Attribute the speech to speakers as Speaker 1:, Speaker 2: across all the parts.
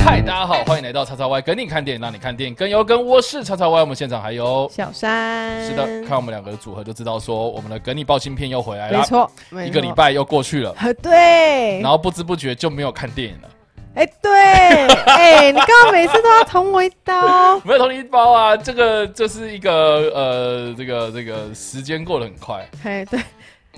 Speaker 1: 嗨，大家好，欢迎来到叉叉 Y 跟你看电影，让你看电影更有梗。我是叉叉 Y，我们现场还有，
Speaker 2: 小山，
Speaker 1: 是的，看我们两个的组合就知道说我们的梗你爆新片又回来了
Speaker 2: 没，错，没错
Speaker 1: 一个礼，拜又过去了，
Speaker 2: 啊对，
Speaker 1: 然后不知不觉就没有看电影了。
Speaker 2: 哎，对，哎，你干嘛每次都要捅我一 刀？
Speaker 1: 没有同你一包啊，这个就是一个呃，这个这个时间过得很快。
Speaker 2: 哎，对，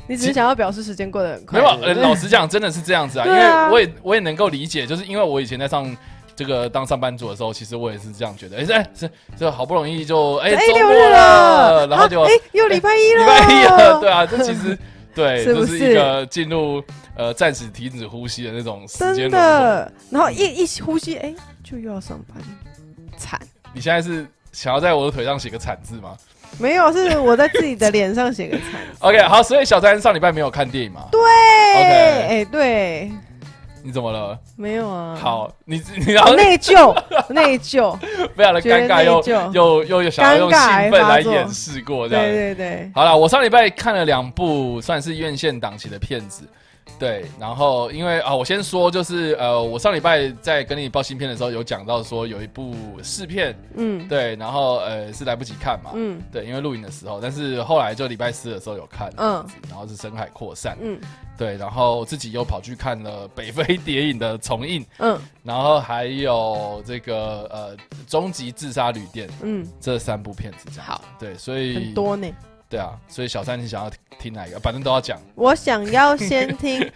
Speaker 2: 你只是想要表示时间过得很
Speaker 1: 没
Speaker 2: 快。
Speaker 1: 有，呃、老实讲，真的是这样子啊，因
Speaker 2: 对啊
Speaker 1: 为我也我也能够理解，就是因为我以前在上这个当上班族的时候，其实我也是这样觉得，哎、是哎是这好不容易就哎
Speaker 2: 哎，
Speaker 1: 周、
Speaker 2: 六
Speaker 1: 末
Speaker 2: 日了，
Speaker 1: 然后就
Speaker 2: 啊哎，又礼拜
Speaker 1: 礼
Speaker 2: 一了，
Speaker 1: 拜一了，对啊，这其 实对，
Speaker 2: 是
Speaker 1: 就
Speaker 2: 不
Speaker 1: 是一
Speaker 2: 是
Speaker 1: 个进入呃暂时停止呼吸的那种时间轮回。
Speaker 2: 真的。然后一一呼吸，哎，就又要上班，惨。
Speaker 1: 你现在是想要在我的腿上写个惨字吗
Speaker 2: 没有，是我在自己的脸上写个 惨。
Speaker 1: ？OK，好，所以小詹上礼拜没有看电影嘛？
Speaker 2: 对，
Speaker 1: OK
Speaker 2: 哎，对，
Speaker 1: 你怎么了？
Speaker 2: 没有啊。，哦
Speaker 1: 好，你你然后
Speaker 2: 内疚，内疚，
Speaker 1: 非常的
Speaker 2: 觉得
Speaker 1: 尴尬，又
Speaker 2: 内疚
Speaker 1: 又又又想要用
Speaker 2: 尴尬还
Speaker 1: 兴奋来
Speaker 2: 发作
Speaker 1: 掩饰过这样
Speaker 2: 对。对对，
Speaker 1: 好了，我上礼拜看了两部算是院线档期的片子，对，然后因为啊、我先说就是呃，我上礼拜在跟你报新片的时候有讲到说有一部试片，
Speaker 2: 嗯
Speaker 1: 对，然后呃是来不及看嘛，
Speaker 2: 嗯
Speaker 1: 对，因为录影的时候，但是后来就礼拜四的时候有看，嗯
Speaker 2: 嗯，
Speaker 1: 然后是深海扩散，
Speaker 2: 嗯
Speaker 1: 对，然后自己又跑去看了北非谍影的重映，
Speaker 2: 嗯
Speaker 1: 然后还有这个呃终极自杀旅店
Speaker 2: 嗯，
Speaker 1: 这三部片子这样子，
Speaker 2: 好
Speaker 1: 对，所以
Speaker 2: 很多呢。
Speaker 1: 对啊，所以小三你想要听听哪一个？反正都要讲。
Speaker 2: 我想要先听，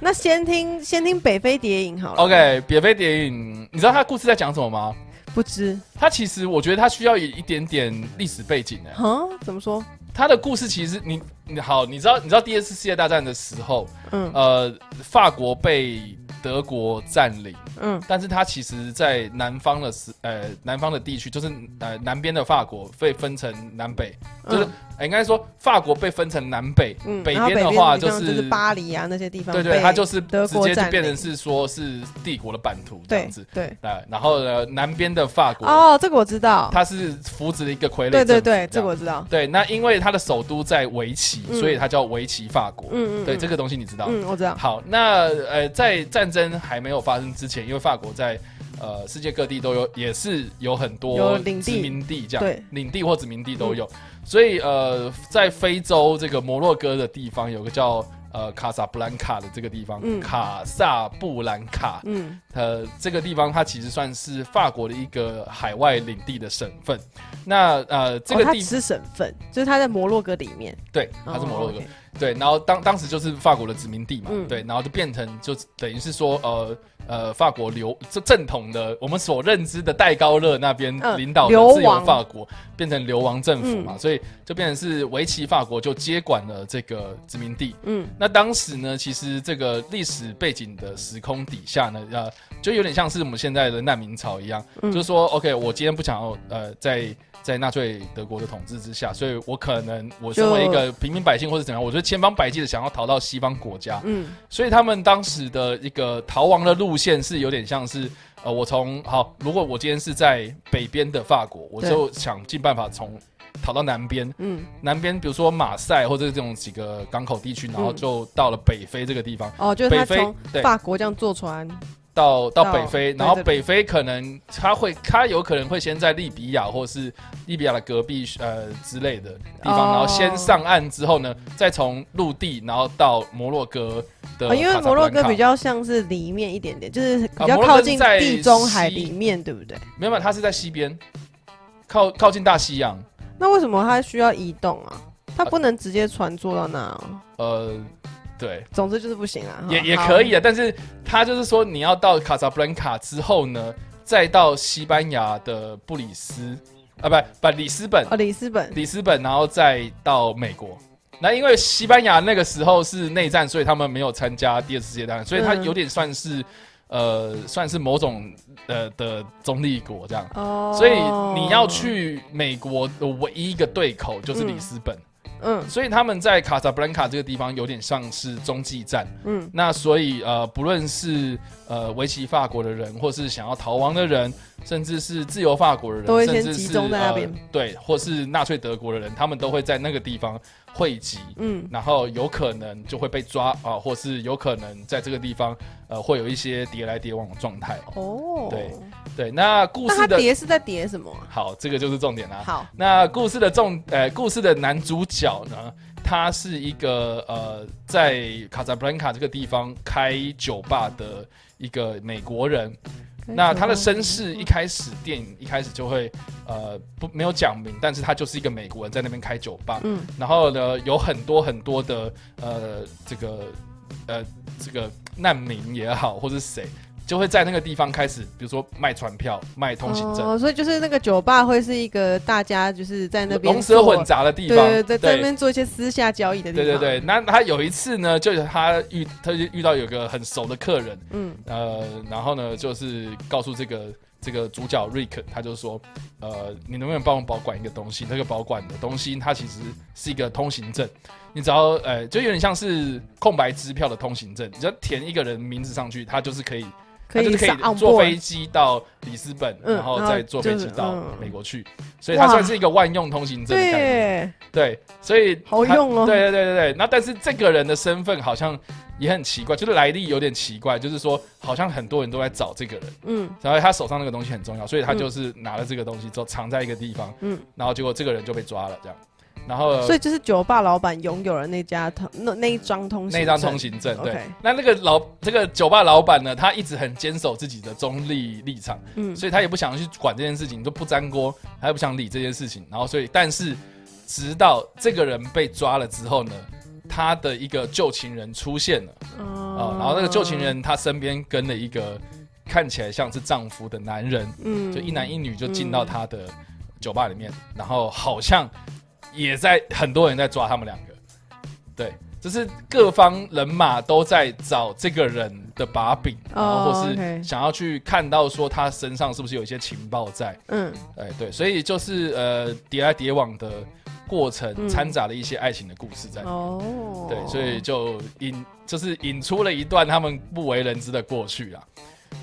Speaker 2: 那先听先听北非谍影好了。
Speaker 1: OK，《别非谍影》，你知道他故事在讲什么吗？
Speaker 2: 不知，
Speaker 1: 他其实我觉得他需要有一点点历史背景欸诶。
Speaker 2: 哈，怎么说？
Speaker 1: 他的故事其实你你好，你知道你知道第二次世界大战的时候，
Speaker 2: 嗯
Speaker 1: 呃，法国被德国占领，
Speaker 2: 嗯
Speaker 1: 但是他其实，在南方的时呃南方的地区，就是呃南边的法国被分成南北，就是、
Speaker 2: 嗯
Speaker 1: 呃应该说法国被分成南北，
Speaker 2: 嗯，
Speaker 1: 北
Speaker 2: 然后
Speaker 1: 边的
Speaker 2: 地
Speaker 1: 话
Speaker 2: 方就是巴黎啊那些地方被，
Speaker 1: 对对，它就是
Speaker 2: 德
Speaker 1: 直
Speaker 2: 国
Speaker 1: 接就
Speaker 2: 占
Speaker 1: 变成
Speaker 2: 领
Speaker 1: 是说是帝国的版图这样
Speaker 2: 对
Speaker 1: 子。
Speaker 2: 对。
Speaker 1: 哎，然后呢，南边的法国，
Speaker 2: 哦，这个我知道，
Speaker 1: 它是扶植了一个傀儡
Speaker 2: 对对
Speaker 1: 政府
Speaker 2: 对，这
Speaker 1: 样
Speaker 2: 个我知道。
Speaker 1: 对。那因为它的首都在维奇，
Speaker 2: 嗯
Speaker 1: 所以它叫维奇法国。
Speaker 2: 嗯嗯，
Speaker 1: 对，这
Speaker 2: 个
Speaker 1: 个东西你知道。
Speaker 2: 嗯我知道。
Speaker 1: 好，那呃，在战争还没有发生之前，因为法国在呃世界各地都有，也是有很
Speaker 2: 有
Speaker 1: 多
Speaker 2: 领
Speaker 1: 殖
Speaker 2: 地
Speaker 1: 民地这样，
Speaker 2: 对嗯
Speaker 1: 领地或殖民地都有。所以呃，在非洲这个摩洛哥的地方，有个叫呃卡萨布兰卡的这个地方，
Speaker 2: 嗯
Speaker 1: 卡萨布兰卡，
Speaker 2: 嗯
Speaker 1: 呃，这个地方它其实算是法国的一个海外领地的省份。那呃，这
Speaker 2: 哦
Speaker 1: 个
Speaker 2: 它
Speaker 1: 地、
Speaker 2: 只是省份，就是它在摩洛哥里面。
Speaker 1: 对，它是摩洛哥，
Speaker 2: 哦，OK
Speaker 1: 对，然后当当时就是法国的殖民地嘛，
Speaker 2: 嗯
Speaker 1: 对，然后就变成就等于是说，呃呃，法国流这正统的我们所认知的戴高乐那边
Speaker 2: 嗯
Speaker 1: 领导的
Speaker 2: 流亡
Speaker 1: 自由法国、变成流亡政府嘛，
Speaker 2: 嗯
Speaker 1: 所以就变成是维奇法国就接管了这个殖民地。
Speaker 2: 嗯
Speaker 1: 那当时呢，其实这个历史背景的时空底下呢，呃，就有点像是我们现在的难民潮一样，
Speaker 2: 嗯
Speaker 1: 就是说，OK，我今天不想要呃，在在纳粹德国的统治之下，所以我可能我身为一
Speaker 2: 就
Speaker 1: 个平民百姓或者怎样，我就千方百计的想要逃到西方国家，
Speaker 2: 嗯
Speaker 1: 所以他们当时的一个逃亡的路线是有点像是，呃，我从好，如果我今天是在北边的法国，我
Speaker 2: 对
Speaker 1: 就想尽办法从逃到南边，
Speaker 2: 嗯
Speaker 1: 南边比如说马赛或者这种几个港口地区，然
Speaker 2: 嗯
Speaker 1: 后就到了北非这个地方，
Speaker 2: 哦，就是
Speaker 1: 北
Speaker 2: 它
Speaker 1: 非
Speaker 2: 从
Speaker 1: 对
Speaker 2: 法国这样坐船，
Speaker 1: 到到
Speaker 2: 到
Speaker 1: 北非，
Speaker 2: 哦对
Speaker 1: 然后
Speaker 2: 这里
Speaker 1: 北非可能它会它有可能会先在利比亚或是利比亚的隔壁呃之类的地方，
Speaker 2: 哦
Speaker 1: 然后先上岸之后呢，再从陆地然后到摩洛哥的卡萨布
Speaker 2: 哦，
Speaker 1: 兰卡、
Speaker 2: 因为摩洛哥比较像是里面一点点，就是比
Speaker 1: 啊摩
Speaker 2: 较
Speaker 1: 洛哥
Speaker 2: 靠
Speaker 1: 是
Speaker 2: 近
Speaker 1: 在
Speaker 2: 地中海
Speaker 1: 西
Speaker 2: 里面，对不对？
Speaker 1: 没有，没有它是在西边，靠靠近大西洋，
Speaker 2: 那为什么它需要移动啊？它不能直接船坐到那、哦，
Speaker 1: 呃，对。
Speaker 2: 总之就是不行啊。
Speaker 1: 也
Speaker 2: 哈
Speaker 1: 也
Speaker 2: 好
Speaker 1: 可以啊，但是他就是说，你要到卡萨布兰卡之后呢，再到西班牙的布里斯啊，不不里斯本，
Speaker 2: 哦，里斯本
Speaker 1: 里斯本，然后再到美国。那因为西班牙那个时候是内战，所以他们没有参加第二次世界大战，所以他
Speaker 2: 嗯
Speaker 1: 有点算是、呃，算是某种呃的中立国这样。
Speaker 2: 哦，
Speaker 1: 所以你要去美国的唯一一个对口就是里斯本，
Speaker 2: 嗯
Speaker 1: 所以他们在卡萨布兰卡这个地方有点像是中继站。
Speaker 2: 嗯
Speaker 1: 那所以呃，不论是呃维奇法国的人，或是想要逃亡的人，甚至是自由法国的人，
Speaker 2: 都会先
Speaker 1: 甚至是
Speaker 2: 集中在那边
Speaker 1: 呃对，或是纳粹德国的人，他们都会在那个地方汇集，
Speaker 2: 嗯，
Speaker 1: 然后有可能就会被抓啊、或是有可能在这个地方呃会有一些叠来叠往的状态。
Speaker 2: 哦，
Speaker 1: 对对，那故
Speaker 2: 那
Speaker 1: 事
Speaker 2: 他
Speaker 1: 的啊
Speaker 2: 叠是在叠什么啊？
Speaker 1: 好，这个就是重点啦。
Speaker 2: 好，
Speaker 1: 那故事的重呃，故事的男主角呢，他是一个呃，在卡萨布兰卡这个地方开酒吧的一个美国人。那他的身世一开始电影一开始就会呃不没有讲明，但是他就是一个美国人在那边开酒吧。
Speaker 2: 嗯，
Speaker 1: 然后呢，有很多很多的呃这个呃这个难民也好，或是谁。就会在那个地方开始，比如说卖船票、卖通行证，
Speaker 2: 哦，所以就是那个酒吧会是一个大家就是在那边
Speaker 1: 龙蛇
Speaker 2: 做
Speaker 1: 混杂的地
Speaker 2: 对
Speaker 1: 方，
Speaker 2: 对对，在那边做一些私下交易的地
Speaker 1: 对
Speaker 2: 方，
Speaker 1: 对，对，那他有一次呢，就是他遇他就遇到有个很熟的客人，
Speaker 2: 嗯，
Speaker 1: 呃，然后呢就是告诉这个这个主角瑞克，他就说，呃，你能不能帮我保管一个东西？那个保管的东西它其实是一个通行证，你只要呃就有点像是空白支票的通行证，你只要呃填一个人名字上去，他就是可以
Speaker 2: 可以
Speaker 1: 他就是
Speaker 2: 上
Speaker 1: 可以
Speaker 2: on
Speaker 1: 坐飞
Speaker 2: board，
Speaker 1: 机到里斯本，
Speaker 2: 嗯
Speaker 1: 然后
Speaker 2: 然后
Speaker 1: 再坐飞机
Speaker 2: 就是
Speaker 1: 到
Speaker 2: 嗯
Speaker 1: 美国去，所以它
Speaker 2: 哇
Speaker 1: 算是一个万用通行证的概念。
Speaker 2: 对，
Speaker 1: 对，所以
Speaker 2: 好
Speaker 1: 他
Speaker 2: 用哦
Speaker 1: 对对对对对，那但是这个人的身份好像也很奇怪，就是来历有点奇怪，就是说好像很多人都在找这个人，
Speaker 2: 嗯
Speaker 1: 然后他手上那个东西很重要，所以他就是拿了这个东西之后藏在一个地方，
Speaker 2: 嗯，
Speaker 1: 然后结果这个人就被抓了，这样，然后
Speaker 2: 所以就是酒吧老板拥有了那家通那那一张通行证
Speaker 1: 那张通行证，对
Speaker 2: OK
Speaker 1: 那那个老这个酒吧老板呢，他一直很坚守自己的中立立场，
Speaker 2: 嗯
Speaker 1: 所以他也不想去管这件事情，都不沾锅，他也不想理这件事情。然后，所以，但是直到这个人被抓了之后呢，他的一个旧情人出现了啊、
Speaker 2: 哦
Speaker 1: 然后那个旧情人他身边跟了一个看起来像是丈夫的男人，
Speaker 2: 嗯
Speaker 1: 就一男一女就进到他的酒吧里面，然后好像也在很多人在抓他们两个，对，就是各方人马都在找这个人的把柄，然后
Speaker 2: 哦
Speaker 1: 或是
Speaker 2: ，OK
Speaker 1: 想要去看到说他身上是不是有一些情报在，
Speaker 2: 嗯
Speaker 1: 哎，对，所以就是呃叠来叠往的过程，
Speaker 2: 嗯
Speaker 1: 掺杂了一些爱情的故事在，
Speaker 2: 哦，
Speaker 1: 对，所以就引就是引出了一段他们不为人知的过去啊。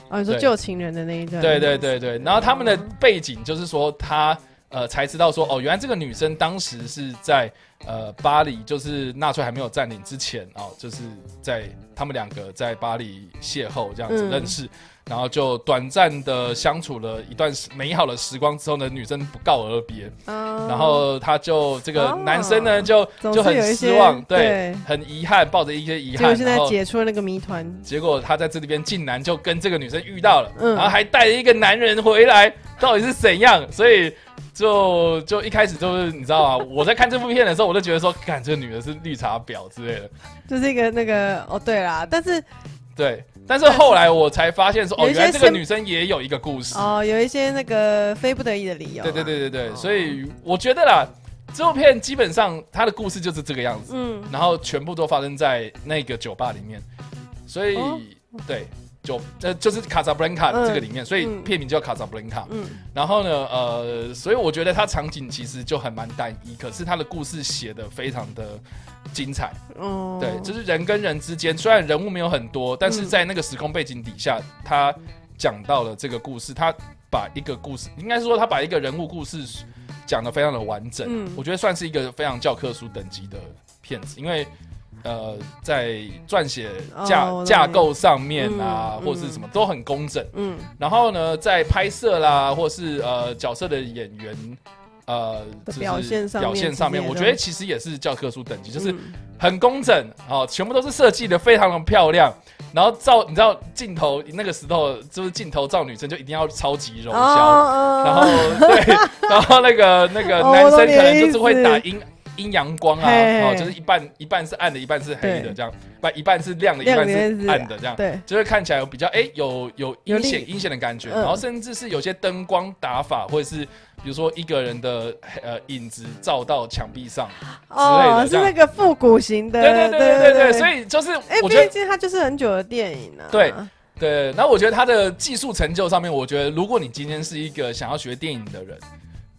Speaker 2: 哦，你说
Speaker 1: 对
Speaker 2: 旧情人的那一段，
Speaker 1: 对对对对，然后他们的背景就是说他。呃，才知道说哦，原来这个女生当时是在呃巴黎，就是纳粹还没有占领之前哦，就是在他们两个在巴黎邂逅这样子
Speaker 2: 嗯
Speaker 1: 认识，然后就短暂的相处了一段时美好的时光之后呢，女生不告而别，
Speaker 2: 嗯，
Speaker 1: 然后他就这个
Speaker 2: 哦
Speaker 1: 男生呢就
Speaker 2: 总
Speaker 1: 就是很
Speaker 2: 有一
Speaker 1: 失
Speaker 2: 些
Speaker 1: 望，对，
Speaker 2: 对，
Speaker 1: 很遗憾，抱着一些遗
Speaker 2: 结果
Speaker 1: 憾，
Speaker 2: 现
Speaker 1: 然
Speaker 2: 在
Speaker 1: 后
Speaker 2: 解出了那个谜团，
Speaker 1: 结果他在这里边竟然就跟这个女生遇到了，
Speaker 2: 嗯
Speaker 1: 然后还带了一个男人回来，到底是怎样？所以就就一开始就是你知道啊，我在看这部片的时候，我就觉得说，看这个女的是绿茶婊之类的，
Speaker 2: 就是一个那个哦，对啦，但是
Speaker 1: 对。但是后来我才发现说，哦，
Speaker 2: 有一
Speaker 1: 原
Speaker 2: 些
Speaker 1: 来这个
Speaker 2: 身
Speaker 1: 女生也有一个故事，
Speaker 2: 哦，有一些那个非不得已的理由，
Speaker 1: 对对，对对对，
Speaker 2: 哦
Speaker 1: 所以我觉得啦，这部片基本上它的故事就是这个样子，
Speaker 2: 嗯，
Speaker 1: 然后全部都发生在那个酒吧里面，所以
Speaker 2: 哦
Speaker 1: 对。酒，呃，就是卡萨布兰卡
Speaker 2: 嗯
Speaker 1: 这个里面，所以
Speaker 2: 嗯
Speaker 1: 片名叫卡萨布兰卡。
Speaker 2: 嗯
Speaker 1: 然后呢，呃，所以我觉得它场景其实就很蛮单一，可是它的故事写的非常的精彩。
Speaker 2: 哦，嗯
Speaker 1: 对，就是人跟人之间，虽然人物没有很多，但是在那个时空背景底下，他讲到了这个故事，他把一个故事，应该是说他把一个人物故事讲的非常的完整。
Speaker 2: 嗯
Speaker 1: 我觉得算是一个非常教科书等级的片子，因为。呃，在撰写架、
Speaker 2: 哦我懂你
Speaker 1: 架构上面啊，
Speaker 2: 嗯
Speaker 1: 或是什么都很工整，
Speaker 2: 嗯
Speaker 1: 然后呢，在拍摄啦，或是呃角色的演员，呃，
Speaker 2: 的
Speaker 1: 就是
Speaker 2: 表现上面
Speaker 1: 表现上面，
Speaker 2: 之类
Speaker 1: 我
Speaker 2: 的
Speaker 1: 觉得其实也是教科书等级，就是
Speaker 2: 嗯
Speaker 1: 很工整哦，全部都是设计的非常的漂亮。然后照你知道镜头那个时候就是镜头照女生就一定要超级柔焦，
Speaker 2: 哦
Speaker 1: 然后对，然后那个那个
Speaker 2: 哦
Speaker 1: 男生
Speaker 2: 我
Speaker 1: 可
Speaker 2: 懂你的
Speaker 1: 能就是会打
Speaker 2: 意
Speaker 1: 阴阴阳光啊，
Speaker 2: 嘿
Speaker 1: 哦，就是一半一半是暗的，一半是黑的
Speaker 2: 对
Speaker 1: 这样，不一半是亮的，一
Speaker 2: 亮
Speaker 1: 半
Speaker 2: 的
Speaker 1: 是
Speaker 2: 是
Speaker 1: 暗的这样。
Speaker 2: 对，
Speaker 1: 就会看起来有比较哎、有有阴险
Speaker 2: 有
Speaker 1: 阴险的感觉，
Speaker 2: 嗯
Speaker 1: 然后甚至是有些灯光打法，或者是比如说一个人的呃影子照到墙壁上，
Speaker 2: 哦，
Speaker 1: 这
Speaker 2: 是
Speaker 1: 样
Speaker 2: 那个复古型的，
Speaker 1: 对对对对对对，所
Speaker 2: 以
Speaker 1: 以就是
Speaker 2: 哎，
Speaker 1: 我觉
Speaker 2: 毕
Speaker 1: 得
Speaker 2: 竟它就是很久的电影啊，
Speaker 1: 对对，然后我觉得他的技术成就上面，我觉得如果你今天是一个想要学电影的人，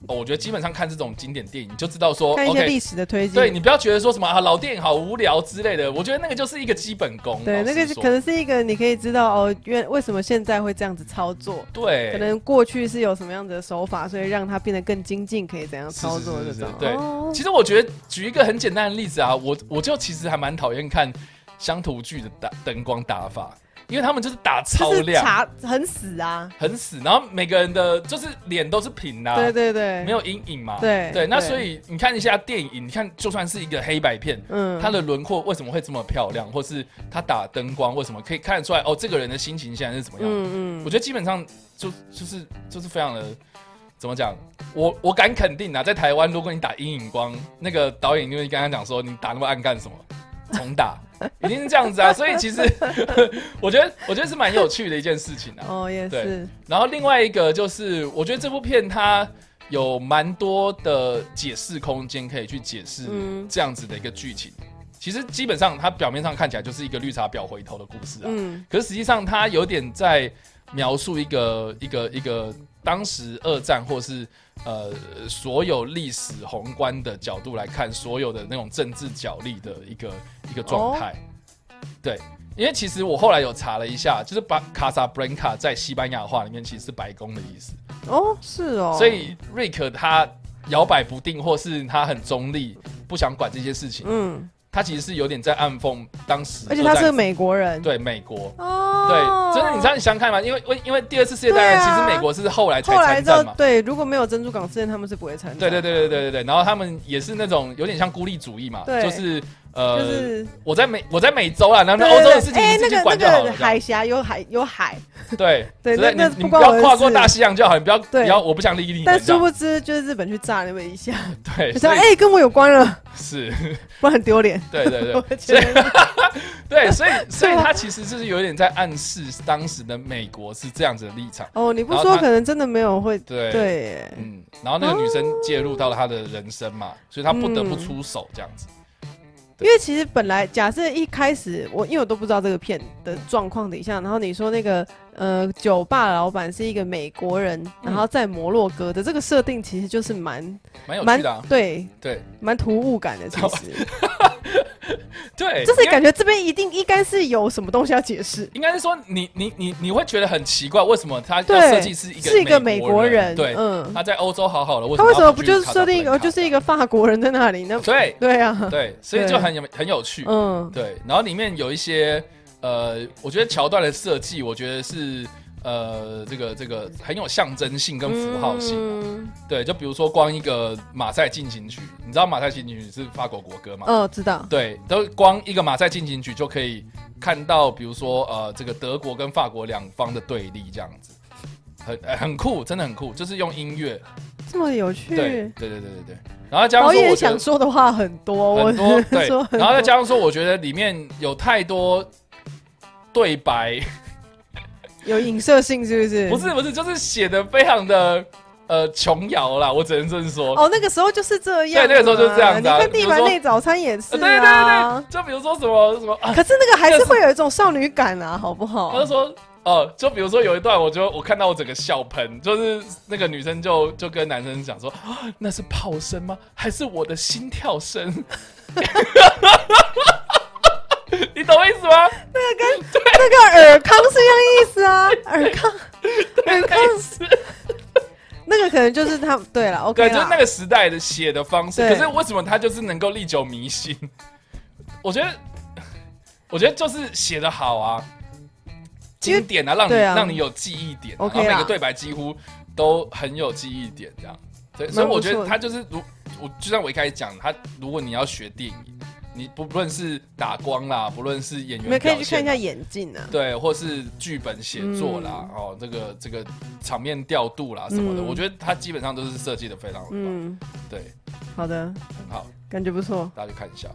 Speaker 1: 哦我觉得基本上看这种经典电影，你就知道说
Speaker 2: 看一些
Speaker 1: 哦，OK，
Speaker 2: 历史的推
Speaker 1: 对
Speaker 2: 进。
Speaker 1: 你不要觉得说什么啊老电影好无聊之类的，我觉得那个就是一个基本功。
Speaker 2: 对，
Speaker 1: 老
Speaker 2: 那
Speaker 1: 实
Speaker 2: 个是
Speaker 1: 说
Speaker 2: 可能是一个你可以知道哦，原为什么现在会这样子操作，
Speaker 1: 对，
Speaker 2: 可能过去是有什么样子的手法，所以让它变得更精进，可以怎样操作
Speaker 1: 是
Speaker 2: 这
Speaker 1: 是是
Speaker 2: 种。
Speaker 1: 对
Speaker 2: 哦
Speaker 1: 其实我觉得举一个很简单的例子啊，我我就其实还蛮讨厌看乡土剧的打灯光打法，因为他们就是打超
Speaker 2: 就是
Speaker 1: 亮，
Speaker 2: 查很死啊，
Speaker 1: 很死，然后每个人的就是脸都是平的、啊，
Speaker 2: 对对对，嗯
Speaker 1: 没有阴影嘛。
Speaker 2: 对
Speaker 1: 对，那
Speaker 2: 对
Speaker 1: 所以你看一下电影，你看就算是一个黑白片。
Speaker 2: 嗯，
Speaker 1: 它的轮廓为什么会这么漂亮，或是他打灯光为什么可以看得出来？哦，这个人的心情现在是怎么样？
Speaker 2: 嗯
Speaker 1: 我觉得基本上就就是就是非常的怎么讲，我我敢肯定啊，在台湾如果你打阴影光，那个导演就会跟他讲说你打那么暗干什么，重打，一定是这样子啊。所以其实 我觉得我觉得是蛮有趣的一件事情啊
Speaker 2: 嗯，。哦也
Speaker 1: 对
Speaker 2: 是，
Speaker 1: 然后另外一个就是，我觉得这部片它有蛮多的解释空间可以去解释
Speaker 2: 嗯
Speaker 1: 这样子的一个剧情。其实基本上它表面上看起来就是一个绿茶婊回头的故事啊，
Speaker 2: 嗯
Speaker 1: 可是实际上，他有点在描述一个一个一个当时二战或是呃所有历史宏观的角度来看，所有的那种政治角力的一个一
Speaker 2: 哦
Speaker 1: 个状态。对，因为其实我后来有查了一下，就是把卡萨布兰卡在西班牙话里面其实是白宫的意思，
Speaker 2: 哦是哦，
Speaker 1: 所以瑞克他摇摆不定，或是他很中立，不想管这些事情，
Speaker 2: 嗯，
Speaker 1: 他其实是有点在暗讽当时二战
Speaker 2: 而
Speaker 1: 时，
Speaker 2: 且他是个美国人，
Speaker 1: 对美国。
Speaker 2: 哦，
Speaker 1: 对，真的，你知道你想想看嘛？因为因为第二次世界大战，
Speaker 2: 对啊
Speaker 1: 其实美国是后来才
Speaker 2: 后来
Speaker 1: 参
Speaker 2: 之后
Speaker 1: 战嘛。
Speaker 2: 对，如果没有珍珠港事件，他们是不会参战，
Speaker 1: 对对对对对对对，然后他们也是那种有点像孤立主义嘛，
Speaker 2: 对
Speaker 1: 就是呃，
Speaker 2: 就是
Speaker 1: 我在美我在美洲啦，然后
Speaker 2: 对
Speaker 1: 欧洲的
Speaker 2: 对
Speaker 1: 事情
Speaker 2: 哎
Speaker 1: 你自己
Speaker 2: 那
Speaker 1: 管
Speaker 2: 个
Speaker 1: 就好
Speaker 2: 那
Speaker 1: 了
Speaker 2: 个。海峡有海有海，
Speaker 1: 这样对
Speaker 2: 对
Speaker 1: 只是
Speaker 2: 那那
Speaker 1: 你
Speaker 2: 不
Speaker 1: 你不
Speaker 2: 关
Speaker 1: 要
Speaker 2: 我的
Speaker 1: 跨过
Speaker 2: 事
Speaker 1: 大西洋就好，你不要不
Speaker 2: 对
Speaker 1: 要，我不想理你
Speaker 2: 但
Speaker 1: 们这
Speaker 2: 殊
Speaker 1: 样。
Speaker 2: 不知就是日本去炸那么一下，
Speaker 1: 对，
Speaker 2: 就
Speaker 1: 所
Speaker 2: 说
Speaker 1: 以
Speaker 2: 哎跟我有关了，
Speaker 1: 是，
Speaker 2: 不然很丢脸。
Speaker 1: 对对对
Speaker 2: 我觉得
Speaker 1: 对，所以所以他其实就是有点在暗示当时的美国是这样子的立场。
Speaker 2: 哦，你不
Speaker 1: 然
Speaker 2: 说
Speaker 1: 后他
Speaker 2: 可能真的没有会
Speaker 1: 对，
Speaker 2: 对耶，
Speaker 1: 嗯，然后那个女生介入到了他的人生嘛，所以他不得不
Speaker 2: 嗯
Speaker 1: 出手这样子。对
Speaker 2: 因为其实本来假设一开始我因为我都不知道这个片的状况底下，然后你说那个呃酒吧老板是一个美国人，
Speaker 1: 嗯
Speaker 2: 然后在摩洛哥的这个设定其实就是蛮
Speaker 1: 蛮有
Speaker 2: 蛮
Speaker 1: 趣的、啊，
Speaker 2: 对
Speaker 1: 对
Speaker 2: 蛮突兀感的，其 实
Speaker 1: 对，
Speaker 2: 就是
Speaker 1: 因为
Speaker 2: 感觉这边一定应该是有什么东西要解释。
Speaker 1: 应该是说你你你你会觉得很奇怪，为什么他要
Speaker 2: 对
Speaker 1: 设计是一个
Speaker 2: 是一个美国人，
Speaker 1: 对，
Speaker 2: 嗯，
Speaker 1: 他在欧洲好好的，为
Speaker 2: 他
Speaker 1: 么
Speaker 2: 为
Speaker 1: 他
Speaker 2: 什么
Speaker 1: 不
Speaker 2: 不
Speaker 1: 去
Speaker 2: 就是
Speaker 1: 卡
Speaker 2: 设定
Speaker 1: 萨布
Speaker 2: 一个，
Speaker 1: 兰
Speaker 2: 哦
Speaker 1: 卡
Speaker 2: 就是一个法国人在那里？那
Speaker 1: 对
Speaker 2: 对啊，
Speaker 1: 对，所以
Speaker 2: 对
Speaker 1: 就很有很有趣，
Speaker 2: 嗯，
Speaker 1: 对，然后里面有一些呃，我觉得桥段的设计，我觉得是。呃，这个这个很有象征性跟符号性，
Speaker 2: 嗯，
Speaker 1: 对，就比如说光一个《马赛进行曲》，你知道《马赛进行曲》是法国国歌吗？
Speaker 2: 哦，知道，
Speaker 1: 对，都光一个马赛进行曲就可以看到，比如说呃，这个德国跟法国两方的对立这样子，很呃很酷，真的很酷，就是用音乐，
Speaker 2: 这么有
Speaker 1: 对对
Speaker 2: 趣。
Speaker 1: 对对对对，然后加上
Speaker 2: 嗯导
Speaker 1: 说，我
Speaker 2: 演
Speaker 1: 觉
Speaker 2: 想
Speaker 1: 得
Speaker 2: 说的话很多，我
Speaker 1: 很多对
Speaker 2: 说，很
Speaker 1: 然后再
Speaker 2: 多
Speaker 1: 加上说，我觉得里面有太多对白，
Speaker 2: 有影射性是不是？
Speaker 1: 不是不是，就是写的非常的呃琼瑶啦，我只能这么说。
Speaker 2: 哦，那个时候就是这样啊，
Speaker 1: 对那个时候就是这样
Speaker 2: 你
Speaker 1: 子啊
Speaker 2: 看《地
Speaker 1: 比
Speaker 2: 板
Speaker 1: 如说
Speaker 2: 内早餐》也是
Speaker 1: 呃对对对
Speaker 2: 啊
Speaker 1: 对，，就比如说什么什么啊，
Speaker 2: 可是那个还是会有一种少女感啊，好不
Speaker 1: 他就
Speaker 2: 好？
Speaker 1: 说，哦、就比如说有一段，我就我看到我整个笑喷，就是那个女生就就跟男生讲说、啊那是炮声吗？还是我的心跳声？ 你懂我意思吗？
Speaker 2: 那个尔康是一样意思啊，尔康，尔康，那个可能就是他，对了，OK
Speaker 1: 对，就是
Speaker 2: 啦
Speaker 1: 那个时代的写的方式。可
Speaker 2: 对
Speaker 1: 是为什么他就是能够历久弥新？ 我觉得，我觉得就是写的好啊，
Speaker 2: 因为
Speaker 1: 经典啊，让你、
Speaker 2: 对啊
Speaker 1: 让你有记忆点、啊
Speaker 2: OK
Speaker 1: 然后每
Speaker 2: 啦
Speaker 1: 个对白几乎都很有记忆点，这样。对，所以
Speaker 2: 蛮不
Speaker 1: 我觉
Speaker 2: 错
Speaker 1: 得
Speaker 2: 的
Speaker 1: 他就是如我就像我一开始讲，他如果你要学电影，你不论是打光啦，不论是演
Speaker 2: 你
Speaker 1: 员
Speaker 2: 们可以
Speaker 1: 表
Speaker 2: 去看一
Speaker 1: 现
Speaker 2: 下
Speaker 1: 啊。
Speaker 2: 眼镜啊，
Speaker 1: 对，或是剧本写作啦，哦，这个这个场面调度啦什么的，
Speaker 2: 嗯
Speaker 1: 我觉得他基本上都是设计的非常好，
Speaker 2: 嗯，
Speaker 1: 对，
Speaker 2: 好的，
Speaker 1: 很好。
Speaker 2: 感觉不错，
Speaker 1: 大家去看一下。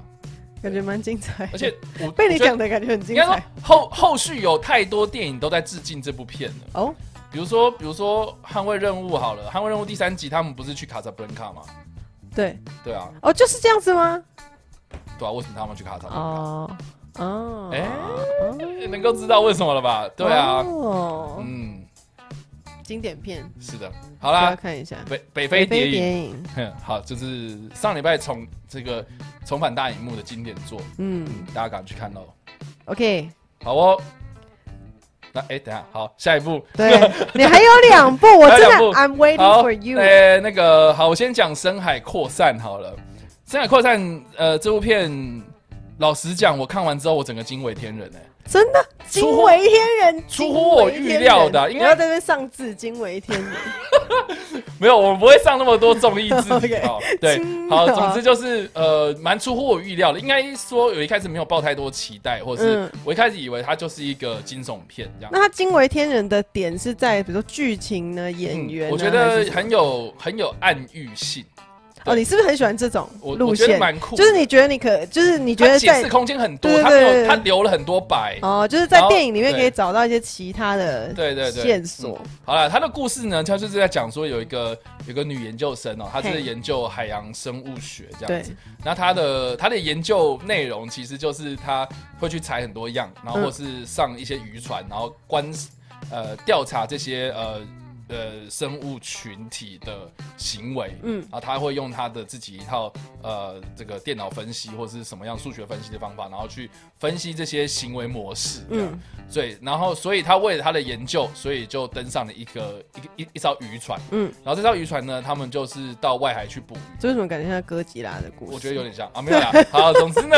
Speaker 2: 感觉蛮精彩的，
Speaker 1: 而且我
Speaker 2: 嗯 被你，讲
Speaker 1: 我觉得
Speaker 2: 的感觉很精
Speaker 1: 应该说
Speaker 2: 彩
Speaker 1: 后后续有太多电影都在致敬这部片了。
Speaker 2: 哦，
Speaker 1: 比如说，比如说《捍卫任务》好了，《捍卫任务》第三集他们不是去卡萨布兰卡吗？
Speaker 2: 对，
Speaker 1: 对啊，
Speaker 2: 哦，就是这样子吗？
Speaker 1: 对啊，为什么他们去卡萨布兰卡？
Speaker 2: 哦，哦，
Speaker 1: 哎
Speaker 2: 哦
Speaker 1: 啊能够知道为什么了吧？对啊，
Speaker 2: 哦
Speaker 1: 嗯，
Speaker 2: 经典片，
Speaker 1: 是的，好
Speaker 2: 大家
Speaker 1: 啦，
Speaker 2: 看一下。
Speaker 1: 北北非谍影，
Speaker 2: 谍影，
Speaker 1: 哼 好，就是上礼拜重这个重返大荧幕的经典作，
Speaker 2: 嗯
Speaker 1: 大家赶快去看喽。
Speaker 2: ，OK，
Speaker 1: 好哦，那哎、等一下，好，下一步，
Speaker 2: 对你还有两部，我
Speaker 1: 还有
Speaker 2: 真的
Speaker 1: 两部
Speaker 2: I'm waiting
Speaker 1: 好，
Speaker 2: for you。
Speaker 1: 哎那个好，我先讲《深海扩散》好了，《深海扩散》呃，这部片，老实讲，我看完之后，我整个惊为天人哎、
Speaker 2: 真的
Speaker 1: 出乎
Speaker 2: 惊为天人，
Speaker 1: 出乎我预料的
Speaker 2: 因
Speaker 1: 因
Speaker 2: 为
Speaker 1: 为
Speaker 2: 要在那边上字，惊为天人。
Speaker 1: 没有，我们不会上那么多综艺字 体
Speaker 2: OK，
Speaker 1: 哦。对，
Speaker 2: 惊
Speaker 1: 好，
Speaker 2: 了
Speaker 1: 总之就是呃，蛮出乎我预料的。应该说，有一开始没有抱太多期待，或是
Speaker 2: 嗯
Speaker 1: 我一开始以为它就是一个惊悚片这样
Speaker 2: 那。他惊为天人的点是在，比如说剧情呢、演员啊，
Speaker 1: 嗯我觉
Speaker 2: 还
Speaker 1: 得
Speaker 2: 是什么
Speaker 1: 很有很有暗喻性，
Speaker 2: 哦，你是不是很喜欢这种
Speaker 1: 我
Speaker 2: 路
Speaker 1: 我觉得
Speaker 2: 线？
Speaker 1: 蛮酷的。
Speaker 2: 就是你觉得你可，就是你觉
Speaker 1: 它
Speaker 2: 得
Speaker 1: 解
Speaker 2: 在
Speaker 1: 释空间很多，
Speaker 2: 对
Speaker 1: 它
Speaker 2: 对
Speaker 1: 没
Speaker 2: 对
Speaker 1: 有它留了很多白。
Speaker 2: 哦，就是在
Speaker 1: 然后
Speaker 2: 电影里面
Speaker 1: 对
Speaker 2: 可以找到一些其他的
Speaker 1: 对对对，
Speaker 2: 线索
Speaker 1: 嗯。好了，他的故事呢，他就是在讲说有一个有个女研究生哦，她
Speaker 2: 嘿
Speaker 1: 是研究海洋生物学这样
Speaker 2: 对
Speaker 1: 子。那她的她的研究内容其实就是她会去采很多样，然后
Speaker 2: 嗯
Speaker 1: 或是上一些渔船，然后观呃调查这些呃呃生物群体的行为。
Speaker 2: 嗯
Speaker 1: 然后他会用他的自己一套呃这个电脑分析或是什么样数学分析的方法，然后去分析这些行为模式。嗯
Speaker 2: 嗯，
Speaker 1: 所以然后所以他为了他的研究，所以就登上了一个一个一一艘渔船。
Speaker 2: 嗯
Speaker 1: 嗯，然后这艘渔船呢，他们就是到外海去捕鱼。
Speaker 2: 这为什么感觉像哥吉拉的故事？
Speaker 1: 我觉得有点像啊，没有啦。好，总之呢，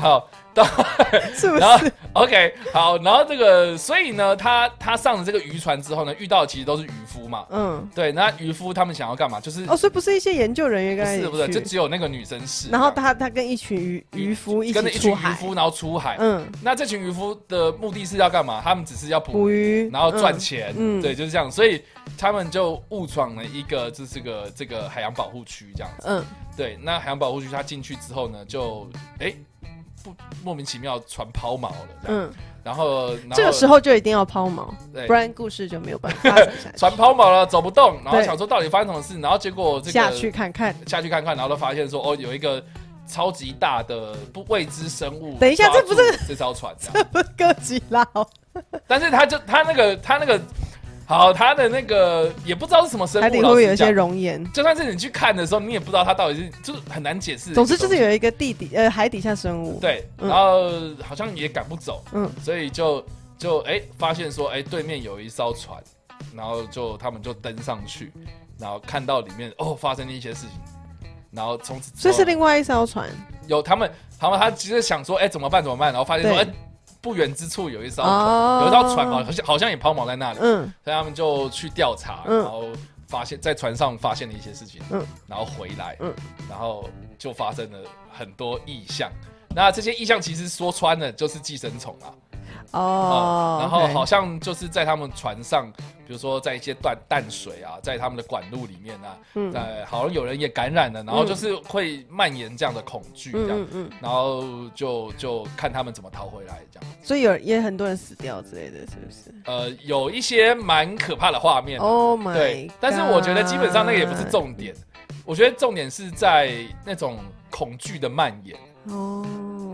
Speaker 1: 好到
Speaker 2: 是 不
Speaker 1: 然后
Speaker 2: 是？
Speaker 1: OK 好，然后这个所以呢，他他上了这个渔船之后呢，遇到的其实都是渔夫嘛。
Speaker 2: 嗯，
Speaker 1: 对，那渔夫他们想要干嘛？就是
Speaker 2: 哦，所以不是一些研究人员
Speaker 1: 不
Speaker 2: 跟他一
Speaker 1: 是不是，
Speaker 2: 起
Speaker 1: 就
Speaker 2: 去，
Speaker 1: 只有那个女生是。
Speaker 2: 然后
Speaker 1: 这样
Speaker 2: 他他跟一群渔渔夫一
Speaker 1: 跟着
Speaker 2: 起
Speaker 1: 一群
Speaker 2: 出
Speaker 1: 渔
Speaker 2: 海，
Speaker 1: 夫，然后出海。
Speaker 2: 嗯，
Speaker 1: 那这群渔夫的目的是要干嘛？他们只是要捕
Speaker 2: 捕鱼，
Speaker 1: 然后赚
Speaker 2: 嗯。
Speaker 1: 钱，
Speaker 2: 嗯
Speaker 1: 对，就是这样。所以他们就误闯了一个就是这个这个海洋保护区这样子。
Speaker 2: 嗯，
Speaker 1: 对，那海洋保护区他进去之后呢，就哎不莫名其妙船抛锚了，这样。
Speaker 2: 嗯，
Speaker 1: 然后然后
Speaker 2: 这个时候就一定要抛锚，
Speaker 1: 啊对
Speaker 2: 不然故事就没有办法发展下去。
Speaker 1: 船抛锚了，走不动，然后
Speaker 2: 对
Speaker 1: 想说到底发生什么事，然后结果这个
Speaker 2: 下去看看。
Speaker 1: 下去看看，然后都发现说哦有一个。超级大的不未知生物抓住，
Speaker 2: 等一下这不是
Speaker 1: 这艘船这样，
Speaker 2: 哥吉拉哦，
Speaker 1: 但是他就他那个他那个好，他的那个也不知道是什么生物，
Speaker 2: 海底会不
Speaker 1: 老
Speaker 2: 会
Speaker 1: 实
Speaker 2: 有一些
Speaker 1: 讲
Speaker 2: 熔岩？
Speaker 1: 就算是你去看的时候，你也不知道它到底是，就是很难解释。
Speaker 2: 总之就是
Speaker 1: 有
Speaker 2: 有一个地底呃海底下生物。，
Speaker 1: 对，
Speaker 2: 嗯
Speaker 1: 然后好像也赶不走，
Speaker 2: 嗯
Speaker 1: 嗯，所以就就哎、发现说哎、对面有一艘船，然后就他们就登上去，然后看到里面哦发生了一些事情，然后从此之
Speaker 2: 所以
Speaker 1: 后
Speaker 2: 是另外一艘船。
Speaker 1: 有他们，他们他其实想说哎、怎么办怎么办，然后发现说哎、
Speaker 2: 对
Speaker 1: 不远之处有一艘船，
Speaker 2: 哦
Speaker 1: 有一艘船好像好像也抛锚在那里，
Speaker 2: 嗯，
Speaker 1: 所以他们就去调查，
Speaker 2: 嗯
Speaker 1: 然后发现，在船上发现了一些事情，
Speaker 2: 嗯
Speaker 1: 然后回来，
Speaker 2: 嗯
Speaker 1: 然后就发生了很多异象。那这些异象其实说穿了就是寄生虫啊，
Speaker 2: 哦
Speaker 1: 嗯，然后
Speaker 2: OK
Speaker 1: 好像就是在他们船上，比如说在一些淡淡水啊，在他们的管路里面啊，
Speaker 2: 嗯
Speaker 1: 呃，好像有人也感染了，然后就是会蔓延这样的恐惧，这样，
Speaker 2: 嗯嗯嗯，
Speaker 1: 然后就就看他们怎么逃回来，这样。
Speaker 2: 所以有也很多人死掉之类的，是不是
Speaker 1: 呃，有一些蛮可怕的画面啊
Speaker 2: ？Oh my！
Speaker 1: 对，但是我觉得基本上那个也不是
Speaker 2: God
Speaker 1: 重点，我觉得重点是在那种恐惧的蔓延。
Speaker 2: 哦。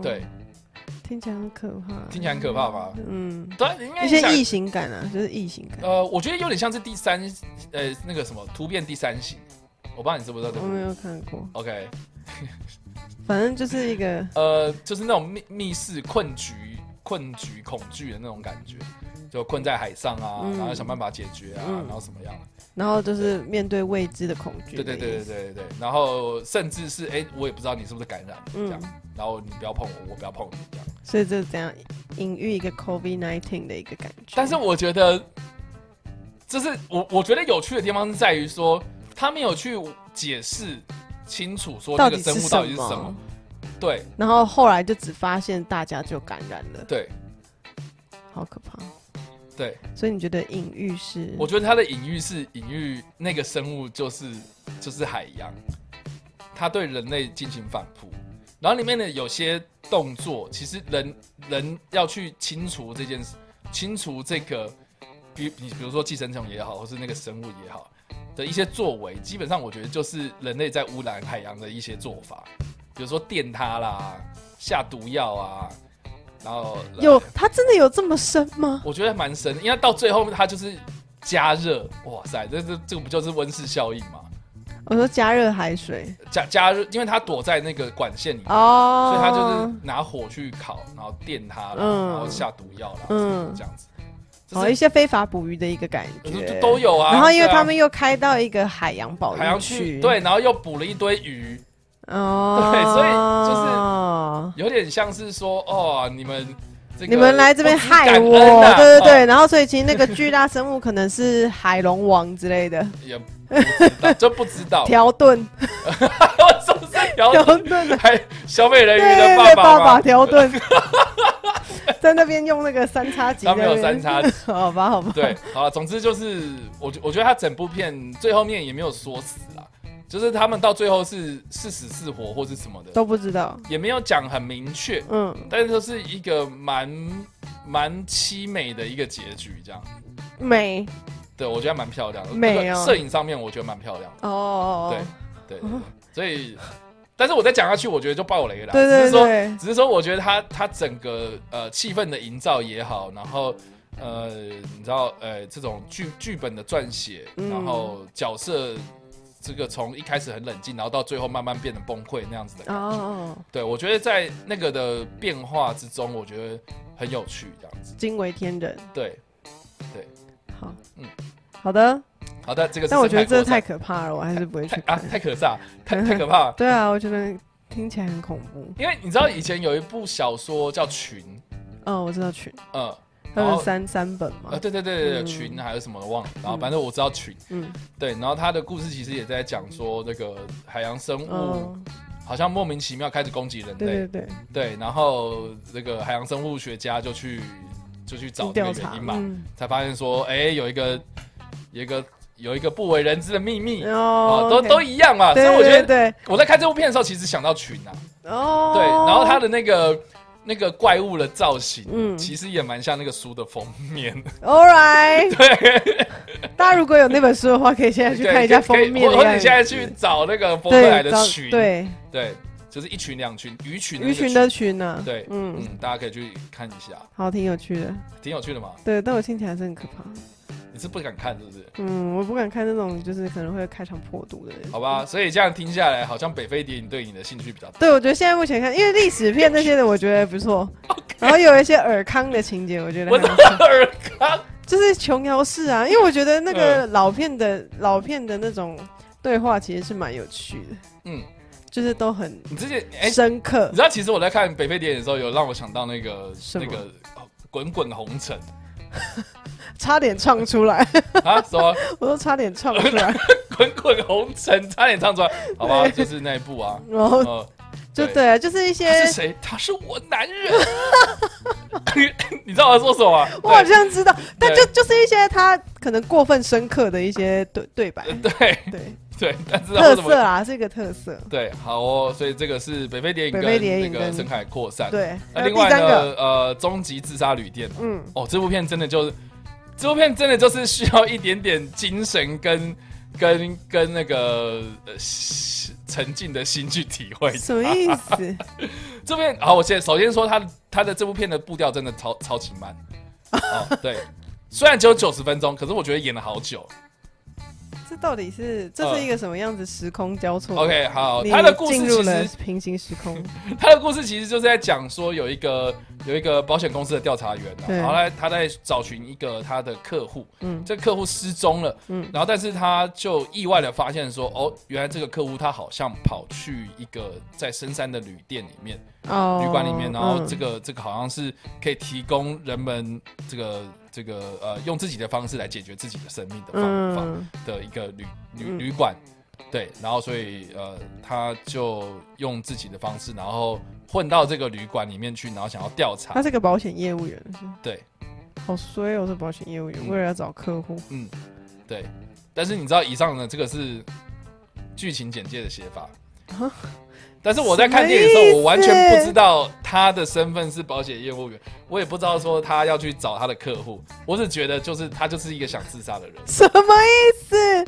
Speaker 1: 对，，
Speaker 2: 听起来很可怕。
Speaker 1: 听起来很可怕吧？
Speaker 2: 嗯，
Speaker 1: 对，啊应该
Speaker 2: 一些
Speaker 1: 想
Speaker 2: 异形感啊，就是异形感。
Speaker 1: 呃，我觉得有点像是第三呃那个什么突变第三型，我不知道你知不知道这
Speaker 2: 我
Speaker 1: 个。
Speaker 2: 没有看过，
Speaker 1: OK，
Speaker 2: 反正就是一个
Speaker 1: 呃，就是那种密密室困局、困局恐惧的那种感觉，就困在海上啊，
Speaker 2: 嗯
Speaker 1: 然后想办法解决啊，
Speaker 2: 嗯
Speaker 1: 然后什么样的。
Speaker 2: 然后就是面对未知的恐惧
Speaker 1: 对对
Speaker 2: 的意
Speaker 1: 对对
Speaker 2: 思
Speaker 1: 对对对，然后甚至是哎、我也不知道你是不是感染了这样，
Speaker 2: 嗯
Speaker 1: 然后你不要碰我，我不要碰你这样。
Speaker 2: 所以这怎样隐喻一个 COVID nineteen 的一个感觉？
Speaker 1: 但是我觉得，就是我我觉得有趣的地方是在于说，他没有去解释清楚说
Speaker 2: 到
Speaker 1: 那
Speaker 2: 底
Speaker 1: 个
Speaker 2: 是
Speaker 1: 生物到底是什么。对
Speaker 2: 然后后来就只发现大家就感染了，
Speaker 1: 对
Speaker 2: 好可怕。
Speaker 1: 对，
Speaker 2: 所以你觉得隐喻是？
Speaker 1: 我觉得它的隐喻是隐喻那个生物就是就是海洋，它对人类进行反扑，然后里面的有些动作，其实人人要去清除这件事，清除这个，比你比如说寄生虫也好，或是那个生物也好的一些作为，基本上我觉得就是人类在污染海洋的一些做法，比如说电它啦，下毒药啊，然后
Speaker 2: 有，他真的有这么深吗？
Speaker 1: 我觉得蛮神的，因为到最后他就是加热，哇塞，这这这个不就是温室效应吗？
Speaker 2: 我说加热海水
Speaker 1: 加加热，因为它躲在那个管线里面，
Speaker 2: 哦，
Speaker 1: 所以它就是拿火去烤，然后电它，然后
Speaker 2: 嗯
Speaker 1: 然后下毒药啦，
Speaker 2: 嗯
Speaker 1: 这样子。这
Speaker 2: 哦一
Speaker 1: 是
Speaker 2: 些非法捕鱼的一个感觉
Speaker 1: 这，都有啊。
Speaker 2: 哎然后因为
Speaker 1: 对啊
Speaker 2: 他们又开到一个海洋保
Speaker 1: 海洋
Speaker 2: 育
Speaker 1: 区
Speaker 2: 区，
Speaker 1: 对，然后又捕了一堆鱼，
Speaker 2: 哦，
Speaker 1: 对所以就是
Speaker 2: 是。
Speaker 1: 有点像是说哦，你们这个
Speaker 2: 你们来这边
Speaker 1: 我只感
Speaker 2: 害
Speaker 1: 恩
Speaker 2: 我，
Speaker 1: 啊
Speaker 2: 对对对，
Speaker 1: 哦
Speaker 2: 然后所以其实那个巨大生物可能是海龙王之类 的，
Speaker 1: 也不知道，就不知道，
Speaker 2: 条顿，
Speaker 1: 是不哦是然
Speaker 2: 条
Speaker 1: 后
Speaker 2: 顿，
Speaker 1: 还小美人
Speaker 2: 对
Speaker 1: 鱼的
Speaker 2: 对
Speaker 1: 爸
Speaker 2: 对，
Speaker 1: 爸
Speaker 2: 爸
Speaker 1: 吗
Speaker 2: 爸？条顿， 在那边用那个三叉戟，
Speaker 1: 他没有三，叉戟。
Speaker 2: 好吧好吧，
Speaker 1: 对，好了，总之就是我觉我觉得他整部片最后面也没有说死啦，就是他们到最后是是死是活或是什么的，
Speaker 2: 都不知道，
Speaker 1: 也没有讲很明确，
Speaker 2: 嗯，
Speaker 1: 但是就是一个蛮蛮凄美的一个结局这样。
Speaker 2: 美
Speaker 1: 对，我觉得蛮漂亮的，
Speaker 2: 美
Speaker 1: 那个
Speaker 2: 哦
Speaker 1: 摄影上面我觉得蛮漂亮的，
Speaker 2: 哦，
Speaker 1: 对对对所以，但是我再讲下去，我觉得就爆雷了啦。
Speaker 2: 对
Speaker 1: 只
Speaker 2: 对
Speaker 1: 是说嗯
Speaker 2: 对，
Speaker 1: 只是说，我觉得他他整个呃气氛的营造也好，然后呃，你知道呃这种剧剧本的撰写，
Speaker 2: 嗯
Speaker 1: 然后角色这个从一开始很冷静，然后到最后慢慢变得崩溃那样子的
Speaker 2: 哦
Speaker 1: 感觉。
Speaker 2: 哦，哦
Speaker 1: 对，我觉得在那个的变化之中，我觉得很有趣，这样子。
Speaker 2: 惊为天人，
Speaker 1: 对，
Speaker 2: 好，
Speaker 1: 嗯
Speaker 2: 嗯，好的，
Speaker 1: 好的，这个是
Speaker 2: 但我觉得
Speaker 1: 生态
Speaker 2: 这个
Speaker 1: 扩散
Speaker 2: 太可怕了，我还是不会去
Speaker 1: 啊
Speaker 2: 看，
Speaker 1: 太可怕， 太太可怕了。
Speaker 2: 对啊，我觉得听起来很恐怖，
Speaker 1: 因为你知道以前有一部小说叫《群》，
Speaker 2: 嗯，我知道群，
Speaker 1: 嗯，
Speaker 2: 它
Speaker 1: 然
Speaker 2: 有
Speaker 1: 后
Speaker 2: 三三本嘛
Speaker 1: 呃，，对对对对，对
Speaker 2: 嗯
Speaker 1: 群还有什么的忘了，然后
Speaker 2: 嗯
Speaker 1: 反正我知道群。
Speaker 2: 嗯，
Speaker 1: 对，然后他的故事其实也在讲说，这个海洋生物
Speaker 2: 哦，
Speaker 1: 好像莫名其妙开始攻击人类，
Speaker 2: 对对对，
Speaker 1: 对然后这个海洋生物学家就去就去找这个
Speaker 2: 调
Speaker 1: 原
Speaker 2: 查
Speaker 1: 因嘛，
Speaker 2: 嗯
Speaker 1: 才发现说，哎，有一个有一个有一个不为人知的秘密啊、
Speaker 2: 哦
Speaker 1: 都
Speaker 2: OK
Speaker 1: 都一样嘛，所以
Speaker 2: 对
Speaker 1: 我觉
Speaker 2: 对
Speaker 1: 得
Speaker 2: 对，
Speaker 1: 我在看这部片的时候，其实想到群啊，
Speaker 2: 哦，
Speaker 1: 对，然后他的那个。那个怪物的造型，
Speaker 2: 嗯
Speaker 1: 其实也蛮像那个书的封面，
Speaker 2: All right，对， 大家如果有那本书的话，可以现在去
Speaker 1: 对
Speaker 2: 看一下
Speaker 1: 可
Speaker 2: 封
Speaker 1: 以
Speaker 2: 面
Speaker 1: 或
Speaker 2: 的
Speaker 1: 或者
Speaker 2: 样
Speaker 1: 你现在
Speaker 2: 子
Speaker 1: 去找那个博
Speaker 2: 对
Speaker 1: 客来的
Speaker 2: 找
Speaker 1: 群，
Speaker 2: 对
Speaker 1: 对，就是一群两群鱼群
Speaker 2: 鱼群
Speaker 1: 群
Speaker 2: 的群呢，
Speaker 1: 对，
Speaker 2: 嗯，
Speaker 1: 嗯，大家可以去看一下，
Speaker 2: 好，挺有趣的，
Speaker 1: 挺有趣的嘛。
Speaker 2: 对，但我听起来还是很可怕，
Speaker 1: 你是不敢看是不是？
Speaker 2: 嗯，我不敢看那种就是可能会开肠破肚的，
Speaker 1: 好吧，，所以这样听下来，好像北非谍影对你的兴趣比较大。
Speaker 2: 对，我觉得现在目前看，因为历史片那些的我觉得 不错，然后有一些尔康的情节，我觉得
Speaker 1: 我
Speaker 2: 还不
Speaker 1: 的
Speaker 2: 错
Speaker 1: 尔康，
Speaker 2: 就是琼瑶式 啊，因为我觉得那个
Speaker 1: 嗯
Speaker 2: 老片的、老片的那种对话其实是蛮有趣的，
Speaker 1: 嗯，
Speaker 2: 就是都很
Speaker 1: 你之前哎，
Speaker 2: 深刻
Speaker 1: 你知。道其实我在看北非谍影的时候，有让我想到那个
Speaker 2: 什
Speaker 1: 那
Speaker 2: 么
Speaker 1: 个哦滚滚红尘
Speaker 2: 差点唱出来，
Speaker 1: 啊，什么
Speaker 2: 我都差点唱 出来，
Speaker 1: 滚滚红尘，差点唱出来，好吧，就是那一部 啊，
Speaker 2: 然后
Speaker 1: 呃，
Speaker 2: 就对啊，就是一
Speaker 1: 他
Speaker 2: 些
Speaker 1: 是谁？他是我男人。 你知道我在说什么吗？
Speaker 2: 我好像知道，但
Speaker 1: 对
Speaker 2: 就就是一些他可能过分深刻的一些对对白
Speaker 1: 对，对
Speaker 2: 对
Speaker 1: 对，但是为
Speaker 2: 特
Speaker 1: 什么
Speaker 2: 色啊，是一个特色，
Speaker 1: 对，好哦，所以这个是北非谍影
Speaker 2: 北非谍
Speaker 1: 跟那
Speaker 2: 影
Speaker 1: 个
Speaker 2: 跟
Speaker 1: 深海扩散。，
Speaker 2: 对。
Speaker 1: 那啊
Speaker 2: 还有
Speaker 1: 另
Speaker 2: 第
Speaker 1: 外
Speaker 2: 三
Speaker 1: 呢
Speaker 2: 个，，
Speaker 1: 呃，终极自杀旅店
Speaker 2: 嗯，
Speaker 1: 哦，这部片真的就是，这部片真的就是需要一点点精神跟跟跟那个呃心沉浸的心去体会。
Speaker 2: 什么意思？
Speaker 1: 这部片好，我先首先说它它的这部片的步调真的超超级慢。哦， 对，虽然只有九十分钟，可是我觉得演了好久。
Speaker 2: 这到底是这是一个什么样子时空交错
Speaker 1: 嗯 OK，好，
Speaker 2: 哦你
Speaker 1: 它的故事
Speaker 2: 进
Speaker 1: 其
Speaker 2: 入了
Speaker 1: 实
Speaker 2: 平行时空，
Speaker 1: 他的故事其实就是在讲说，有一个有一个保险公司的调查员、啊，
Speaker 2: 对
Speaker 1: 然后他他在找寻一个他的客户，
Speaker 2: 嗯
Speaker 1: 这客户失踪了，
Speaker 2: 嗯
Speaker 1: 然后但是他就意外的发现说，哦，原来这个客户他好像跑去一个在深山的旅店里面、
Speaker 2: 哦，
Speaker 1: 旅馆里面，然后
Speaker 2: 嗯
Speaker 1: 这个、这个好像是可以提供人们这个这个呃用自己的方式来解决自己的生命的方法。
Speaker 2: 嗯，
Speaker 1: 的一个旅旅
Speaker 2: 嗯
Speaker 1: 旅馆，对，然后所以呃，他就用自己的方式，然后混到这个旅馆里面去，然后想要调查
Speaker 2: 他，是个保险业务员，是吗
Speaker 1: 对，
Speaker 2: 好衰哦，是保险业务员，
Speaker 1: 嗯
Speaker 2: 为了要找客户，
Speaker 1: 对，但是你知道以上呢，这个是剧情简介的写法
Speaker 2: 啊。
Speaker 1: 但是我在看
Speaker 2: 什么
Speaker 1: 电影的时候，
Speaker 2: 意思
Speaker 1: 我完全不知道他的身份是保险业务员，我也不知道说他要去找他的客户，我只觉得就是他就是一个想自杀的人，
Speaker 2: 什么意思？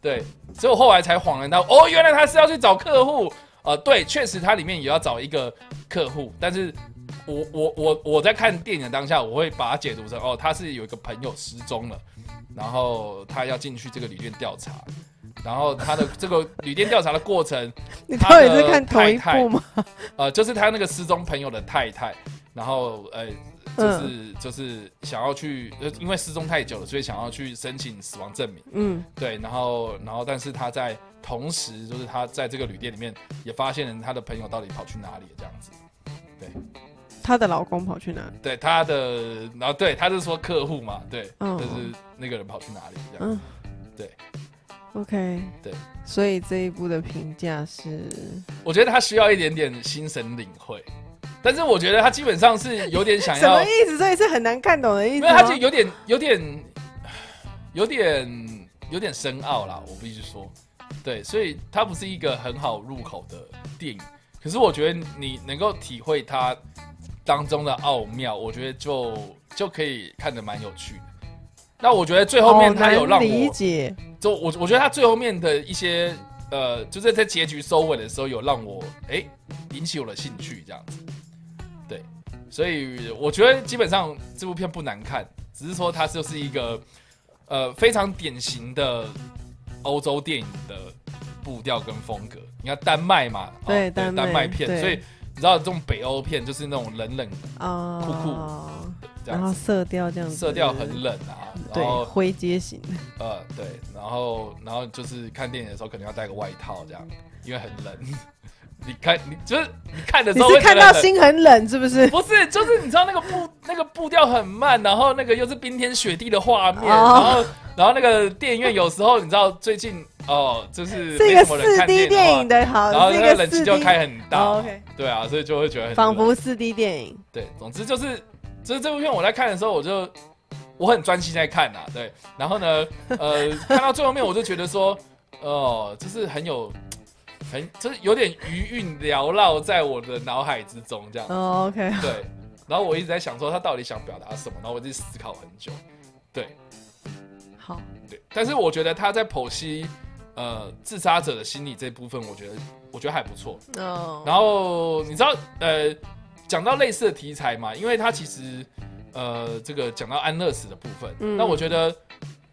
Speaker 1: 对，所以我后来才恍然大悟，哦，原来他是要去找客户。呃，对，确实它里面也要找一个客户，但是我我我我在看电影的当下，我会把它解读成哦，他是有一个朋友失踪了，然后他要进去这个旅店调查，然后他的这个旅店调查的过程，
Speaker 2: 你
Speaker 1: 他
Speaker 2: 到底
Speaker 1: 的
Speaker 2: 是看同一
Speaker 1: 太太
Speaker 2: 部吗？
Speaker 1: 呃，就是他那个失踪朋友的太太，然后呃，就是就是想要去，呃，因为失踪太久了，所以想要去申请死亡证明。
Speaker 2: 嗯，
Speaker 1: 对，然后然后但是他在同时，就是他在这个旅店里面也发现了他的朋友到底跑去哪里了这样子。
Speaker 2: 她的老公跑去哪里？
Speaker 1: 对他的，然后对他是说客户嘛，对，
Speaker 2: 嗯
Speaker 1: 就是那个人跑去哪里这样。
Speaker 2: 嗯，
Speaker 1: 对
Speaker 2: ，OK，
Speaker 1: 对，
Speaker 2: 所以这一部的评价是，
Speaker 1: 我觉得他需要一点点心神领会，但是我觉得他基本上是有点想
Speaker 2: 什
Speaker 1: 要
Speaker 2: 么，意思？所以是很难看懂的意
Speaker 1: 没
Speaker 2: 思
Speaker 1: 有，他
Speaker 2: 吗？
Speaker 1: 就有点有点有点有点深奥啦，我必须说，对，所以它不是一个很好入口的电影，可是我觉得你能够体会它当中的奥妙，我觉得就就可以看得蛮有趣的。那我觉得最后面
Speaker 2: 好
Speaker 1: 他有
Speaker 2: 难
Speaker 1: 让我
Speaker 2: 理解，
Speaker 1: 就我我觉得他最后面的一些呃，就是在结局收尾的时候，有让我哎、诶引起我的兴趣这样子。对，所以我觉得基本上这部片不难看，只是说它就是一个呃非常典型的欧洲电影的步调跟风格。你看丹麦嘛，哦
Speaker 2: 对丹
Speaker 1: 丹
Speaker 2: 麦
Speaker 1: 麦
Speaker 2: 对
Speaker 1: 片，所以你知道这种北欧片就是那种冷冷
Speaker 2: 啊，
Speaker 1: 酷酷这
Speaker 2: 然
Speaker 1: 样
Speaker 2: 后
Speaker 1: 子，
Speaker 2: 色调这样子，
Speaker 1: 色调很冷啊，然
Speaker 2: 对，
Speaker 1: 后
Speaker 2: 灰阶型的，
Speaker 1: 呃，对，然后然后就是看电影的时候可能要带个外套这样，因为很冷。 你看，你就是你看的时
Speaker 2: 你
Speaker 1: 候
Speaker 2: 是
Speaker 1: 会
Speaker 2: 看
Speaker 1: 觉得
Speaker 2: 到
Speaker 1: 很
Speaker 2: 心很冷是不是？
Speaker 1: 不是，就是你知道那个步那个步调很慢，然后那个又是冰天雪地的画面，
Speaker 2: 哦
Speaker 1: 然后然后那个电影院有时候你知道最近哦，就是
Speaker 2: 是一
Speaker 1: 没
Speaker 2: 个
Speaker 1: 什么人
Speaker 2: 四
Speaker 1: 看
Speaker 2: D 电影
Speaker 1: 的
Speaker 2: 的好，
Speaker 1: 话，然后
Speaker 2: 是
Speaker 1: 那
Speaker 2: 一
Speaker 1: 个
Speaker 2: 个
Speaker 1: 冷
Speaker 2: 四
Speaker 1: 气就
Speaker 2: D，
Speaker 1: 开很大嘛，
Speaker 2: 哦，OK
Speaker 1: 对啊，所以就会觉得很
Speaker 2: 仿
Speaker 1: 冷
Speaker 2: 佛四 D 电影，
Speaker 1: 对，总之就是，就是这部片我在看的时候，我就我很专心在看呐、对，然后呢，呃，看到最后面我就觉得说，哦、就是很有，很就是有点余韵缭绕在我的脑海之中这样，
Speaker 2: 哦，OK，
Speaker 1: 对，然后我一直在想说他到底想表达什么，然后我就思考很久，对
Speaker 2: 好，
Speaker 1: 对，但是我觉得他在剖析呃自杀者的心理这部分，我觉得我觉得还不错，
Speaker 2: 哦，
Speaker 1: 然后你知道，呃，讲到类似的题材嘛，因为它其实，呃，这个讲到安乐死的部分，
Speaker 2: 嗯
Speaker 1: 那我觉得，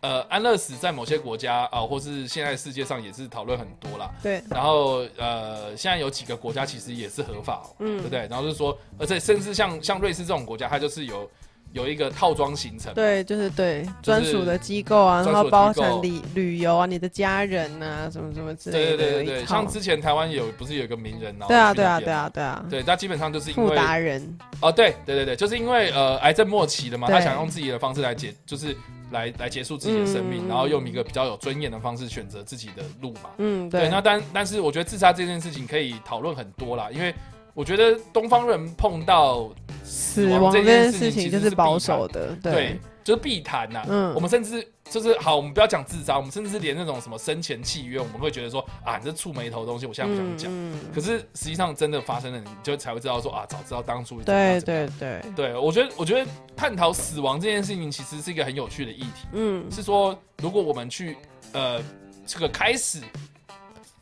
Speaker 1: 呃，安乐死在某些国家啊、或是现在世界上也是讨论很多啦。
Speaker 2: 对，
Speaker 1: 然后呃，现在有几个国家其实也是合法、哦，
Speaker 2: 嗯
Speaker 1: 对不对？然后就是说，而且甚至像像瑞士这种国家，它就是有有一个套装行程，
Speaker 2: 对，就是对专
Speaker 1: 就是
Speaker 2: 属的机构啊，然
Speaker 1: 专属
Speaker 2: 后
Speaker 1: 的
Speaker 2: 包
Speaker 1: 机构
Speaker 2: 含旅旅游啊，你的家人啊，什么什么之类
Speaker 1: 对对
Speaker 2: 的，
Speaker 1: 对对
Speaker 2: 有一
Speaker 1: 对，
Speaker 2: 套
Speaker 1: 像之前台湾有不是有一个名人，然后
Speaker 2: 对啊，
Speaker 1: 去
Speaker 2: 对
Speaker 1: 那
Speaker 2: 啊，
Speaker 1: 边
Speaker 2: 对啊，对啊，
Speaker 1: 对，那基本上就是因
Speaker 2: 富
Speaker 1: 为
Speaker 2: 达人，
Speaker 1: 哦，对对对对，就是因为呃癌症末期了嘛，
Speaker 2: 对
Speaker 1: 他想用自己的方式来结，就是来来结束自己的生命，
Speaker 2: 嗯
Speaker 1: 然后用一个比较有尊严的方式选择自己的路嘛。
Speaker 2: 嗯，
Speaker 1: 对，那但但是我觉得自杀这件事情可以讨论很多啦，因为我觉得东方人碰到
Speaker 2: 死
Speaker 1: 亡
Speaker 2: 亡
Speaker 1: 这
Speaker 2: 这
Speaker 1: 件
Speaker 2: 件
Speaker 1: 事
Speaker 2: 事
Speaker 1: 情其实
Speaker 2: 情就是是
Speaker 1: 必
Speaker 2: 保
Speaker 1: 谈
Speaker 2: 守的，
Speaker 1: 对
Speaker 2: 对，
Speaker 1: 就是避谈呐、
Speaker 2: 嗯
Speaker 1: 我们甚至就是好，我们不要讲自杀，我们甚至是连那种什么生前契约，我们会觉得说啊，你这触眉头的东西，我现在不想讲。
Speaker 2: 嗯，嗯
Speaker 1: 可是实际上真的发生了，你就才会知道说啊，早知道当初怎么样
Speaker 2: 对
Speaker 1: 怎么样
Speaker 2: 对对，
Speaker 1: 对，我觉得，我觉得探讨死亡这件事情其实是一个很有趣的议题，
Speaker 2: 嗯，
Speaker 1: 是说如果我们去呃这个开始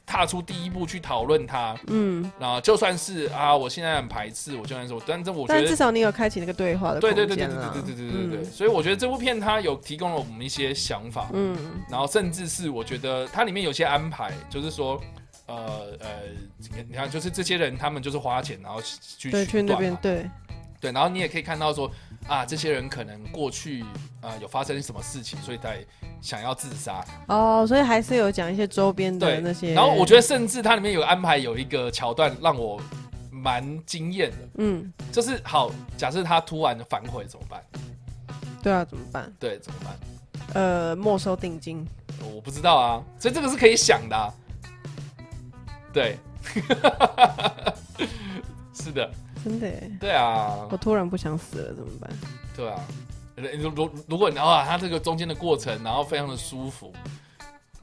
Speaker 1: 踏出第一步去讨论它，
Speaker 2: 嗯，
Speaker 1: 那就算是啊，我现在很排斥，我就算是我，但是我觉
Speaker 2: 但
Speaker 1: 得
Speaker 2: 至少你有开启那个对话的
Speaker 1: 对
Speaker 2: 空
Speaker 1: 对对对对
Speaker 2: 间
Speaker 1: 对
Speaker 2: 啊
Speaker 1: 对对对对对，，所以我觉得这部片它有提供了我们一些想法，
Speaker 2: 嗯嗯，
Speaker 1: 然后甚至是我觉得它里面有些安排，就是说。呃呃，你你看，就是这些人，他们就是花钱，然后去
Speaker 2: 对，去
Speaker 1: 取
Speaker 2: 那
Speaker 1: 暖
Speaker 2: 边
Speaker 1: 嘛，
Speaker 2: 对，
Speaker 1: 对，然后你也可以看到说啊，这些人可能过去啊、呃有发生什么事情，所以才想要自杀。
Speaker 2: 哦，所以还是有讲一些周边的
Speaker 1: 对
Speaker 2: 那些，
Speaker 1: 然后我觉得，甚至它里面有安排有一个桥段让我蛮惊艳的，
Speaker 2: 嗯，
Speaker 1: 就是好，假设他突然反悔怎么办？
Speaker 2: 对啊，怎么办？
Speaker 1: 对，怎么办？
Speaker 2: 呃，没收定金，
Speaker 1: 我不知道啊，所以这个是可以想的、啊。对， 是的，
Speaker 2: 真的耶，
Speaker 1: 对啊
Speaker 2: 我，突然不想死了怎么办？
Speaker 1: 对啊。如如如果你啊，他这个中间的过程，然后非常的舒服，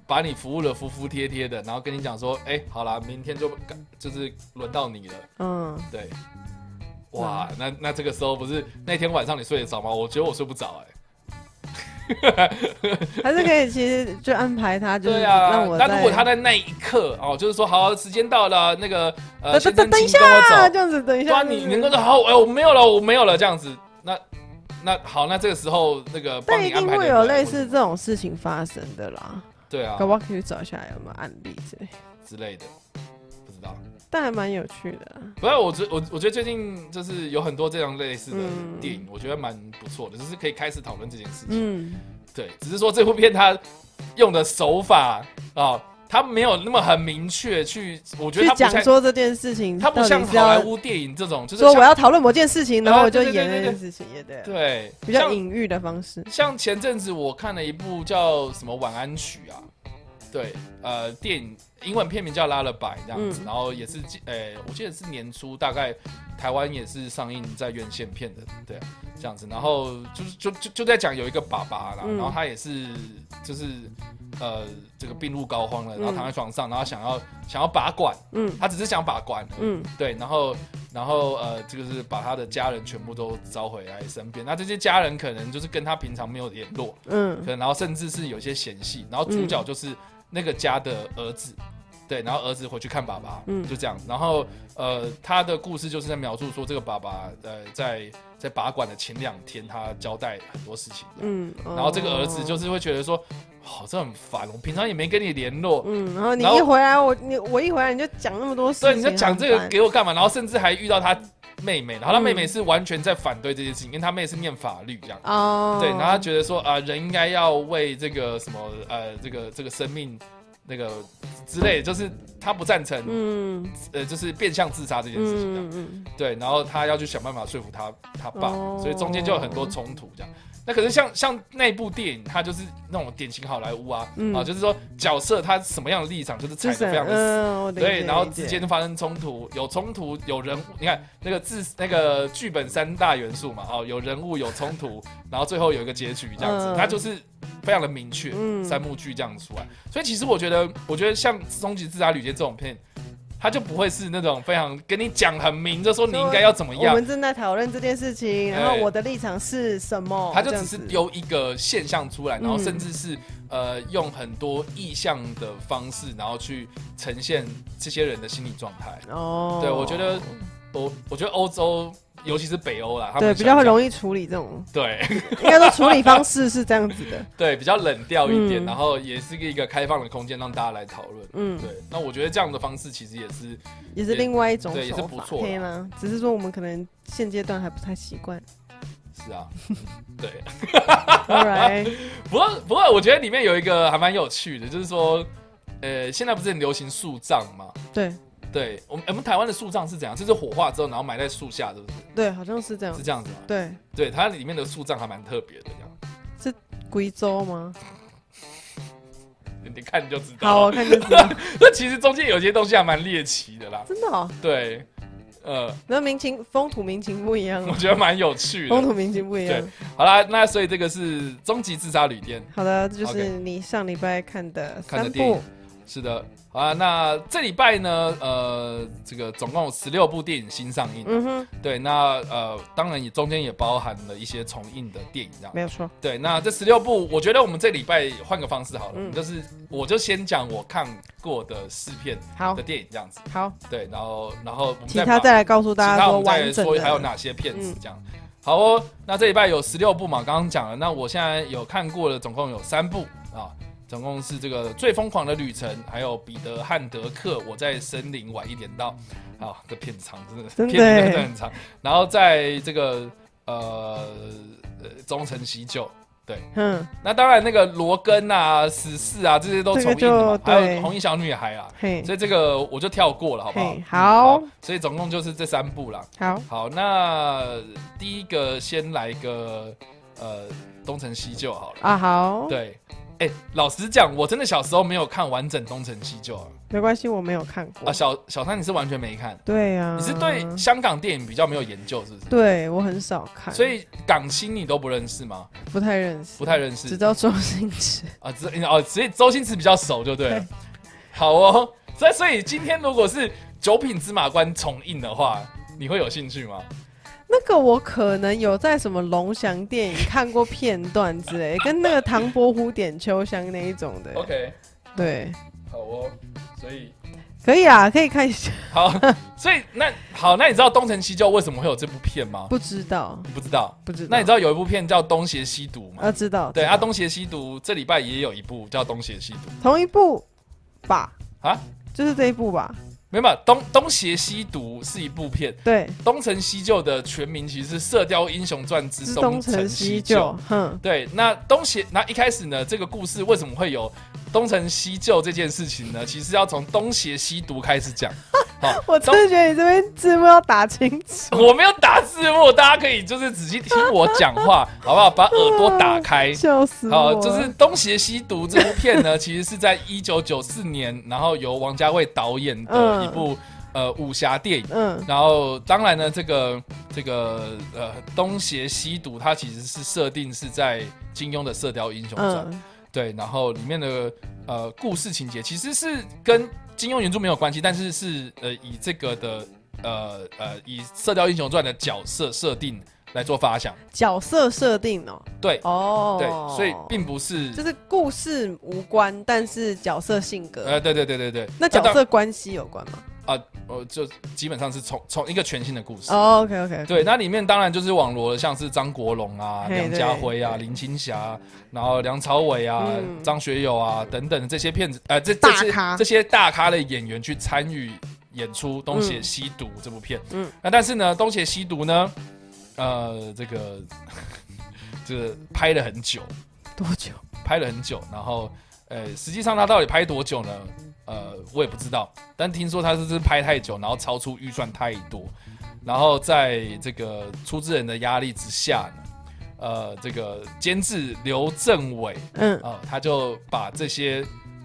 Speaker 1: 把你服务的服服帖帖的，然后跟你讲说，哎、好啦，明天就就是轮到你了，
Speaker 2: 嗯，
Speaker 1: 对。哇，
Speaker 2: 啊
Speaker 1: 那那这个时候不是那天晚上你睡得着吗？我觉得我睡不着哎、
Speaker 2: 还是可以，其实就安排他，就是
Speaker 1: 对啊
Speaker 2: 让我，
Speaker 1: 那如果
Speaker 2: 在
Speaker 1: 他在那一刻哦，就是说好，时间到了，那个呃，
Speaker 2: 等
Speaker 1: 先
Speaker 2: 等
Speaker 1: 生
Speaker 2: 等一
Speaker 1: 请跟我走
Speaker 2: 啊，这样子，等一
Speaker 1: 对啊，
Speaker 2: 下，
Speaker 1: 你能够说好，哎、我没有了，我没有了这样子，那那好，那这个时候那个帮
Speaker 2: 但
Speaker 1: 你
Speaker 2: 一
Speaker 1: 安
Speaker 2: 定
Speaker 1: 排的
Speaker 2: 会有
Speaker 1: 人
Speaker 2: 类似这种事情发生的啦。
Speaker 1: 对啊
Speaker 2: 搞不好可以去找一下有没有案例之类，
Speaker 1: 之类的，不知道。
Speaker 2: 但还蛮有趣的啊。
Speaker 1: 不过我觉我我觉得最近就是有很多这样类似的
Speaker 2: 嗯
Speaker 1: 电影，我觉得蛮不错的，就是可以开始讨论这件事情。
Speaker 2: 嗯，
Speaker 1: 对，只是说这部片它用的手法啊，它没有那么很明确去，我觉得
Speaker 2: 去
Speaker 1: 它不
Speaker 2: 讲
Speaker 1: 像
Speaker 2: 说这件事情，
Speaker 1: 它不像
Speaker 2: 是
Speaker 1: 好莱
Speaker 2: 要
Speaker 1: 坞电影这种，就是
Speaker 2: 说
Speaker 1: 像
Speaker 2: 我要讨论某件事情，然后
Speaker 1: 啊
Speaker 2: 我就
Speaker 1: 对对
Speaker 2: 演
Speaker 1: 对
Speaker 2: 那
Speaker 1: 对
Speaker 2: 件事情，也对啊，
Speaker 1: 对
Speaker 2: 比较
Speaker 1: 像
Speaker 2: 隐喻的方式。
Speaker 1: 像前阵子我看了一部叫什么晚安曲啊，对，呃，电影英文片名叫《拉了百》这样子，
Speaker 2: 嗯
Speaker 1: 然后也是记呃，我记得是年初大概台湾也是上映在院线片的，对，这样子，然后就是就就就在讲有一个爸爸啦，
Speaker 2: 嗯
Speaker 1: 然后他也是就是呃这个病入膏肓了，然后躺在床上，然后想要想要拔管，
Speaker 2: 嗯
Speaker 1: 他只是想拔管，
Speaker 2: 嗯
Speaker 1: 对，然后然后呃，这个是把他的家人全部都招回来身边。那这些家人可能就是跟他平常没有联络，可
Speaker 2: 嗯
Speaker 1: 能然后甚至是有些嫌隙。然后主角就是那个家的儿子，对，然后儿子回去看爸爸，
Speaker 2: 嗯
Speaker 1: 就这样。然后呃，他的故事就是在描述说这个爸爸呃在在拔管的前两天，他交代很多事情这样。
Speaker 2: 嗯，，
Speaker 1: 然后这个儿子就是是会觉得说，哦，这很烦，我平常也没跟你联络，
Speaker 2: 嗯，然后你
Speaker 1: 然后
Speaker 2: 一回来，我你我一回来你就讲那么多事情，
Speaker 1: 对，你就讲这个
Speaker 2: 很烦
Speaker 1: 给我干嘛？然后甚至还遇到他妹妹，然后他
Speaker 2: 嗯
Speaker 1: 妹妹是完全在反对这件事情，因为他妹是念法律这样。
Speaker 2: 哦，
Speaker 1: 对，然后他觉得说啊、人应该要为这个什么呃，这个这个生命那个之类的，就是他不赞成、
Speaker 2: 嗯
Speaker 1: 呃，就是变相自杀这件事情这样。
Speaker 2: 嗯嗯
Speaker 1: 对，然后他要去想办法说服他他爸，
Speaker 2: 哦
Speaker 1: 所以中间就有很多冲突这样。那可是像像那部电影，它就是那种典型好莱坞啊，
Speaker 2: 嗯
Speaker 1: 啊，就是说角色他什么样的立场，就是踩
Speaker 2: 就
Speaker 1: 的
Speaker 2: 是
Speaker 1: 非常的死。
Speaker 2: 嗯，我理解
Speaker 1: 对，然后
Speaker 2: 理解
Speaker 1: 之间就发生冲突，有冲突，有人物，你看那个自那个剧本三大元素嘛，哦，有人物，有冲突，然后最后有一个结局这样子，
Speaker 2: 嗯
Speaker 1: 它就是非常的明确，
Speaker 2: 嗯
Speaker 1: 三幕剧这样出来。所以其实我觉得，我觉得像《终极自杀旅店》这种片，它就不会是那种非常跟你讲很明，就说你应该要怎么
Speaker 2: 我
Speaker 1: 样，
Speaker 2: 们正在讨论这件事情，然后
Speaker 1: 哎
Speaker 2: 我的立场是什么？
Speaker 1: 它就只
Speaker 2: 这样
Speaker 1: 是
Speaker 2: 子
Speaker 1: 丢一个现象出来，然后
Speaker 2: 嗯
Speaker 1: 甚至是呃用很多意象的方式，然后去呈现这些人的心理状态。
Speaker 2: 哦，
Speaker 1: 对，我觉得我我觉得欧洲，尤其是北欧啦，他们
Speaker 2: 对比较会
Speaker 1: 易，
Speaker 2: 容易处理这种，
Speaker 1: 对
Speaker 2: 应该说处理方式是这样子的，
Speaker 1: 对，比较冷调一点，
Speaker 2: 嗯
Speaker 1: 然后也是一个开放的空间，让大家来讨论。
Speaker 2: 嗯，
Speaker 1: 对，那我觉得这样的方式其实也是
Speaker 2: 也是另外一种
Speaker 1: 对也是
Speaker 2: 手
Speaker 1: 不
Speaker 2: 法，
Speaker 1: 错啦
Speaker 2: 可以吗？只是说我们可能现阶段还不太习惯。
Speaker 1: 是啊， 对。
Speaker 2: All right，
Speaker 1: 不过不过，我觉得里面有一个还蛮有趣的，就是说，呃，现在不是很流行树葬吗？
Speaker 2: 对
Speaker 1: 对我们我们台湾的树葬是怎样？就是火化之后，然后埋在树下，是不是？
Speaker 2: 对，好像是这样
Speaker 1: 是。这样子吗？
Speaker 2: 对，
Speaker 1: 对，它里面的树葬还蛮特别的，这样
Speaker 2: 贵州吗？
Speaker 1: 你你看你就知
Speaker 2: 好，
Speaker 1: 道
Speaker 2: 哦我
Speaker 1: 了。
Speaker 2: 看就 知道，
Speaker 1: 那其实中间有些东西还蛮猎奇的啦。
Speaker 2: 真的哦。
Speaker 1: 对，呃，
Speaker 2: 那民情风土民情不一样
Speaker 1: 我
Speaker 2: 哦，
Speaker 1: 觉得蛮有趣
Speaker 2: 风
Speaker 1: 的。
Speaker 2: 土民情不一样
Speaker 1: 对。好啦，那所以这个是《终极自杀旅店
Speaker 2: 好的，这就
Speaker 1: OK
Speaker 2: 是你上礼拜看的》
Speaker 1: 看的
Speaker 2: 三
Speaker 1: 电影
Speaker 2: 部。。
Speaker 1: 是的，好啦，那这礼拜呢，呃，这个总共有十六部电影新上映。
Speaker 2: 嗯哼，
Speaker 1: 对，那呃，当然也中间也包含了一些重映的电影这样
Speaker 2: 没。有错。
Speaker 1: 对，那这十六部，我觉得我们这礼拜换个方式好了，
Speaker 2: 嗯
Speaker 1: 就是我就先讲我看过的四片
Speaker 2: 好
Speaker 1: 的，电影这样子。
Speaker 2: 好，
Speaker 1: 对，然后然后我们
Speaker 2: 其
Speaker 1: 再
Speaker 2: 他
Speaker 1: 把
Speaker 2: 再来告诉
Speaker 1: 其
Speaker 2: 大家
Speaker 1: 他我
Speaker 2: 说
Speaker 1: 们再
Speaker 2: 完
Speaker 1: 说
Speaker 2: 整嗯
Speaker 1: 还有
Speaker 2: 的。
Speaker 1: 哪些片子这样。好哦，那这礼拜有十六部嘛，刚刚讲了。那我现在有看过的，总共有三部啊，总共是这个《最疯狂的旅程》，还有《彼得汉德克》，我在森林晚一点到。啊，这片长真的，
Speaker 2: 真的
Speaker 1: 片
Speaker 2: 耶
Speaker 1: 真的很长。然后在这个呃呃忠诚喜酒，
Speaker 2: 嗯，
Speaker 1: 那当然那个罗根啊、死侍啊这些都重映了嘛，
Speaker 2: 这个就
Speaker 1: 还有
Speaker 2: 对
Speaker 1: 红衣小女孩啊，
Speaker 2: 嘿，
Speaker 1: 所以这个我就跳过了，好不好
Speaker 2: 嘿，？好，
Speaker 1: 所以总共就是这三部啦。
Speaker 2: 好，
Speaker 1: 好，那第一个先来个呃东成西就好了。
Speaker 2: 啊，好，
Speaker 1: 对，哎、老实讲，我真的小时候没有看完整东成西就啊。
Speaker 2: 没关系，我没有看过
Speaker 1: 啊，。小小三你是完全没看，
Speaker 2: 对呀，
Speaker 1: 你是对香港电影比较没有研究，是不是？
Speaker 2: 对我很少看，
Speaker 1: 所以港星你都不认识吗？
Speaker 2: 不太认识，
Speaker 1: 不太认
Speaker 2: 只知
Speaker 1: 识
Speaker 2: 道周星驰。
Speaker 1: 啊，只哦，所以周星驰比较熟就对了。
Speaker 2: 对
Speaker 1: 好哦，所以所以今天如果是《九品芝麻官》重映的话，你会有兴趣吗？
Speaker 2: 那个我可能有在什么龙翔电影看过片段之类，跟那个唐伯虎点秋香那一种的。
Speaker 1: OK，
Speaker 2: 对，
Speaker 1: 好哦，所以
Speaker 2: 可以啊，可以看一下。
Speaker 1: 好， 所以那好，那你知道《东成西就》为什么会有这部片吗？
Speaker 2: 不知道，
Speaker 1: 你不知道。
Speaker 2: 不知道。
Speaker 1: 那你知道有一部片叫《东邪西毒》吗？
Speaker 2: 啊，知道，
Speaker 1: 对
Speaker 2: 知
Speaker 1: 啊，
Speaker 2: 道
Speaker 1: 《东邪西毒》这礼拜也有一部叫《东邪西毒》
Speaker 2: 同一部吧？
Speaker 1: 啊，
Speaker 2: 就是这一部吧？
Speaker 1: 没有吧，《东东邪西毒》是一部片，
Speaker 2: 对，
Speaker 1: 《东成西就》的全名其实是《射雕英雄传之
Speaker 2: 是
Speaker 1: 东
Speaker 2: 东
Speaker 1: 成
Speaker 2: 成
Speaker 1: 西
Speaker 2: 西
Speaker 1: 就》
Speaker 2: 就，哼，
Speaker 1: 对，那东邪那一开始呢，这个故事为什么会有东成西就这件事情呢？其实要从东邪西毒开始讲。好，
Speaker 2: 我真的觉得你这边字幕要打清楚。
Speaker 1: 我没有打字幕，大家可以就是仔细听我讲 话，好不好？把耳朵打开。
Speaker 2: 笑死
Speaker 1: 哎好，
Speaker 2: 我！
Speaker 1: 就是《东邪西毒》这部片 呢，其实是在一九九四年，然后由王家卫导演的一部、呃武侠电影。
Speaker 2: 嗯，
Speaker 1: 然后，当然呢，这个这个呃，东邪西毒它其实是设定是在金庸的《射雕英雄传》
Speaker 2: 嗯
Speaker 1: 对，然后里面的呃故事情节其实是跟金庸原著没有关系，但是是呃以这个的呃呃以《射雕英雄传》的角色设定来做发想，
Speaker 2: 角色设定哦，
Speaker 1: 对、
Speaker 2: 哦，
Speaker 1: 对，所以并不是
Speaker 2: 就是故事无关，但是角色性格，
Speaker 1: 呃对对对对对，
Speaker 2: 那角
Speaker 1: 当
Speaker 2: 色关系有关吗？
Speaker 1: 啊呃就基本上是从从一个全新的故事。
Speaker 2: 哦，OK OK，
Speaker 1: 对，那里面当然就是网罗了，像是张国荣啊、
Speaker 2: 嘿
Speaker 1: 梁家辉啊、
Speaker 2: 对
Speaker 1: 林青霞啊，然后梁朝伟啊、
Speaker 2: 嗯
Speaker 1: 张学友啊等等这些片子，呃，这这
Speaker 2: 大
Speaker 1: 些
Speaker 2: 咖
Speaker 1: 这些大咖的演员去参与演出《东邪西毒》这部片。嗯
Speaker 2: 嗯，
Speaker 1: 那但是呢，《东邪西毒》呢，呃，这个 这个拍了很久，
Speaker 2: 多久？
Speaker 1: 拍了很久，然后呃，实际上他到底拍多久呢？呃，我也不知道，但听说他是是拍太久，然后超出预算太多，然后在这个出资人的压力之下呢，呃，这个监制刘政伟
Speaker 2: 嗯，
Speaker 1: 啊、他就把这些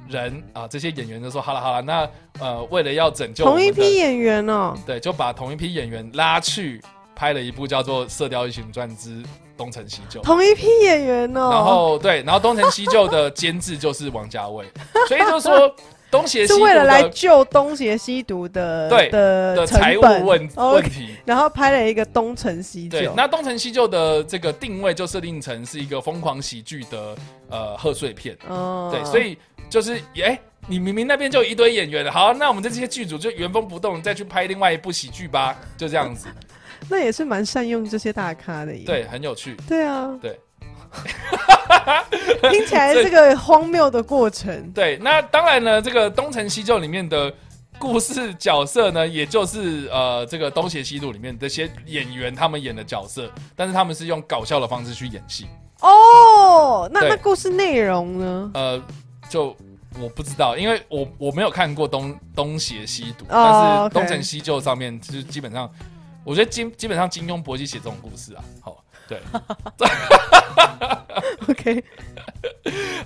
Speaker 1: 人啊、这些演员就说好了好了，那呃，为了要拯救我
Speaker 2: 同
Speaker 1: 们
Speaker 2: 一
Speaker 1: 的
Speaker 2: 批演员哦，
Speaker 1: 对，就把同一批演员拉去拍了一部叫做《射雕英雄传之东成西就》。
Speaker 2: 同一批演员哦，
Speaker 1: 然后对，然后东成西就的监制就是王家 卫，所以就是说东邪西
Speaker 2: 是
Speaker 1: 毒
Speaker 2: 为了来
Speaker 1: 的
Speaker 2: 救东邪西毒的
Speaker 1: 对
Speaker 2: 的
Speaker 1: 的
Speaker 2: 成
Speaker 1: 财务
Speaker 2: 本
Speaker 1: 问
Speaker 2: OK，
Speaker 1: 问题。
Speaker 2: 然后拍了一个东成西
Speaker 1: 对
Speaker 2: 就，，
Speaker 1: 那东成西就的这个定位就设定成是一个疯狂喜剧的呃贺岁片，
Speaker 2: 哦
Speaker 1: 对，所以就是哎、你明明那边就有一堆演员了，好，那我们这些剧组就原封不动再去拍另外一部喜剧吧，就这 样子，
Speaker 2: 那也是蛮善用这些大咖的耶。
Speaker 1: 对，很有趣。
Speaker 2: 对啊，
Speaker 1: 对，
Speaker 2: 听起来
Speaker 1: 这
Speaker 2: 这个荒谬的过程，
Speaker 1: 对，那当然呢，这个《东成西就》里面的故事角色呢，也就是呃，这个《东邪西毒》里面这些演员他们演的角色，但是他们是用搞笑的方式去演戏。
Speaker 2: 哦，那
Speaker 1: 对
Speaker 2: 那故事内容呢？
Speaker 1: 呃，就我不知道，因为我我没有看过东《东邪西毒》，但是
Speaker 2: 哦
Speaker 1: 《东
Speaker 2: OK
Speaker 1: 成西就》上面就是基本上，我觉得基基本上金庸、博基写这种故事啊，好， 对，
Speaker 2: OK，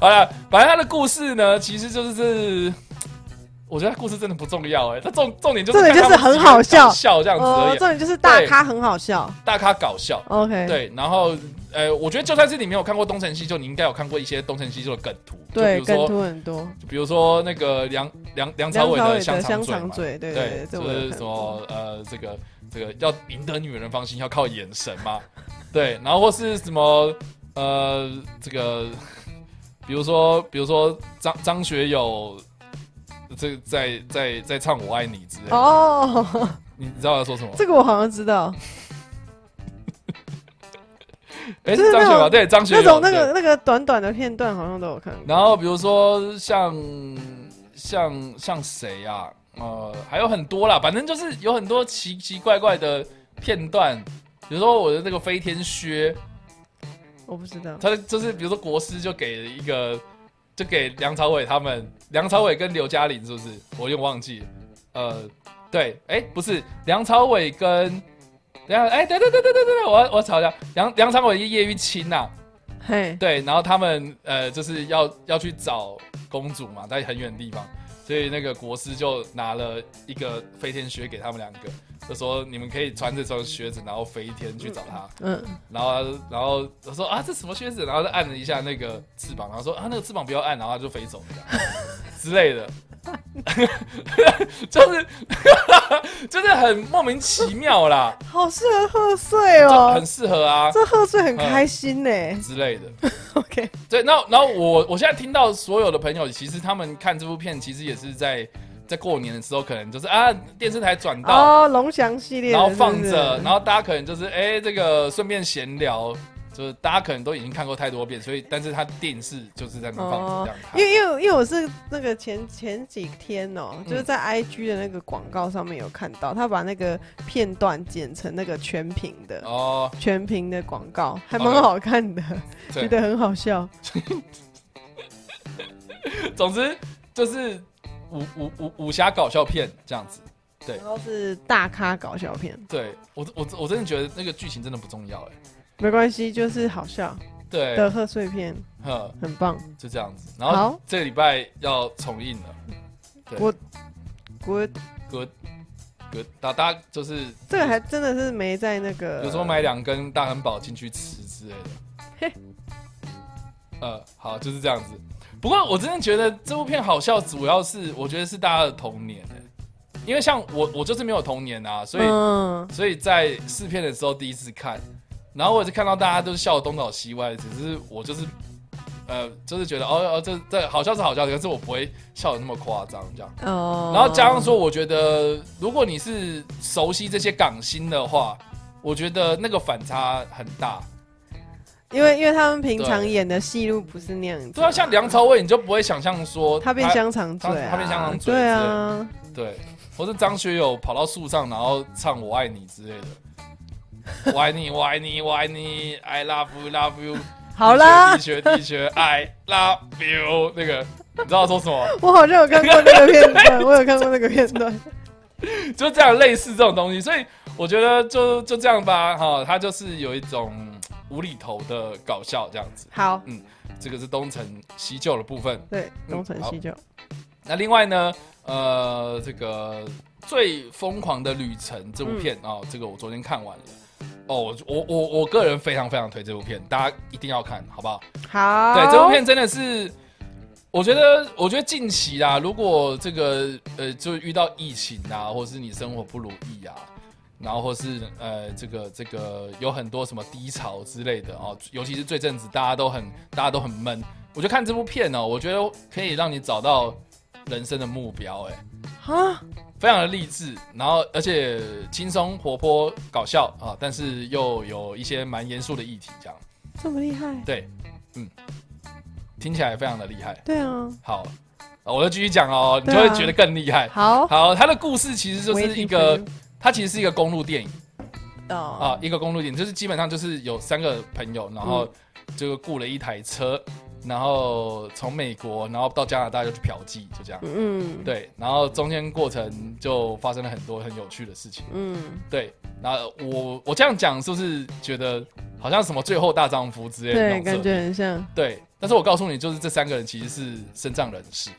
Speaker 1: 好了，反正他的故事呢，其实就是。 我觉得他故事真的不重要哎、那重重点就是
Speaker 2: 重点
Speaker 1: 看
Speaker 2: 就是
Speaker 1: 他们
Speaker 2: 很
Speaker 1: 几个人
Speaker 2: 好笑
Speaker 1: 笑这样子而已啊
Speaker 2: 哦，。重点就是大咖很好笑。
Speaker 1: 大咖搞笑。
Speaker 2: OK，，
Speaker 1: 对，然后呃，我觉得就算是你没有看过《东成西就》，你应该有看过一些《东成西就》的梗图，
Speaker 2: 对，
Speaker 1: 就比
Speaker 2: 梗
Speaker 1: 如说，
Speaker 2: 图很多。
Speaker 1: 就比如说那个梁梁梁朝
Speaker 2: 梁
Speaker 1: 伟
Speaker 2: 朝
Speaker 1: 的
Speaker 2: 伟
Speaker 1: 香
Speaker 2: 的香
Speaker 1: 嘴
Speaker 2: 肠
Speaker 1: 嘛，
Speaker 2: 嘴，对
Speaker 1: 对
Speaker 2: 对，，这
Speaker 1: 就
Speaker 2: 我有
Speaker 1: 是
Speaker 2: 看
Speaker 1: 什
Speaker 2: 过。
Speaker 1: 么呃，这个这个要赢得女人的芳心要靠眼神嘛， 对，然后或是什么呃，这个比如说比如说张张学友。这个在在在唱我爱你之类的，
Speaker 2: 哦，
Speaker 1: 你你知道我在说什么？
Speaker 2: 这个我好像知道，
Speaker 1: 哎，
Speaker 2: 就是
Speaker 1: 张学
Speaker 2: 那
Speaker 1: 友
Speaker 2: 种
Speaker 1: 对张学友
Speaker 2: 那种那
Speaker 1: 对
Speaker 2: 个那个短短的片段好像都有看过。
Speaker 1: 然后比如说像像像谁呀、呃，还有很多啦，反正就是有很多奇奇怪怪的片段。比如说我的那个飞天靴，
Speaker 2: 我不知道，
Speaker 1: 他就是比如说国师就给了一个，就给梁朝伟他们，梁朝伟跟刘嘉玲是不是？我有点忘记了，呃，对，哎，不是梁朝伟跟梁，哎，对对对对对对，我要我要吵一下，梁梁朝伟跟叶玉卿呐、
Speaker 2: 嘿，
Speaker 1: 对，然后他们呃就是要要去找公主嘛，在很远的地方，所以那个国师就拿了一个飞天靴给他们两个，就说你们可以穿这双靴子，然后飞天去找她。
Speaker 2: 嗯，
Speaker 1: 然后他然后他说啊这什么靴子，然后就按了一下那个翅膀，然后说啊那个翅膀不要按，然后他就飞走了这样之类的， 就是 就是很莫名其妙啦，
Speaker 2: 好适合贺岁
Speaker 1: 就
Speaker 2: 哦
Speaker 1: 很，适合啊
Speaker 2: 这贺岁很开心 呢。
Speaker 1: 之类的。
Speaker 2: OK，
Speaker 1: 对，那然后我我现在听到所有的朋友，其实他们看这部片，其实也是在在过年的时候可能就是啊电视台转到，
Speaker 2: 哦，龙翔系列的，
Speaker 1: 然后放着，
Speaker 2: 是不
Speaker 1: 然后大家可能就是哎、这个顺便闲聊，就是大家可能都已经看过太多遍，所以但是他电视就是在那边放着这样看。
Speaker 2: 是哦因为因为因为我是那个前前几天哦、
Speaker 1: 嗯
Speaker 2: 就是在 IG 的那个广告上面有看到，他把那个片段剪成那个全屏的。
Speaker 1: 哦，
Speaker 2: 全屏的广告还
Speaker 1: 好
Speaker 2: 蛮
Speaker 1: 的
Speaker 2: 好看的，觉
Speaker 1: 对，
Speaker 2: 得很好笑。
Speaker 1: 总之就是武武武武侠搞笑片这样子。对
Speaker 2: 然后是大咖搞笑片，
Speaker 1: 对我我我真的觉得那个剧情真的不重要哎、
Speaker 2: 没关系，就是好笑
Speaker 1: 对
Speaker 2: 的，贺岁片，
Speaker 1: 呵，
Speaker 2: 很棒。
Speaker 1: 就这样子。然后
Speaker 2: 好
Speaker 1: 这个礼拜要重映了，
Speaker 2: 我
Speaker 1: 哥哥，大大家就是
Speaker 2: 这个还真的是没在那个，
Speaker 1: 有时候买两根大汉堡进去吃之类的。呃，好，就是这样子。不过我真的觉得这部片好笑，主要是我觉得是大家的童年、欸、因为像我，我就是没有童年啊，所以、
Speaker 2: 嗯，
Speaker 1: 所以在试片的时候第一次看，然后我也是看到大家都是笑得东倒西歪，只是我就是呃，就是觉得哦哦，这这好笑是好笑，可是我不会笑得那么夸张这样。
Speaker 2: 哦，
Speaker 1: 然后加上说，我觉得如果你是熟悉这些港星的话，我觉得那个反差很大。
Speaker 2: 因为因为他们平常
Speaker 1: 对
Speaker 2: 演的戏路不是那样子啊，
Speaker 1: 对啊，像梁朝伟，你就不会想象说
Speaker 2: 他变香肠嘴啊，
Speaker 1: 他变香肠嘴
Speaker 2: 对啊，
Speaker 1: 对，或是张学友跑到树上然后唱我爱你之类的，我爱你，我爱你，我爱你，I love you, love you。
Speaker 2: 好啦
Speaker 1: 地，学地学，I love you。那个你知道说什么？
Speaker 2: 我好像有看过那个片段，我有看过那个片 段，
Speaker 1: 就这样类似这种东西，所以我觉得就就这样吧，哈、他就是有一种无厘头的搞笑这样子。
Speaker 2: 好，
Speaker 1: 这个是东成西就的部分。
Speaker 2: 对，东成西就，
Speaker 1: 那另外呢，呃，这个最疯狂的旅程这部片啊、哦，这个我昨天看完了。哦，我我我我个人非常非常推这部片，大家一定要看，好不好？
Speaker 2: 好，
Speaker 1: 对，这部片真的是，我觉得，我觉得近期啦，如果这个呃，就遇到疫情啊，或是你生活不如意啊，然后或是呃，这个这个有很多什么低潮之类的哦，尤其是这阵子大家都很大家都很闷，我就看这部片哦，我觉得可以让你找到人生的目标、哎，
Speaker 2: 啊，
Speaker 1: 非常的励志，然后而且轻松活泼搞笑啊，但是又有一些蛮严肃的议题，这样
Speaker 2: 这么厉害，
Speaker 1: 对，嗯，听起来非常的厉害。
Speaker 2: 对啊，
Speaker 1: 好，呃我就继续讲哦，你就
Speaker 2: 对啊
Speaker 1: 会觉得更厉害。
Speaker 2: 好，
Speaker 1: 好，它的故事其实就是一
Speaker 2: Waiting
Speaker 1: 个
Speaker 2: for，you
Speaker 1: 它其实是一个公路电影
Speaker 2: 哦，
Speaker 1: 啊，一个公路电影，就是基本上就是有三个朋友，然
Speaker 2: 嗯
Speaker 1: 后就雇了一台车，然后从美国，然后到加拿大就去嫖妓，就这样。
Speaker 2: 嗯，，
Speaker 1: 对，然后中间过程就发生了很多很有趣的事情。
Speaker 2: 嗯，
Speaker 1: 对，那我我这样讲是不是觉得好像什么最后大丈夫之类的那
Speaker 2: 对，
Speaker 1: 种设
Speaker 2: 感
Speaker 1: 定？
Speaker 2: 觉很像
Speaker 1: 对，但是我告诉你，就是这三个人其实是身障人士。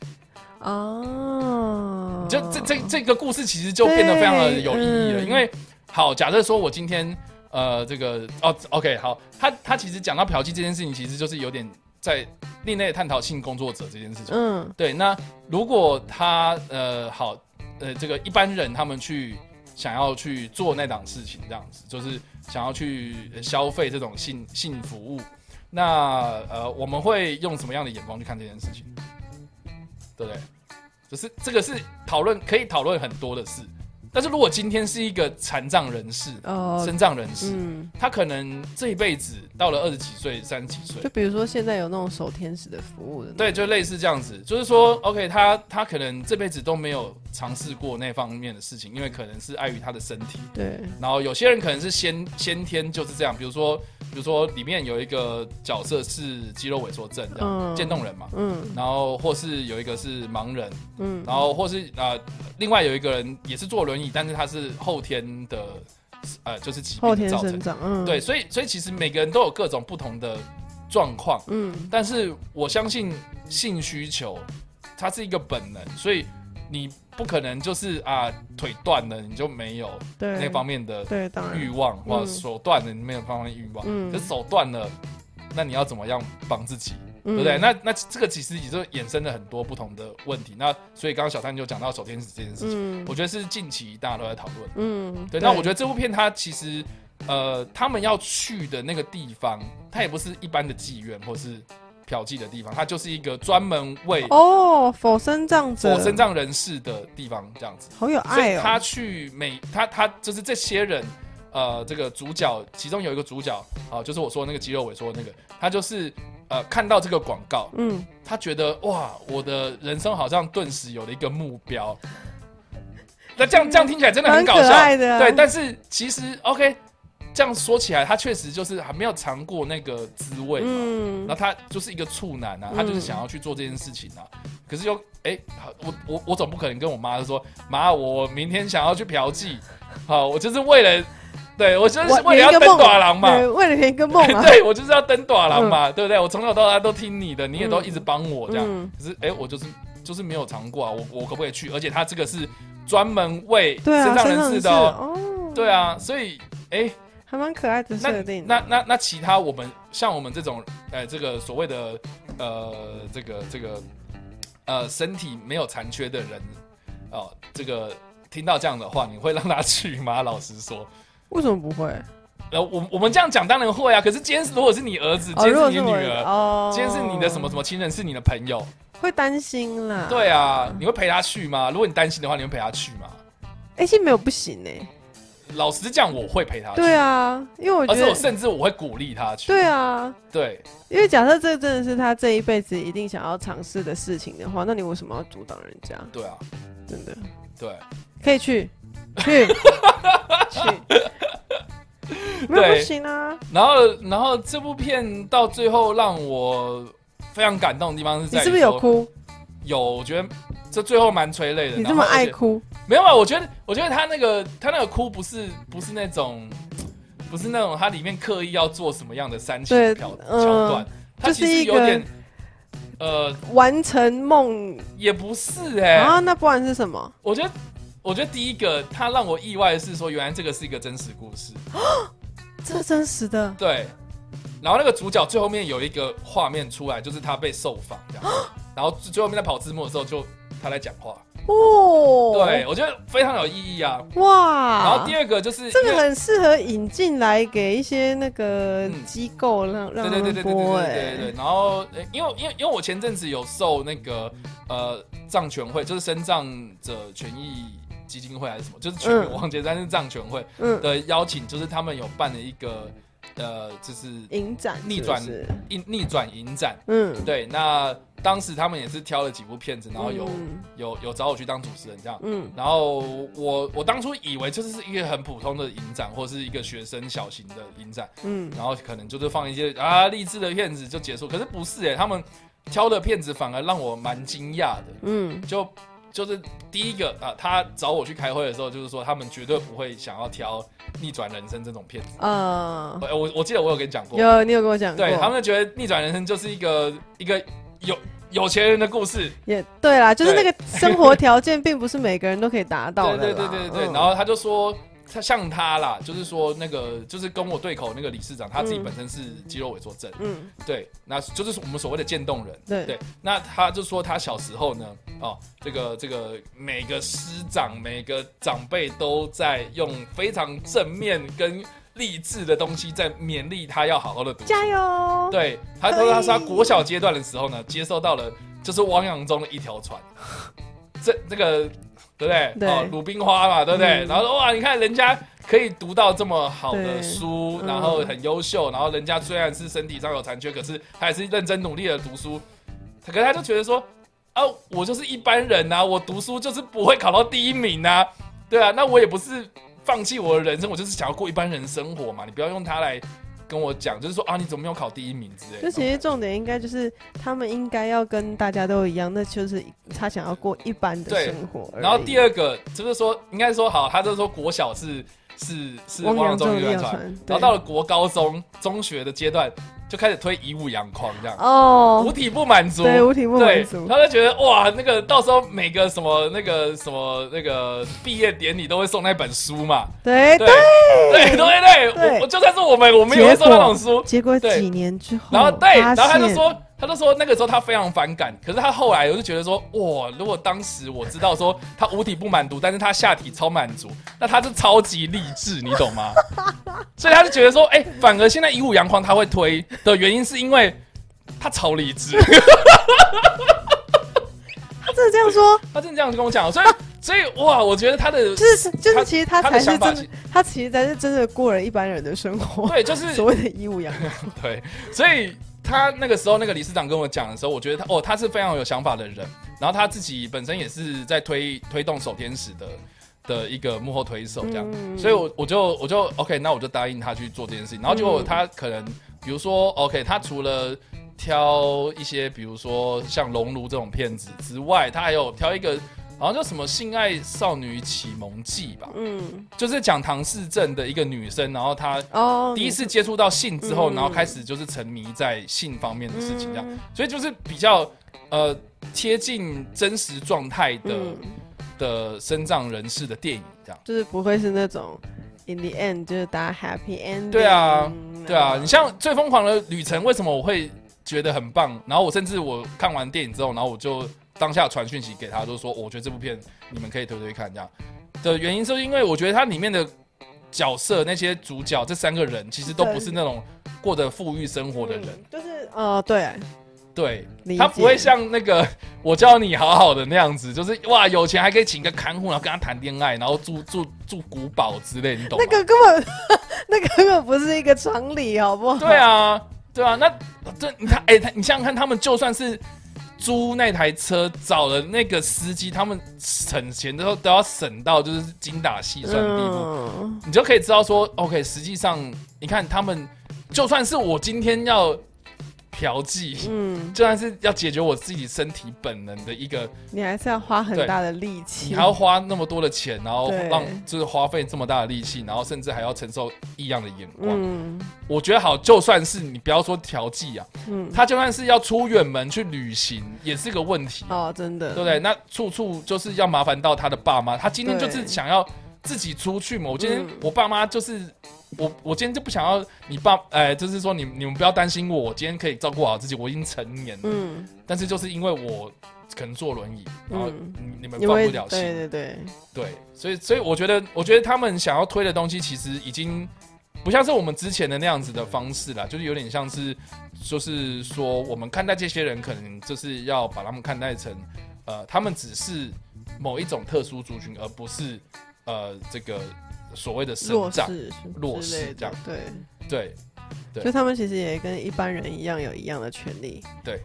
Speaker 2: 哦，
Speaker 1: 就这这这个故事其实就变得非常的有意义了，
Speaker 2: 对嗯
Speaker 1: 因为好，假设说我今天呃这个哦，OK，好，他他其实讲到嫖妓这件事情，其实就是有点在另类探讨性工作者这件事情。
Speaker 2: 嗯，
Speaker 1: 对，那如果他呃好呃这个一般人他们去想要去做那档事情，这样子就是想要去呃消费这种性性服务，那呃我们会用什么样的眼光去看这件事情？对不对？就是这个是讨论可以讨论很多的事，但是如果今天是一个残障人士、
Speaker 2: 哦，
Speaker 1: 身障人士，
Speaker 2: 嗯，
Speaker 1: 他可能这一辈子到了二十几岁、三十几岁
Speaker 2: 就，比如说现在有那种守天使的服务的，
Speaker 1: 对，，就类似这样子，就是说，OK，他
Speaker 2: 嗯
Speaker 1: 他可能这辈子都没有尝试过那方面的事情，因为可能是碍于他的身体。
Speaker 2: 对，
Speaker 1: 然后有些人可能是先先天就是这样，比如说，比如说里面有一个角色是肌肉萎缩症这样，
Speaker 2: 嗯
Speaker 1: 渐冻人嘛。
Speaker 2: 嗯
Speaker 1: 然后或是有一个是盲人，
Speaker 2: 嗯，
Speaker 1: 然后或是呃，另外有一个人也是坐轮椅，但是他是后天的，呃，就是疾
Speaker 2: 后
Speaker 1: 病的
Speaker 2: 天
Speaker 1: 造
Speaker 2: 生
Speaker 1: 成。
Speaker 2: 长，嗯，
Speaker 1: 对，，所以所以其实每个人都有各种不同的状况。
Speaker 2: 嗯，
Speaker 1: 但是我相信性需求，它是一个本能，所以你不可能就是啊腿断了你就没有
Speaker 2: 对，
Speaker 1: 那方面的
Speaker 2: 对，当然
Speaker 1: 欲，望，或者
Speaker 2: 嗯
Speaker 1: 手断了你没有方面欲望，
Speaker 2: 嗯
Speaker 1: 可是手断了，那你要怎么样帮自己，
Speaker 2: 对
Speaker 1: 对不对？那那这个其实也就衍生了很多不同的问题。那所以刚刚小三就讲到手天使这件事情，
Speaker 2: 嗯
Speaker 1: 我觉得是近期大家都在讨论。
Speaker 2: 嗯，
Speaker 1: 对，那我觉得这部片它其实，呃，他们要去的那个地方，它也不是一般的妓院或是嫖妓的地方，它就是一个专门为
Speaker 2: 哦，否身障者，
Speaker 1: 左身障人士的地方，这样子。
Speaker 2: 好有
Speaker 1: 所以
Speaker 2: 爱哦，
Speaker 1: 他去美，他他就是这些人，呃，这个主角其中有一个主角，啊、就是我说的那个肌肉萎缩的那个，他就是呃看到这个广告，
Speaker 2: 嗯，
Speaker 1: 他觉得哇，我的人生好像顿时有了一个目 标。那这样这样听起来真的很
Speaker 2: 嗯蛮
Speaker 1: 搞
Speaker 2: 可
Speaker 1: 笑，
Speaker 2: 爱的啊
Speaker 1: 对，但是其实 OK，这样说起来，他确实就是还没有尝过那个滋味嘛。
Speaker 2: 嗯
Speaker 1: 然后他就是一个处男啊，
Speaker 2: 嗯
Speaker 1: 他就是想要去做这件事情啊。可是又哎、好我我我总不可能跟我妈说，妈，我明天想要去嫖妓， 好，我就是为了，对我就是为了要登短廊嘛，
Speaker 2: 啊对，为了圆一个梦啊嗯嘛，
Speaker 1: 对我就是要登短廊嘛，对不对？我从小到大都听你的，你也都一直帮我这样。
Speaker 2: 嗯，
Speaker 1: 可是哎、我就是就是没有尝过啊，我我可不可以去？而且他这个是专门为
Speaker 2: 对啊，
Speaker 1: 身障人士的、哦，
Speaker 2: 哦，
Speaker 1: 对啊，所以哎。
Speaker 2: 还蛮可爱的设定，
Speaker 1: 那那那其他我们像我们这种呃这个所谓的呃这个这个呃身体没有残缺的人哦、这个听到这样的话，你会让他去吗？老实说，
Speaker 2: 为什么不会？
Speaker 1: 呃，我我们这样讲当然会啊。可是今天是如果是你 儿子，今
Speaker 2: 哦，
Speaker 1: 天
Speaker 2: 如
Speaker 1: 是
Speaker 2: 果
Speaker 1: 你
Speaker 2: 是
Speaker 1: 女
Speaker 2: 我儿
Speaker 1: 儿，
Speaker 2: 子哦，
Speaker 1: 今天是你的什么什么亲人，是你的朋友，
Speaker 2: 会担心啦，，
Speaker 1: 对啊，你会陪他去吗？如果你担心的话，你会陪他去吗？
Speaker 2: 哎，其实没有不行呢，
Speaker 1: 老实讲，我会陪他去，
Speaker 2: 对啊，因为我觉
Speaker 1: 而且我
Speaker 2: 得，
Speaker 1: 甚至我会鼓励他去，
Speaker 2: 对啊，
Speaker 1: 对
Speaker 2: 因为假设这真的是他这一辈子一定想要尝试的事情的话，那你为什么要阻挡人家？
Speaker 1: 对啊，
Speaker 2: 真的
Speaker 1: 对。啊
Speaker 2: 可以去， 去，去，没有不行啊！
Speaker 1: 然后，然后这部片到最后让我非常感动的地方是
Speaker 2: 你
Speaker 1: 在于
Speaker 2: 是不是有
Speaker 1: 说？
Speaker 2: 哭？
Speaker 1: 有，我觉得这最后蛮催泪的。
Speaker 2: 你这
Speaker 1: 然
Speaker 2: 么
Speaker 1: 后而
Speaker 2: 爱
Speaker 1: 且？
Speaker 2: 哭，
Speaker 1: 没有吧？啊我觉得，我觉得他那个他那个哭不是不是那种不是那种他里面刻意要做什么样的煽情
Speaker 2: 对
Speaker 1: 桥
Speaker 2: 嗯
Speaker 1: 桥段，他
Speaker 2: 就
Speaker 1: 其
Speaker 2: 是
Speaker 1: 实
Speaker 2: 一个
Speaker 1: 有点呃
Speaker 2: 完成梦
Speaker 1: 也不是哎、
Speaker 2: 啊？那不然是什么？
Speaker 1: 我觉得，我觉得第一个他让我意外的是说，原来这个是一个真实故事。
Speaker 2: 这是真实的
Speaker 1: 对，然后那个主角最后面有一个画面出来，就是他被受访这样，然后最最后面在跑字幕的时候就他在讲话，
Speaker 2: 哦！
Speaker 1: 对，我觉得非常有意义啊。然后
Speaker 2: 哇
Speaker 1: 第，二个 就是
Speaker 2: 这
Speaker 1: 因
Speaker 2: 个
Speaker 1: 为
Speaker 2: 很适合引进来给一些那个
Speaker 1: 嗯
Speaker 2: 机构让让他
Speaker 1: 对对对对对
Speaker 2: 们
Speaker 1: 对
Speaker 2: 播，
Speaker 1: 对对对
Speaker 2: 哎，
Speaker 1: 对，然后呃因为因为因为我前阵子有受那个呃藏权会，就是身障者权益基金会还是什么，就是全名
Speaker 2: 嗯
Speaker 1: 我忘记了，但是藏权会
Speaker 2: 嗯，
Speaker 1: 的邀请，就是他们有办了一个呃就是
Speaker 2: 影展
Speaker 1: 逆
Speaker 2: 是不
Speaker 1: 转
Speaker 2: 是
Speaker 1: 逆逆转影展，
Speaker 2: 嗯，
Speaker 1: 对，那当时他们也是挑了几部片子，然后有、
Speaker 2: 嗯
Speaker 1: 有有找我去当主持人这样。
Speaker 2: 嗯
Speaker 1: 然后我我当初以为就是一个很普通的影展，或是一个学生小型的影展，
Speaker 2: 嗯
Speaker 1: 然后可能就是放一些啊励志的片子就结束。可是不是哎、他们挑的片子反而让我蛮惊讶的。
Speaker 2: 嗯
Speaker 1: 就就是第一个啊，他找我去开会的时候，就是说他们绝对不会想要挑《逆转人生》这种片子。
Speaker 2: 啊，
Speaker 1: 呃我我记得我有跟你讲过，
Speaker 2: 有你有跟我讲过，
Speaker 1: 对他们觉得《逆转人生》就是一个一个有有钱人的故事，
Speaker 2: 也对啦，就是
Speaker 1: 对
Speaker 2: 那个生活条件并不是每个人都可以达到的
Speaker 1: 对对对对
Speaker 2: 啦
Speaker 1: 对。
Speaker 2: 嗯
Speaker 1: 然后他就说，他像他啦，就是说那个就是跟我对口那个理事长，他自己本身是肌肉萎缩症，
Speaker 2: 嗯，
Speaker 1: 对，那就是我们所谓的渐冻人。
Speaker 2: 对
Speaker 1: 对，那他就说他小时候呢，哦，这个这个每个师长每个长辈都在用非常正面跟励志的东西在勉励他要好好的读书。
Speaker 2: 加油！
Speaker 1: 对，他
Speaker 2: 可
Speaker 1: 说
Speaker 2: 以
Speaker 1: 他说他国小阶段的时候呢，接收到了就是汪洋中的一条船， 这这个对不对？
Speaker 2: 对
Speaker 1: 哦，鲁冰花嘛，对不对？
Speaker 2: 嗯
Speaker 1: 然后说哇，你看人家可以读到这么好的
Speaker 2: 对
Speaker 1: 书，
Speaker 2: 嗯
Speaker 1: 然后很优秀，然后人家虽然是身体上有残缺，可是他还是认真努力的读书，可是他就觉得说啊，我就是一般人呐、我读书就是不会考到第一名呐、对啊，那我也不是放弃我的人生，我就是想要过一般人生活嘛，你不要用它来。跟我讲，就是说啊，你怎么没有考第一名之类的。
Speaker 2: 就其实重点应该就是他们应该要跟大家都一样，那就是他想要过一般的
Speaker 1: 对
Speaker 2: 生活而已。
Speaker 1: 然后第二个就是说，应该说好，他就是说国小是是是汪洋中
Speaker 2: 中
Speaker 1: 的渔船，
Speaker 2: 船，
Speaker 1: 然
Speaker 2: 对
Speaker 1: 后到了国高中、中学的阶段，就开始推以物养狂这样，五
Speaker 2: 哦，
Speaker 1: 体不满足，
Speaker 2: 对，五体不满
Speaker 1: 对
Speaker 2: 足，
Speaker 1: 他就觉得哇，那个到时候每个什么那个什么那个毕业典礼都会送那本书嘛，
Speaker 2: 对
Speaker 1: 对对对对对，
Speaker 2: 哎对
Speaker 1: 我我就算是我们，我们也会送那种书，
Speaker 2: 结果
Speaker 1: 对
Speaker 2: 几年之后，
Speaker 1: 然后对，
Speaker 2: 哦发
Speaker 1: 然后他就
Speaker 2: 现
Speaker 1: 说，他就说那个时候他非常反感，可是他后来我就觉得说，哇，如果当时我知道说他五体不满足，但是他下体超满足，那他就超级励志，你懂 吗？所以他就觉得说，哎、反而现在以武扬狂他会推的原因是因为他超理智，
Speaker 2: 他真的这样说，
Speaker 1: 他真的这样跟我讲，所以所以哇，我觉得他的
Speaker 2: 就是就
Speaker 1: 他
Speaker 2: 是，其实他
Speaker 1: 他
Speaker 2: 才
Speaker 1: 的
Speaker 2: 是
Speaker 1: 想
Speaker 2: 真
Speaker 1: 法
Speaker 2: 的，他其实才是真的过了一般人的生活，
Speaker 1: 对，就是
Speaker 2: 所谓的义务养老。
Speaker 1: 对，所以他那个时候那个理事长跟我讲的时候，我觉得他哦，他是非常有想法的人，然后他自己本身也是在推推动守天使的的一个幕后推手这样，
Speaker 2: 嗯
Speaker 1: 所以我我就我就 OK，那我就答应他去做这件事情，然后结果他可能比如说 OK，他除了挑一些比如说像熔炉这种片子之外，他还有挑一个。好像叫什么《性爱少女启蒙记》吧，
Speaker 2: 嗯，
Speaker 1: 就是讲唐氏症的一个女生，然后她
Speaker 2: 哦，
Speaker 1: 第一次接触到性之后，
Speaker 2: 嗯
Speaker 1: 然后开始就是沉迷在性方面的事情，这样，
Speaker 2: 嗯
Speaker 1: 所以就是比较呃贴近真实状态的、
Speaker 2: 嗯，
Speaker 1: 的身障人士的电影，这样。
Speaker 2: 就是不会是那种 in the end 就是大家 happy end。
Speaker 1: 对啊，
Speaker 2: 嗯
Speaker 1: 对啊，你像《最疯狂的旅程》，为什么我会觉得很棒？然后我甚至我看完电影之后，然后我就当下传讯息给他，就说、哦我觉得这部片你们可以推推看，这样的原因是因为我觉得它里面的角色那些主角这三个人其实都不是那种过得富裕生活的人。
Speaker 2: 嗯就是呃，对，
Speaker 1: 对
Speaker 2: 理，
Speaker 1: 他
Speaker 2: 解
Speaker 1: 不会像那个 我教你好好的那样子，就是哇，有钱还可以请个看护，然后跟他谈恋爱，然后住住住古堡之类，你懂吗？
Speaker 2: 那个根本 那个根本不是一个常理，好不好？
Speaker 1: 对啊，对啊，那这你看，哎、他你想想看，他们就算是租那台车，找了那个司机，他们省钱的时候都要省到就是精打细算的地步，
Speaker 2: 嗯，
Speaker 1: 你就可以知道说，OK，实际上你看他们，就算是我今天要嫖妓，
Speaker 2: 嗯，
Speaker 1: 就算是要解决我自己身体本能的一个。
Speaker 2: 你还是要花很
Speaker 1: 对
Speaker 2: 大的力气，
Speaker 1: 你还要花那么多的钱，然后
Speaker 2: 对
Speaker 1: 让就是花费这么大的力气，然后甚至还要承受异样的眼光。
Speaker 2: 嗯
Speaker 1: 我觉得好，就算是你不要说调剂啊，
Speaker 2: 嗯，
Speaker 1: 他就算是要出远门去旅行，也是个问题，
Speaker 2: 哦，真的，
Speaker 1: 对不对？那处处就是要麻烦到他的爸妈，他今天
Speaker 2: 对
Speaker 1: 就是想要自己出去嘛。我今天、
Speaker 2: 嗯
Speaker 1: 我爸妈就是。我我今天就不想要你爸，哎、就是说你你们不要担心我，我今天可以照顾好自己，我已经成年了。
Speaker 2: 嗯，
Speaker 1: 但是就是因为我可能坐轮椅，然后
Speaker 2: 嗯
Speaker 1: 你你们
Speaker 2: 因
Speaker 1: 放
Speaker 2: 为
Speaker 1: 不了心，
Speaker 2: 对对对，
Speaker 1: 对，所以所以我觉得，我觉得他们想要推的东西，其实已经不像是我们之前的那样子的方式啦，就是有点像是，就是说我们看待这些人，可能就是要把他们看待成，呃，他们只是某一种特殊族群，而不是呃这个所谓的生
Speaker 2: 弱
Speaker 1: 长。
Speaker 2: 势是
Speaker 1: 弱
Speaker 2: 之类
Speaker 1: 势
Speaker 2: 的
Speaker 1: 这样
Speaker 2: 对。
Speaker 1: 对，对
Speaker 2: 就他们其实也跟一般人一样有一样的权利。
Speaker 1: 对，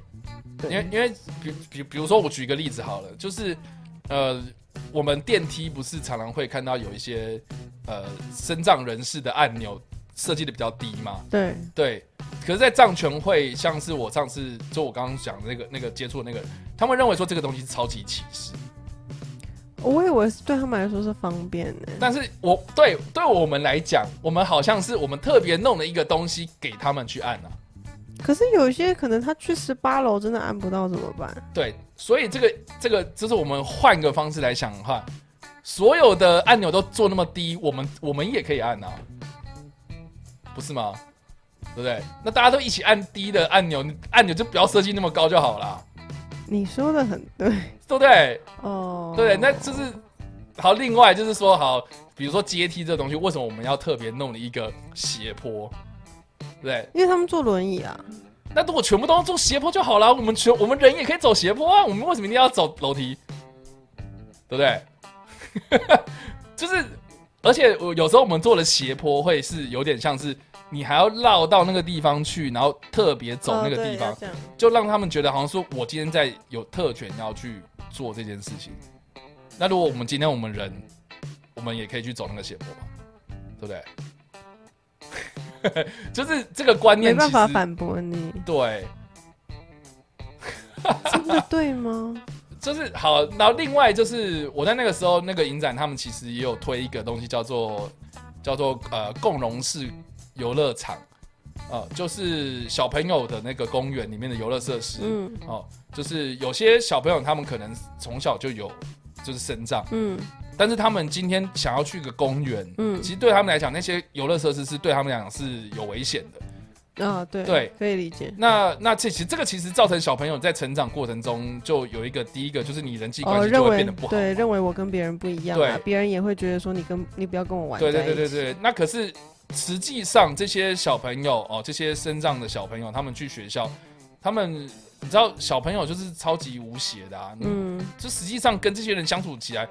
Speaker 2: 对，
Speaker 1: 因为因为比比比如说，我举一个例子好了，就是呃，我们电梯不是常常会看到有一些呃身障人士的按钮设计的比较低嘛，
Speaker 2: 对，
Speaker 1: 对，可是，在藏拳会，像是我上次就我刚刚讲的那个那个接触的那个人，他们认为说这个东西是超级歧视，
Speaker 2: 我以为是对他们来说是方便呢。
Speaker 1: 但是我对对我们来讲，我们好像是我们特别弄了一个东西给他们去按啊，
Speaker 2: 可是有些可能他去十八楼真的按不到怎么办？
Speaker 1: 对，所以这个这个就是我们换个方式来想的话，所有的按钮都做那么低，我们我们也可以按啊，不是吗？对不对？那大家都一起按低的按钮，按钮就不要设计那么高就好啦，
Speaker 2: 你说的很 对
Speaker 1: 对不对？
Speaker 2: 哦。
Speaker 1: 对，那就是好。另外就是说，好，比如说阶梯这东西，为什么我们要特别弄了一个斜坡？对不对，
Speaker 2: 因为他们坐轮椅啊，
Speaker 1: 那如果全部都做斜坡就好了，我们全我们人也可以走斜坡啊，我们为什么一定要走楼梯？对不对？ 就是，而且我有时候我们做的斜坡会是有点像是你还要绕到那个地方去，然后特别走那个地方，
Speaker 2: 哦对要这样
Speaker 1: 就让他们觉得好像说我今天在有特权要去做这件事情。那如果我们今天我们人，我们也可以去走那个斜坡吧，对不对？ 就是这个观
Speaker 2: 没
Speaker 1: 念，
Speaker 2: 办法反 驳你，
Speaker 1: 对，
Speaker 2: 真的对吗？
Speaker 1: 就是好。然后另外就是我在那个时候那个影展，他们其实也有推一个东西叫做叫做呃共融式游乐场，呃，就是小朋友的那个公园里面的游乐设施，
Speaker 2: 嗯
Speaker 1: 哦，就是有些小朋友他们可能从小就有就是生长，
Speaker 2: 嗯
Speaker 1: 但是他们今天想要去一个公园，
Speaker 2: 嗯
Speaker 1: 其实对他们来讲，那些游乐设施是对他们来讲是有危险的。
Speaker 2: 啊，对
Speaker 1: 对，
Speaker 2: 可以理解。
Speaker 1: 那那这其实这个其实造成小朋友在成长过程中就有一个第一个就是你人际关系
Speaker 2: 哦，
Speaker 1: 就
Speaker 2: 认
Speaker 1: 会
Speaker 2: 为
Speaker 1: 变得不好嘛，
Speaker 2: 对，认为我跟别人不一样啊
Speaker 1: 对，
Speaker 2: 别人也会觉得说你跟你不要跟我玩。
Speaker 1: 对对对对，对。那可是实际上这些小朋友哦，这些身障的小朋友，他们去学校，他们你知道小朋友就是超级无邪的啊，嗯，
Speaker 2: 嗯，
Speaker 1: 就实际上跟这些人相处起来，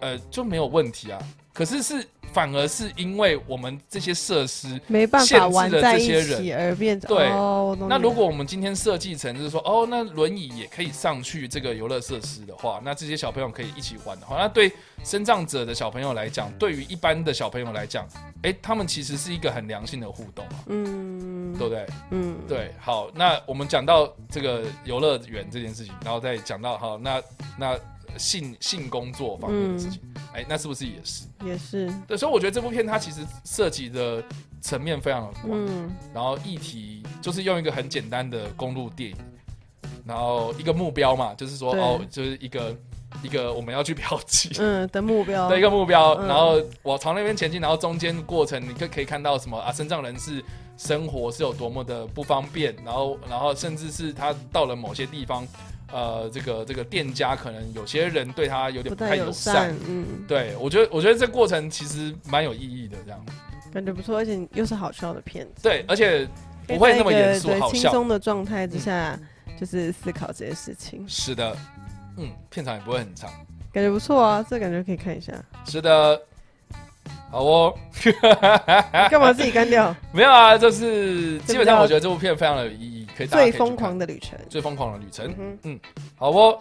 Speaker 1: 呃，就没有问题啊。可是是反而是因为我们这些设施，
Speaker 2: 没办
Speaker 1: 限
Speaker 2: 法
Speaker 1: 制
Speaker 2: 玩
Speaker 1: 了这
Speaker 2: 在一
Speaker 1: 些
Speaker 2: 起而变成
Speaker 1: 对
Speaker 2: 哦，我懂
Speaker 1: 那
Speaker 2: 你
Speaker 1: 如
Speaker 2: 了
Speaker 1: 果我们今天设计成就是说，哦，那轮椅也可以上去这个游乐设施的话，那这些小朋友可以一起玩的话，那对身障者的小朋友来讲，对于一般的小朋友来讲，诶，他们其实是一个很良性的互动啊，
Speaker 2: 嗯
Speaker 1: 对不对？
Speaker 2: 嗯
Speaker 1: 对，好，那我们讲到这个游乐园这件事情，然后再讲到好，那那性性工作方面的事情，哎、那是不是也是？
Speaker 2: 也是
Speaker 1: 对，所以我觉得这部片它其实涉及的层面非常的广，
Speaker 2: 嗯
Speaker 1: 然后议题就是用一个很简单的公路电影，然后一个目标嘛，就是说
Speaker 2: 对
Speaker 1: 哦，就是一个一个我们要去嫖妓。
Speaker 2: 嗯的目标
Speaker 1: 的一个目标，
Speaker 2: 嗯
Speaker 1: 然后往朝那边前进，然后中间过程你可可以看到什么啊？身障人士生活是有多么的不方便，然后然后甚至是他到了某些地方，呃，这个这个店家可能有些人对他有点
Speaker 2: 不
Speaker 1: 不太
Speaker 2: 太
Speaker 1: 友
Speaker 2: 善，嗯，
Speaker 1: 对我觉得我觉得这过程其实蛮有意义的，这样
Speaker 2: 感觉不错，而且又是好笑的片子，
Speaker 1: 对，而且不会那么严肃
Speaker 2: 可以在嗯一个
Speaker 1: 好
Speaker 2: 对轻
Speaker 1: 笑嗯
Speaker 2: 松的状态之下，就是思考这些事情，
Speaker 1: 是的，嗯，片长也不会很长，
Speaker 2: 感觉不错啊，这感觉可以看 一下。
Speaker 1: 是的，好哦。哎
Speaker 2: 你干嘛自己干掉？
Speaker 1: 没有啊，就是基本上我觉得这部片非常的有意义， 可以大家可
Speaker 2: 最
Speaker 1: 以去
Speaker 2: 疯
Speaker 1: 看
Speaker 2: 狂的旅程。
Speaker 1: 最疯狂的旅程
Speaker 2: 嗯。哼，
Speaker 1: 好哦，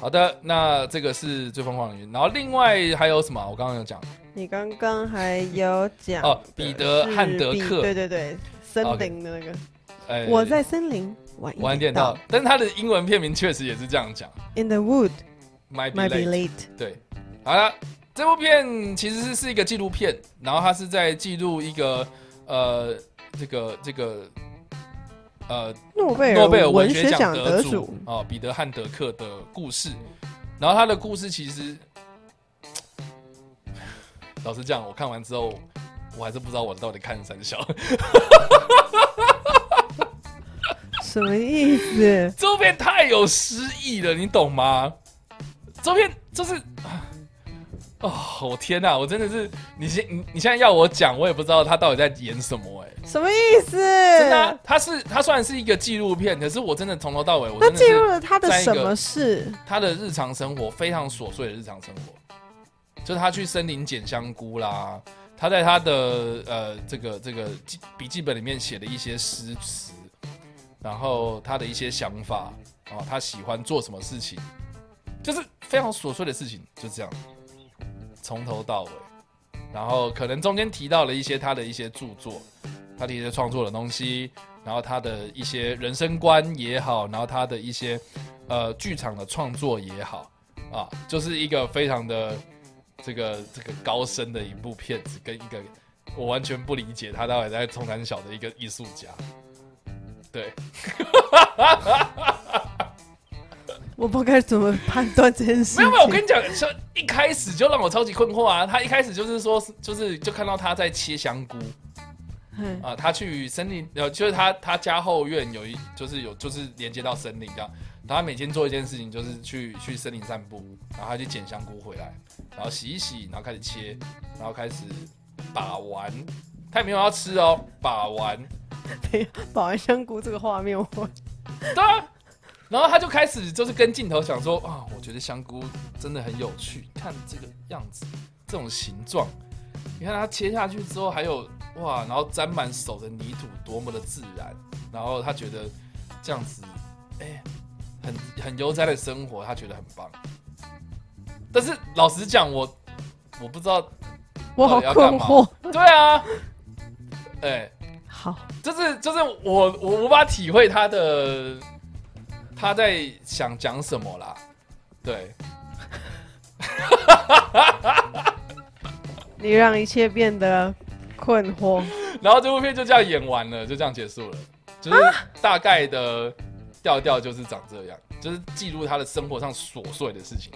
Speaker 1: 好的，那这个是最疯狂的原因。然后另外还有什么啊？我刚刚有讲
Speaker 2: 你刚刚还有讲
Speaker 1: 哦
Speaker 2: 的
Speaker 1: 彼得
Speaker 2: 是
Speaker 1: 汉德
Speaker 2: 彼
Speaker 1: 克
Speaker 2: 对对对，森林的那个。
Speaker 1: 呃，
Speaker 2: 我在嗯森林晚
Speaker 1: 晚
Speaker 2: 一
Speaker 1: 一点到，但是他的英文片名确实也是这样讲
Speaker 2: In the wood
Speaker 1: ，My b e l
Speaker 2: might be
Speaker 1: a t
Speaker 2: late。
Speaker 1: 对，好了，这部片其实是是一个纪录片，然后它是在记录一个呃这个这个呃
Speaker 2: 诺贝尔
Speaker 1: 诺贝尔文
Speaker 2: 文
Speaker 1: 学
Speaker 2: 学
Speaker 1: 奖
Speaker 2: 奖
Speaker 1: 得
Speaker 2: 得
Speaker 1: 主
Speaker 2: 主。
Speaker 1: 啊、彼得汉德克的故事。然后他的故事其实，老实讲，我看完之后，我还是不知道我到底看了三小。
Speaker 2: 什么意思？
Speaker 1: 这部片太有诗意了，你懂吗？这部片就是，啊哦，我天哪，我真的是，你现你你现在要我讲，我也不知道他到底在演什么、哎。
Speaker 2: 什么意思？真
Speaker 1: 真的啊、它是它虽然是一个纪录片，可是我真的从头到尾，我
Speaker 2: 那
Speaker 1: 真的
Speaker 2: 进入
Speaker 1: 是
Speaker 2: 了他的
Speaker 1: 在一
Speaker 2: 什
Speaker 1: 个
Speaker 2: 么事？
Speaker 1: 他的日常生活非常琐碎的日常生活，就是他去森林捡香菇啦，他在他的呃这个这个记笔记本里面写的一些诗词，然后他的一些想法啊，他喜欢做什么事情，就是非常琐碎的事情，就这样从头到尾，然后可能中间提到了一些他的一些著作，他的一些创作的东西，然后他的一些人生观也好，然后他的一些呃剧场的创作也好啊，就是一个非常的这个这个高深的一部片子，跟一个我完全不理解他到底在冲南小的一个艺术家。对，
Speaker 2: 我不知道该怎么判断这件事情。
Speaker 1: 没有没有，我 跟你讲，就一开始就让我超级困惑啊！他一开始就是说，就是就看到他在切香菇，
Speaker 2: 嗯
Speaker 1: 啊，他去森林，呃，就是他他家后院有一，就是有就是连接到森林这样，然后他每天做一件事情，就是去去森林散步，然后他去捡香菇回来，然后洗一洗，然后开始切，然后开始把玩，他也没有要吃哦，把玩，
Speaker 2: 等一下保安啊香菇这个画面，我
Speaker 1: 对啊，然后他就开始就是跟镜头想说啊，我觉得香菇真的很有趣，看这个样子，这种形状，你看它切下去之后还有哇，然后沾满手的泥土，多么的自然。然后他觉得这样子，哎、很很悠哉的生活，他觉得很棒。但是老实讲，我我不知道，
Speaker 2: 我
Speaker 1: 到
Speaker 2: 好
Speaker 1: 底要
Speaker 2: 困
Speaker 1: 干嘛
Speaker 2: 惑。
Speaker 1: 对啊， 哎、
Speaker 2: 好，
Speaker 1: 就是就是我我无法体会他的他在想讲什么啦，对，
Speaker 2: 你让一切变得困惑。
Speaker 1: 然后这部片就这样演完了，就这样结束了，就是
Speaker 2: 啊
Speaker 1: 大概的调调就是长这样，就是记录他的生活上琐碎的事情。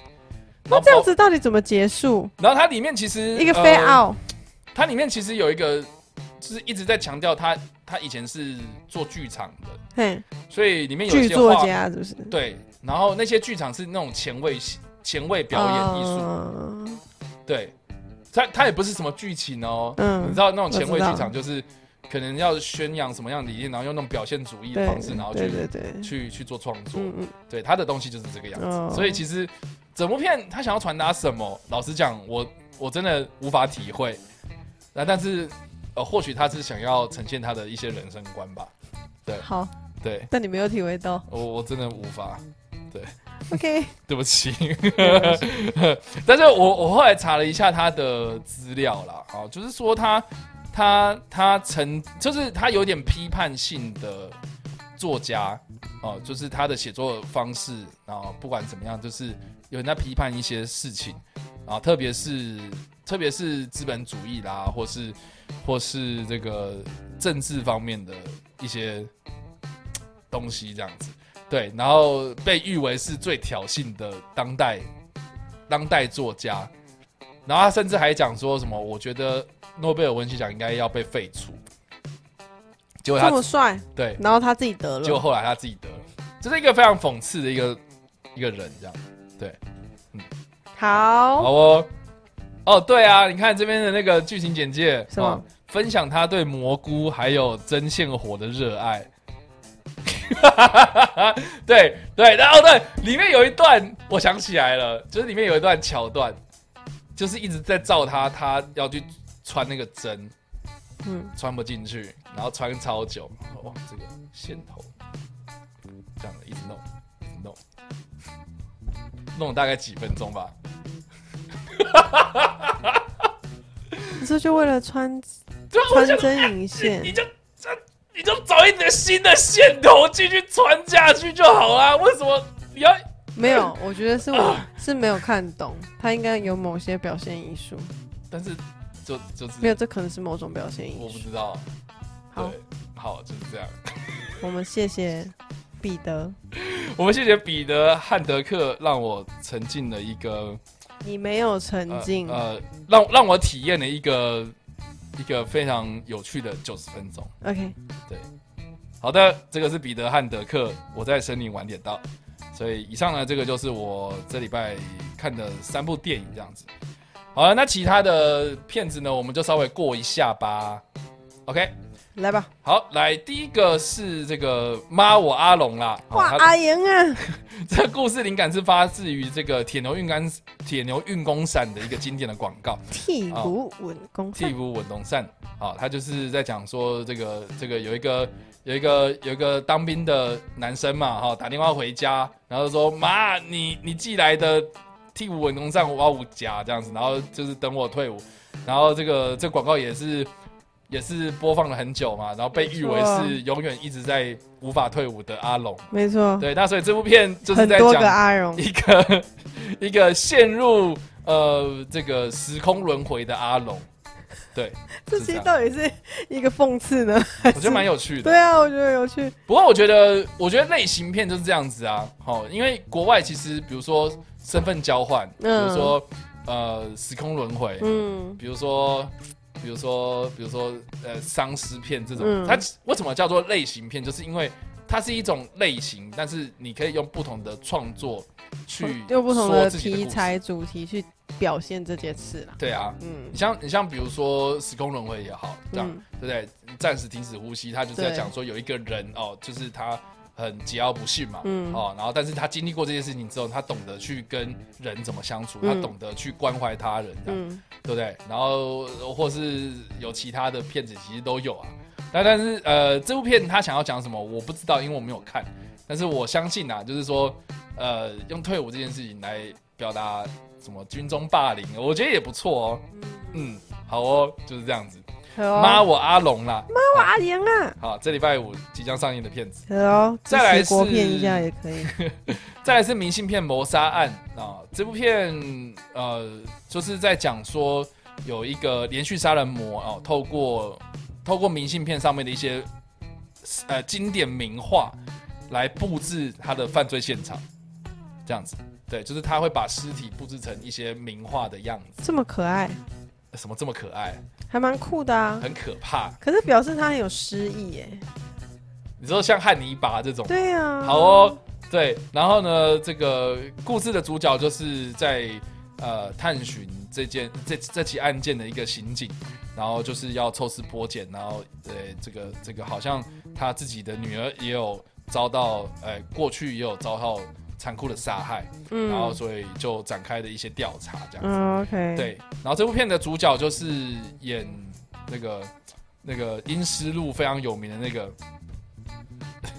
Speaker 2: 那
Speaker 1: 然后
Speaker 2: 这样
Speaker 1: 包，
Speaker 2: 子到底怎么结束？
Speaker 1: 然后它里面其实
Speaker 2: 一个
Speaker 1: 呃
Speaker 2: 飞 out，
Speaker 1: 它里面其实有一个就是一直在强调他他以前是做剧场的，
Speaker 2: 嘿，
Speaker 1: 所以里面有一
Speaker 2: 剧
Speaker 1: 些
Speaker 2: 作
Speaker 1: 画
Speaker 2: 家是不是？
Speaker 1: 对，然后那些剧场是那种前卫前卫表演艺术。
Speaker 2: 嗯
Speaker 1: 对，他他也不是什么剧情哦，
Speaker 2: 嗯
Speaker 1: 你知道那种前卫剧
Speaker 2: 我知
Speaker 1: 场
Speaker 2: 道
Speaker 1: 就是可能要宣扬什么样的理念，然后用那种表现主义的
Speaker 2: 对
Speaker 1: 方式，然后去
Speaker 2: 对对对，
Speaker 1: 去去做创作。
Speaker 2: 嗯嗯，
Speaker 1: 对，他的东西就是这个样子。
Speaker 2: 哦
Speaker 1: 所以其实整部片他想要传达什么，老实讲，我我真的无法体会。那、但是呃，或许他是想要呈现他的一些人生观吧。
Speaker 2: 好，
Speaker 1: 对
Speaker 2: 但你没有体 会到
Speaker 1: 我我真的无法，
Speaker 2: ，OK，
Speaker 1: 对不起。但是我我后来查了一下他的资料啦，哦，就是说他他他曾就是他有点批判性的作家哦，就是他的写作方式，然后不管怎么样，就是有人在批判一些事情啊，特别是特别是资本主义啦，或是或是这个政治方面的一些嘖东西这样子。对，然后被誉为是最挑衅的当代当代作家，然后他甚至还讲说什么，我觉得诺贝尔文学奖应该要被废除。结果
Speaker 2: 这
Speaker 1: 他
Speaker 2: 么帅，
Speaker 1: 对，
Speaker 2: 然后他自己得
Speaker 1: 结果
Speaker 2: 了，
Speaker 1: 后来他自己得了，这是一个非常讽刺的一个一个人这样。好
Speaker 2: 好，
Speaker 1: 哦，哦对啊，你看这边的那个剧情简介，
Speaker 2: 什么
Speaker 1: 哦分享他对蘑菇还有针线活的热爱。 对对，然后对，里面有一段我想起来了，就是里面有一段桥段，就是一直在照他，他要去穿那个针，
Speaker 2: 嗯，
Speaker 1: 穿不进去，然后穿超久，哇，这个线头这样的一直弄，一直弄，弄了大概几分钟吧。
Speaker 2: 你这就为了穿
Speaker 1: 对啊，我
Speaker 2: 穿
Speaker 1: 就
Speaker 2: 针 引线
Speaker 1: 你，就这，你就找一点新的线头进去穿下去就好啦。为什么你要？
Speaker 2: 没有，我觉得是我
Speaker 1: 啊
Speaker 2: 是没有看懂，他应该有某些表现艺术，
Speaker 1: 但是就就是
Speaker 2: 没有，这可能是某种表现艺
Speaker 1: 我不
Speaker 2: 术。
Speaker 1: 知道。啊
Speaker 2: 好
Speaker 1: 对，，好，就是这样。
Speaker 2: 我们谢谢彼得，
Speaker 1: 我们谢谢彼得汉德克，让我沉浸了一个
Speaker 2: 你没有沉
Speaker 1: 呃
Speaker 2: 浸，
Speaker 1: 呃，让让我体验了一个一个非常有趣的九十分钟。
Speaker 2: OK，
Speaker 1: 好的，这个是彼得汉德克，我在森林晚点到。所以以上呢，这个就是我这礼拜看的三部电影这样子。好了，那其他的片子呢，我们就稍微过一下吧。OK，
Speaker 2: 来吧，
Speaker 1: 好，来第一个是这个妈我阿龙啦，好
Speaker 2: 哇，
Speaker 1: 哦他
Speaker 2: 阿言啊，
Speaker 1: 这故事灵感是发自于这个铁牛运杆铁牛运功伞的一个经典的广告。
Speaker 2: 替补稳功
Speaker 1: 哦替补稳东善啊，他就是在讲说这个这个有一个有一个有一个当兵的男生嘛哈、打电话回家，然后就说妈，你你寄来的替补稳东善我要五甲这样子，然后就是等我退伍，然后这个这广告也是也是播放了很久嘛，然后被誉为
Speaker 2: 没错啊
Speaker 1: 是永远一直在无法退伍的阿龙，
Speaker 2: 没错，
Speaker 1: 对，那所以这部片就是
Speaker 2: 很
Speaker 1: 在
Speaker 2: 多个
Speaker 1: 讲
Speaker 2: 阿荣，
Speaker 1: 一个一个陷入呃这个时空轮回的阿龙。对，
Speaker 2: 这
Speaker 1: 是这
Speaker 2: 其实
Speaker 1: 样
Speaker 2: 到底是一个讽刺呢？
Speaker 1: 我觉得蛮有趣的。
Speaker 2: 对啊，我觉得有趣。
Speaker 1: 不过我觉得，我觉得类型片就是这样子啊，好，因为国外其实比如说身份交换，比
Speaker 2: 嗯
Speaker 1: 如说呃时空轮回，
Speaker 2: 嗯，
Speaker 1: 比如说。比如说，比如说，呃，丧尸片这种，
Speaker 2: 嗯
Speaker 1: 它为什么叫做类型片？就是因为它是一种类型，但是你可以用不同的创作去
Speaker 2: 用不同
Speaker 1: 说
Speaker 2: 的
Speaker 1: 自己的
Speaker 2: 题
Speaker 1: 故事。
Speaker 2: 材主题去表现这件事啦。
Speaker 1: 对啊，
Speaker 2: 嗯
Speaker 1: 你像你像比如说时空轮回也好，这样、
Speaker 2: 嗯
Speaker 1: 对不对？暂时停止呼吸，他就是在
Speaker 2: 对
Speaker 1: 讲说有一个人哦，就是他很桀骜不驯嘛，
Speaker 2: 嗯
Speaker 1: 哦，然后但是他经历过这件事情之后，他懂得去跟人怎么相处，
Speaker 2: 嗯
Speaker 1: 他懂得去关怀他人，这样、
Speaker 2: 嗯，
Speaker 1: 对不对？然后呃或是有其他的片子其实都有啊，但但是呃，这部片他想要讲什么我不知道，因为我没有看，但是我相信啊，就是说呃，用退伍这件事情来表达什么军中霸凌，我觉得也不错哦。嗯，好哦，就是这样子。
Speaker 2: 好
Speaker 1: 妈，
Speaker 2: 哦，
Speaker 1: 我阿龙啦。
Speaker 2: 哇阿言啊，
Speaker 1: 好，这礼拜五即将上映的片子，
Speaker 2: 可哦，
Speaker 1: 再来
Speaker 2: 支持国
Speaker 1: 是
Speaker 2: 片一下也可以。
Speaker 1: 再来是明信片谋杀案啊。这部片呃，就是在讲说有一个连续杀人魔哦、透过透过明信片上面的一些呃经典名画来布置他的犯罪现场，这样子。对，就是他会把尸体布置成一些名画的样子，
Speaker 2: 这么可爱，
Speaker 1: 什么这么可爱，
Speaker 2: 还蛮酷的啊。
Speaker 1: 很可怕。
Speaker 2: 可是表示他很有诗意耶。
Speaker 1: 你说像汉尼拔这种，
Speaker 2: 对啊。
Speaker 1: 哦好哦，对，然后呢，这个故事的主角就是在呃探寻这件这这起案件的一个刑警，然后就是要抽丝剥茧，然后呃这个这个好像他自己的女儿也有遭到呃过去也有遭到残酷的杀害，
Speaker 2: 嗯，
Speaker 1: 然后所以就展开了一些调查这样子。
Speaker 2: 嗯，OK，，
Speaker 1: 对，然后这部片的主角就是演那个那个《阴尸路》非常有名的那个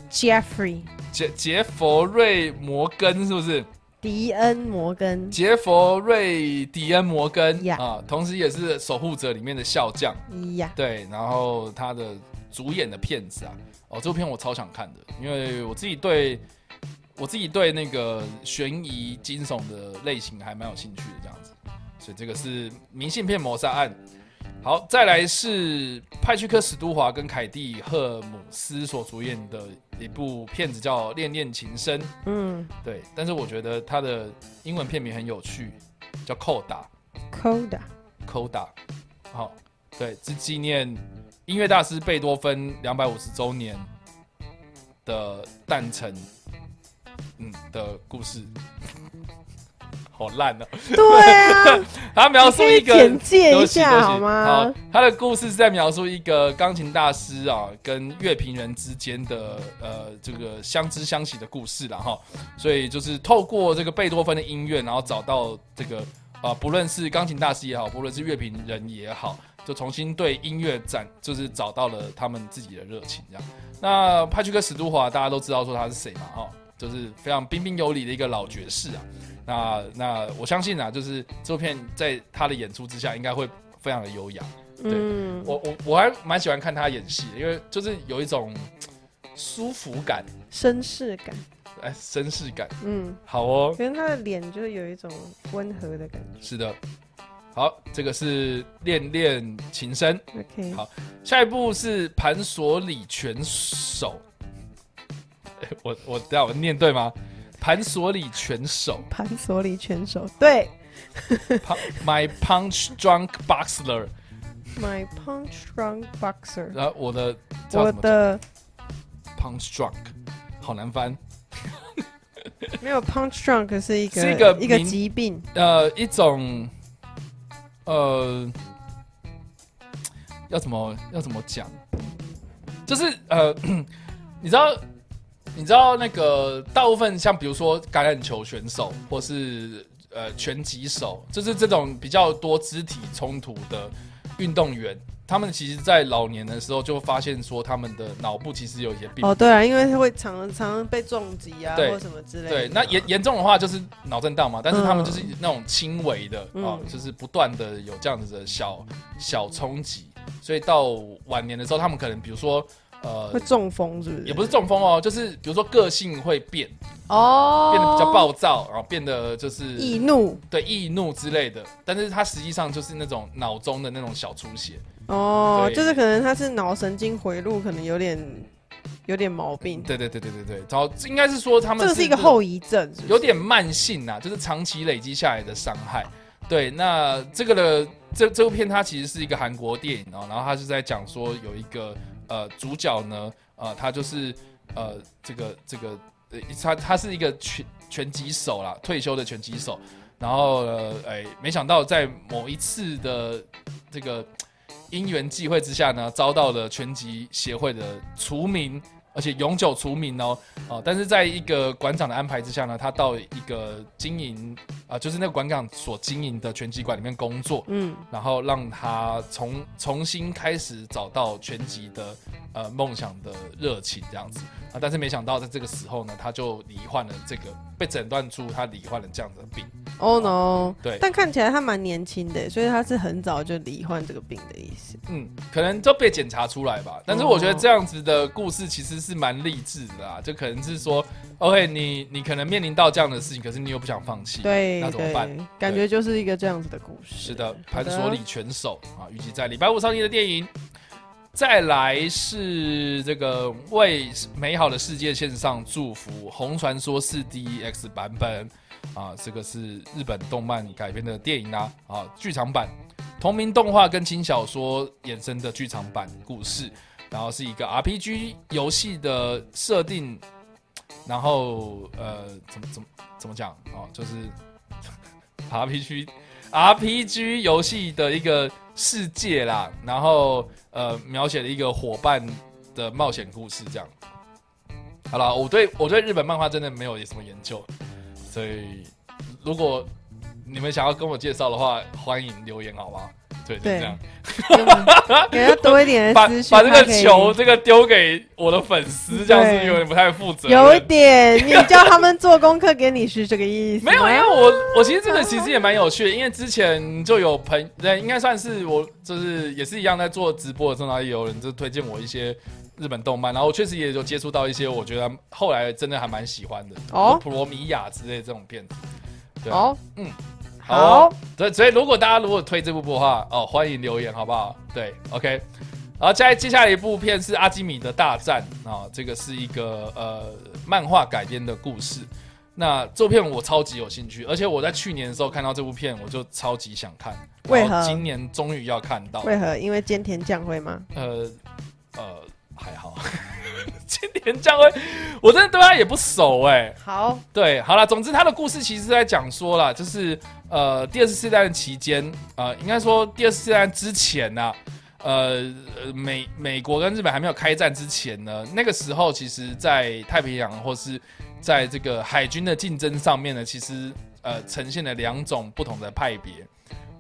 Speaker 2: Jeffrey
Speaker 1: 杰杰佛瑞摩根，是不是？
Speaker 2: 迪恩摩根
Speaker 1: 杰佛瑞迪恩摩根
Speaker 2: Yeah
Speaker 1: 啊，同时也是《守护者》里面的笑匠。
Speaker 2: 哎呀，
Speaker 1: 对，然后他的主演的片子啊，哦，这部片我超想看的，因为我自己对我自己对那个悬疑惊悚的类型还蛮有兴趣的这样子，所以这个是《明信片谋杀案》。好，再来是派屈克·史都华跟凯蒂·赫姆斯所主演的一部片子，叫《恋恋情深》。
Speaker 2: 嗯
Speaker 1: 对，但是我觉得它的英文片名很有趣，叫《扣打》。
Speaker 2: ，Coda，
Speaker 1: Coda，好、对，是纪念音乐大师贝多芬两百五十周年的诞辰，嗯的故事， 好烂哦、
Speaker 2: 对 啊，
Speaker 1: 他描
Speaker 2: 你
Speaker 1: 述
Speaker 2: 可以
Speaker 1: 一个
Speaker 2: 简介
Speaker 1: 都
Speaker 2: 一下好吗？
Speaker 1: 他的故事是在描述一个钢琴大师啊跟乐评人之间的呃这个相知相惜的故事了哈。所以就是透过这个贝多芬的音乐，然后找到这个啊、呃不论是钢琴大师也好，不论是乐评人也好，就重新对音乐展就是找到了他们自己的热情这样。那派屈克·史都华大家都知道说他是谁嘛哈、就是非常彬彬有礼的一个老爵士啊。那那我相信啊，就是这部片在他的演出之下，应该会非常的优雅。对
Speaker 2: 嗯，
Speaker 1: 我我我还蛮喜欢看他演戏的，因为就是有一种嘖舒服感，
Speaker 2: 绅士感，
Speaker 1: 哎，绅士感。
Speaker 2: 嗯，
Speaker 1: 好哦，
Speaker 2: 可能他的脸就有一种温和的感
Speaker 1: 是的。好，这个是《恋恋情深》，
Speaker 2: 觉，OK，
Speaker 1: 好下一部是《盘索里拳手》哎我我等一下我念对吗？盘索里拳手
Speaker 2: 盘索里拳手，对
Speaker 1: Pa-，My Punch Drunk Boxer，
Speaker 2: ，My Punch Drunk Boxer，
Speaker 1: 然后我的叫
Speaker 2: 我
Speaker 1: 什么
Speaker 2: 的
Speaker 1: Punch Drunk，好难翻。
Speaker 2: 没有 Punch Drunk 是一个
Speaker 1: 是一个
Speaker 2: 一个
Speaker 1: 名
Speaker 2: 疾病，
Speaker 1: 呃一种呃要怎么要怎么讲，就是呃 你知道你知道那个大部分像比如说橄榄球选手或是呃拳击手，就是这种比较多肢体冲突的运动员。他们其实，在老年的时候就发现说，他们的脑部其实有一些病。
Speaker 2: 哦，对啊，因为他会常常常被撞击啊，
Speaker 1: 对
Speaker 2: 或什么之类的，
Speaker 1: 对，那严严重的话就是脑震荡嘛，但是他们就是那种轻微的啊、
Speaker 2: 嗯
Speaker 1: 就是不断的有这样子的小小冲击，所以到晚年的时候，他们可能比如说呃
Speaker 2: 会，中风是不是？
Speaker 1: 也不是中风哦，就是比如说个性会变，
Speaker 2: 哦，
Speaker 1: 变得比较暴躁，然后变得就是
Speaker 2: 易怒
Speaker 1: 对易怒之类的，但是他实际上就是那种脑中的那种小出血，
Speaker 2: 哦，
Speaker 1: 对
Speaker 2: 就是可能他是脑神经回路可能有点有点毛病，
Speaker 1: 嗯对对对对对对，然后应该是说他们
Speaker 2: 这个是一个
Speaker 1: 这种
Speaker 2: 后遗症是不是
Speaker 1: 有点慢性呐、就是长期累积下来的伤害。对，那这个的这这部片它其实是一个韩国电影哦，然后它是在讲说有一个呃主角呢，呃，他就是呃这个这个呃他他是一个拳拳击手啦，退休的拳击手，然后呃哎没想到在某一次的这个因缘际会之下呢，遭到了拳击协会的除名，而且永久除名哦。哦，但是在一个馆长的安排之下呢，他到一个经营啊、就是那个馆长所经营的拳击馆里面工作，
Speaker 2: 嗯
Speaker 1: 然后让他重重新开始找到拳击的呃梦想的热情这样子啊、但是没想到在这个时候呢，他就罹患了这个被诊断出他罹患了这样子的病，
Speaker 2: ，Oh no，
Speaker 1: 哦对，
Speaker 2: 但看起来他蛮年轻的，所以他是很早就罹患这个病的意思。
Speaker 1: 嗯，可能就被检查出来吧。但是我觉得这样子的故事其实是蛮励志的啦，就可能是说，OK，你你可能面临到这样的事情，可是你又不想放弃，
Speaker 2: 对
Speaker 1: 那怎么办？
Speaker 2: 对，感觉就是一个这样子的故事。
Speaker 1: 是的，
Speaker 2: 好
Speaker 1: 盘索里拳手啊，预计在礼拜五上映的电影。再来是这个为美好的世界献上祝福，《红传说》四 DX 版本啊，这个是日本动漫改编的电影啦啊，剧场版同名动画跟轻小说衍生的剧场版故事，然后是一个 RPG 游戏的设定， 然后呃，怎么怎么怎么讲啊，就是 RPG RPG 游戏的一个世界啦，然后呃描写了一个伙伴的冒险故事这样。好了，我对我对日本漫画真的没有什么研究，所以如果你们想要跟我介绍的话，欢迎留言好吗？对，就
Speaker 2: 对
Speaker 1: 这样，
Speaker 2: 给他多一点
Speaker 1: 把
Speaker 2: 的资讯，
Speaker 1: 把这
Speaker 2: 他
Speaker 1: 个
Speaker 2: 可以
Speaker 1: 球这个丢给我的粉丝，这样是不是
Speaker 2: 对
Speaker 1: 有点不太负责任。
Speaker 2: 有一点，你叫他们做功课给你是这个意思吗？
Speaker 1: 没有，因为我我其实这个其实也蛮有趣的，因为之前就有朋，呃，应该算是我就是也是一样在做直播的时候，然后也有人就推荐我一些日本动漫，然后我确实也有接触到一些我觉得后来真的还蛮喜欢的，
Speaker 2: 哦
Speaker 1: 普罗米亚之类的这种片子。对啊，
Speaker 2: 哦，
Speaker 1: 嗯，好
Speaker 2: 好
Speaker 1: 哦，所以所以如果大家如果推这部部的话，哦，欢迎留言好不好？对，OK。然后接接下来一部片是《阿基米德大战》啊、这个是一个呃漫画改编的故事。那这部片我超级有兴趣，而且我在去年的时候看到这部片，我就超级想看。
Speaker 2: 为何
Speaker 1: 然后今年终于要看到。
Speaker 2: 为何？因为菅田将晖吗？
Speaker 1: 呃呃，还好。 今年将会，我真的对他也不熟哎、
Speaker 2: 好，
Speaker 1: 对，好了，总之他的故事其实是在讲说啦，就是呃第二次世界大战期间，呃，应该说第二次世界大战之前呐、呃，呃美美国跟日本还没有开战之前呢，那个时候其实，呃在太平洋或是在这个海军的竞争上面呢，其实呃呈现了两种不同的派别。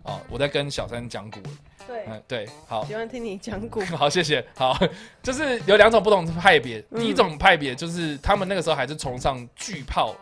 Speaker 1: 哦，我在跟小三讲古文，
Speaker 2: 对
Speaker 1: 嗯、对，好，
Speaker 2: 喜欢听你讲 古，
Speaker 1: 好，谢谢。好，就是有两种不同的派别。
Speaker 2: 嗯
Speaker 1: 第一种派别就是他们那个时候还是崇尚巨炮、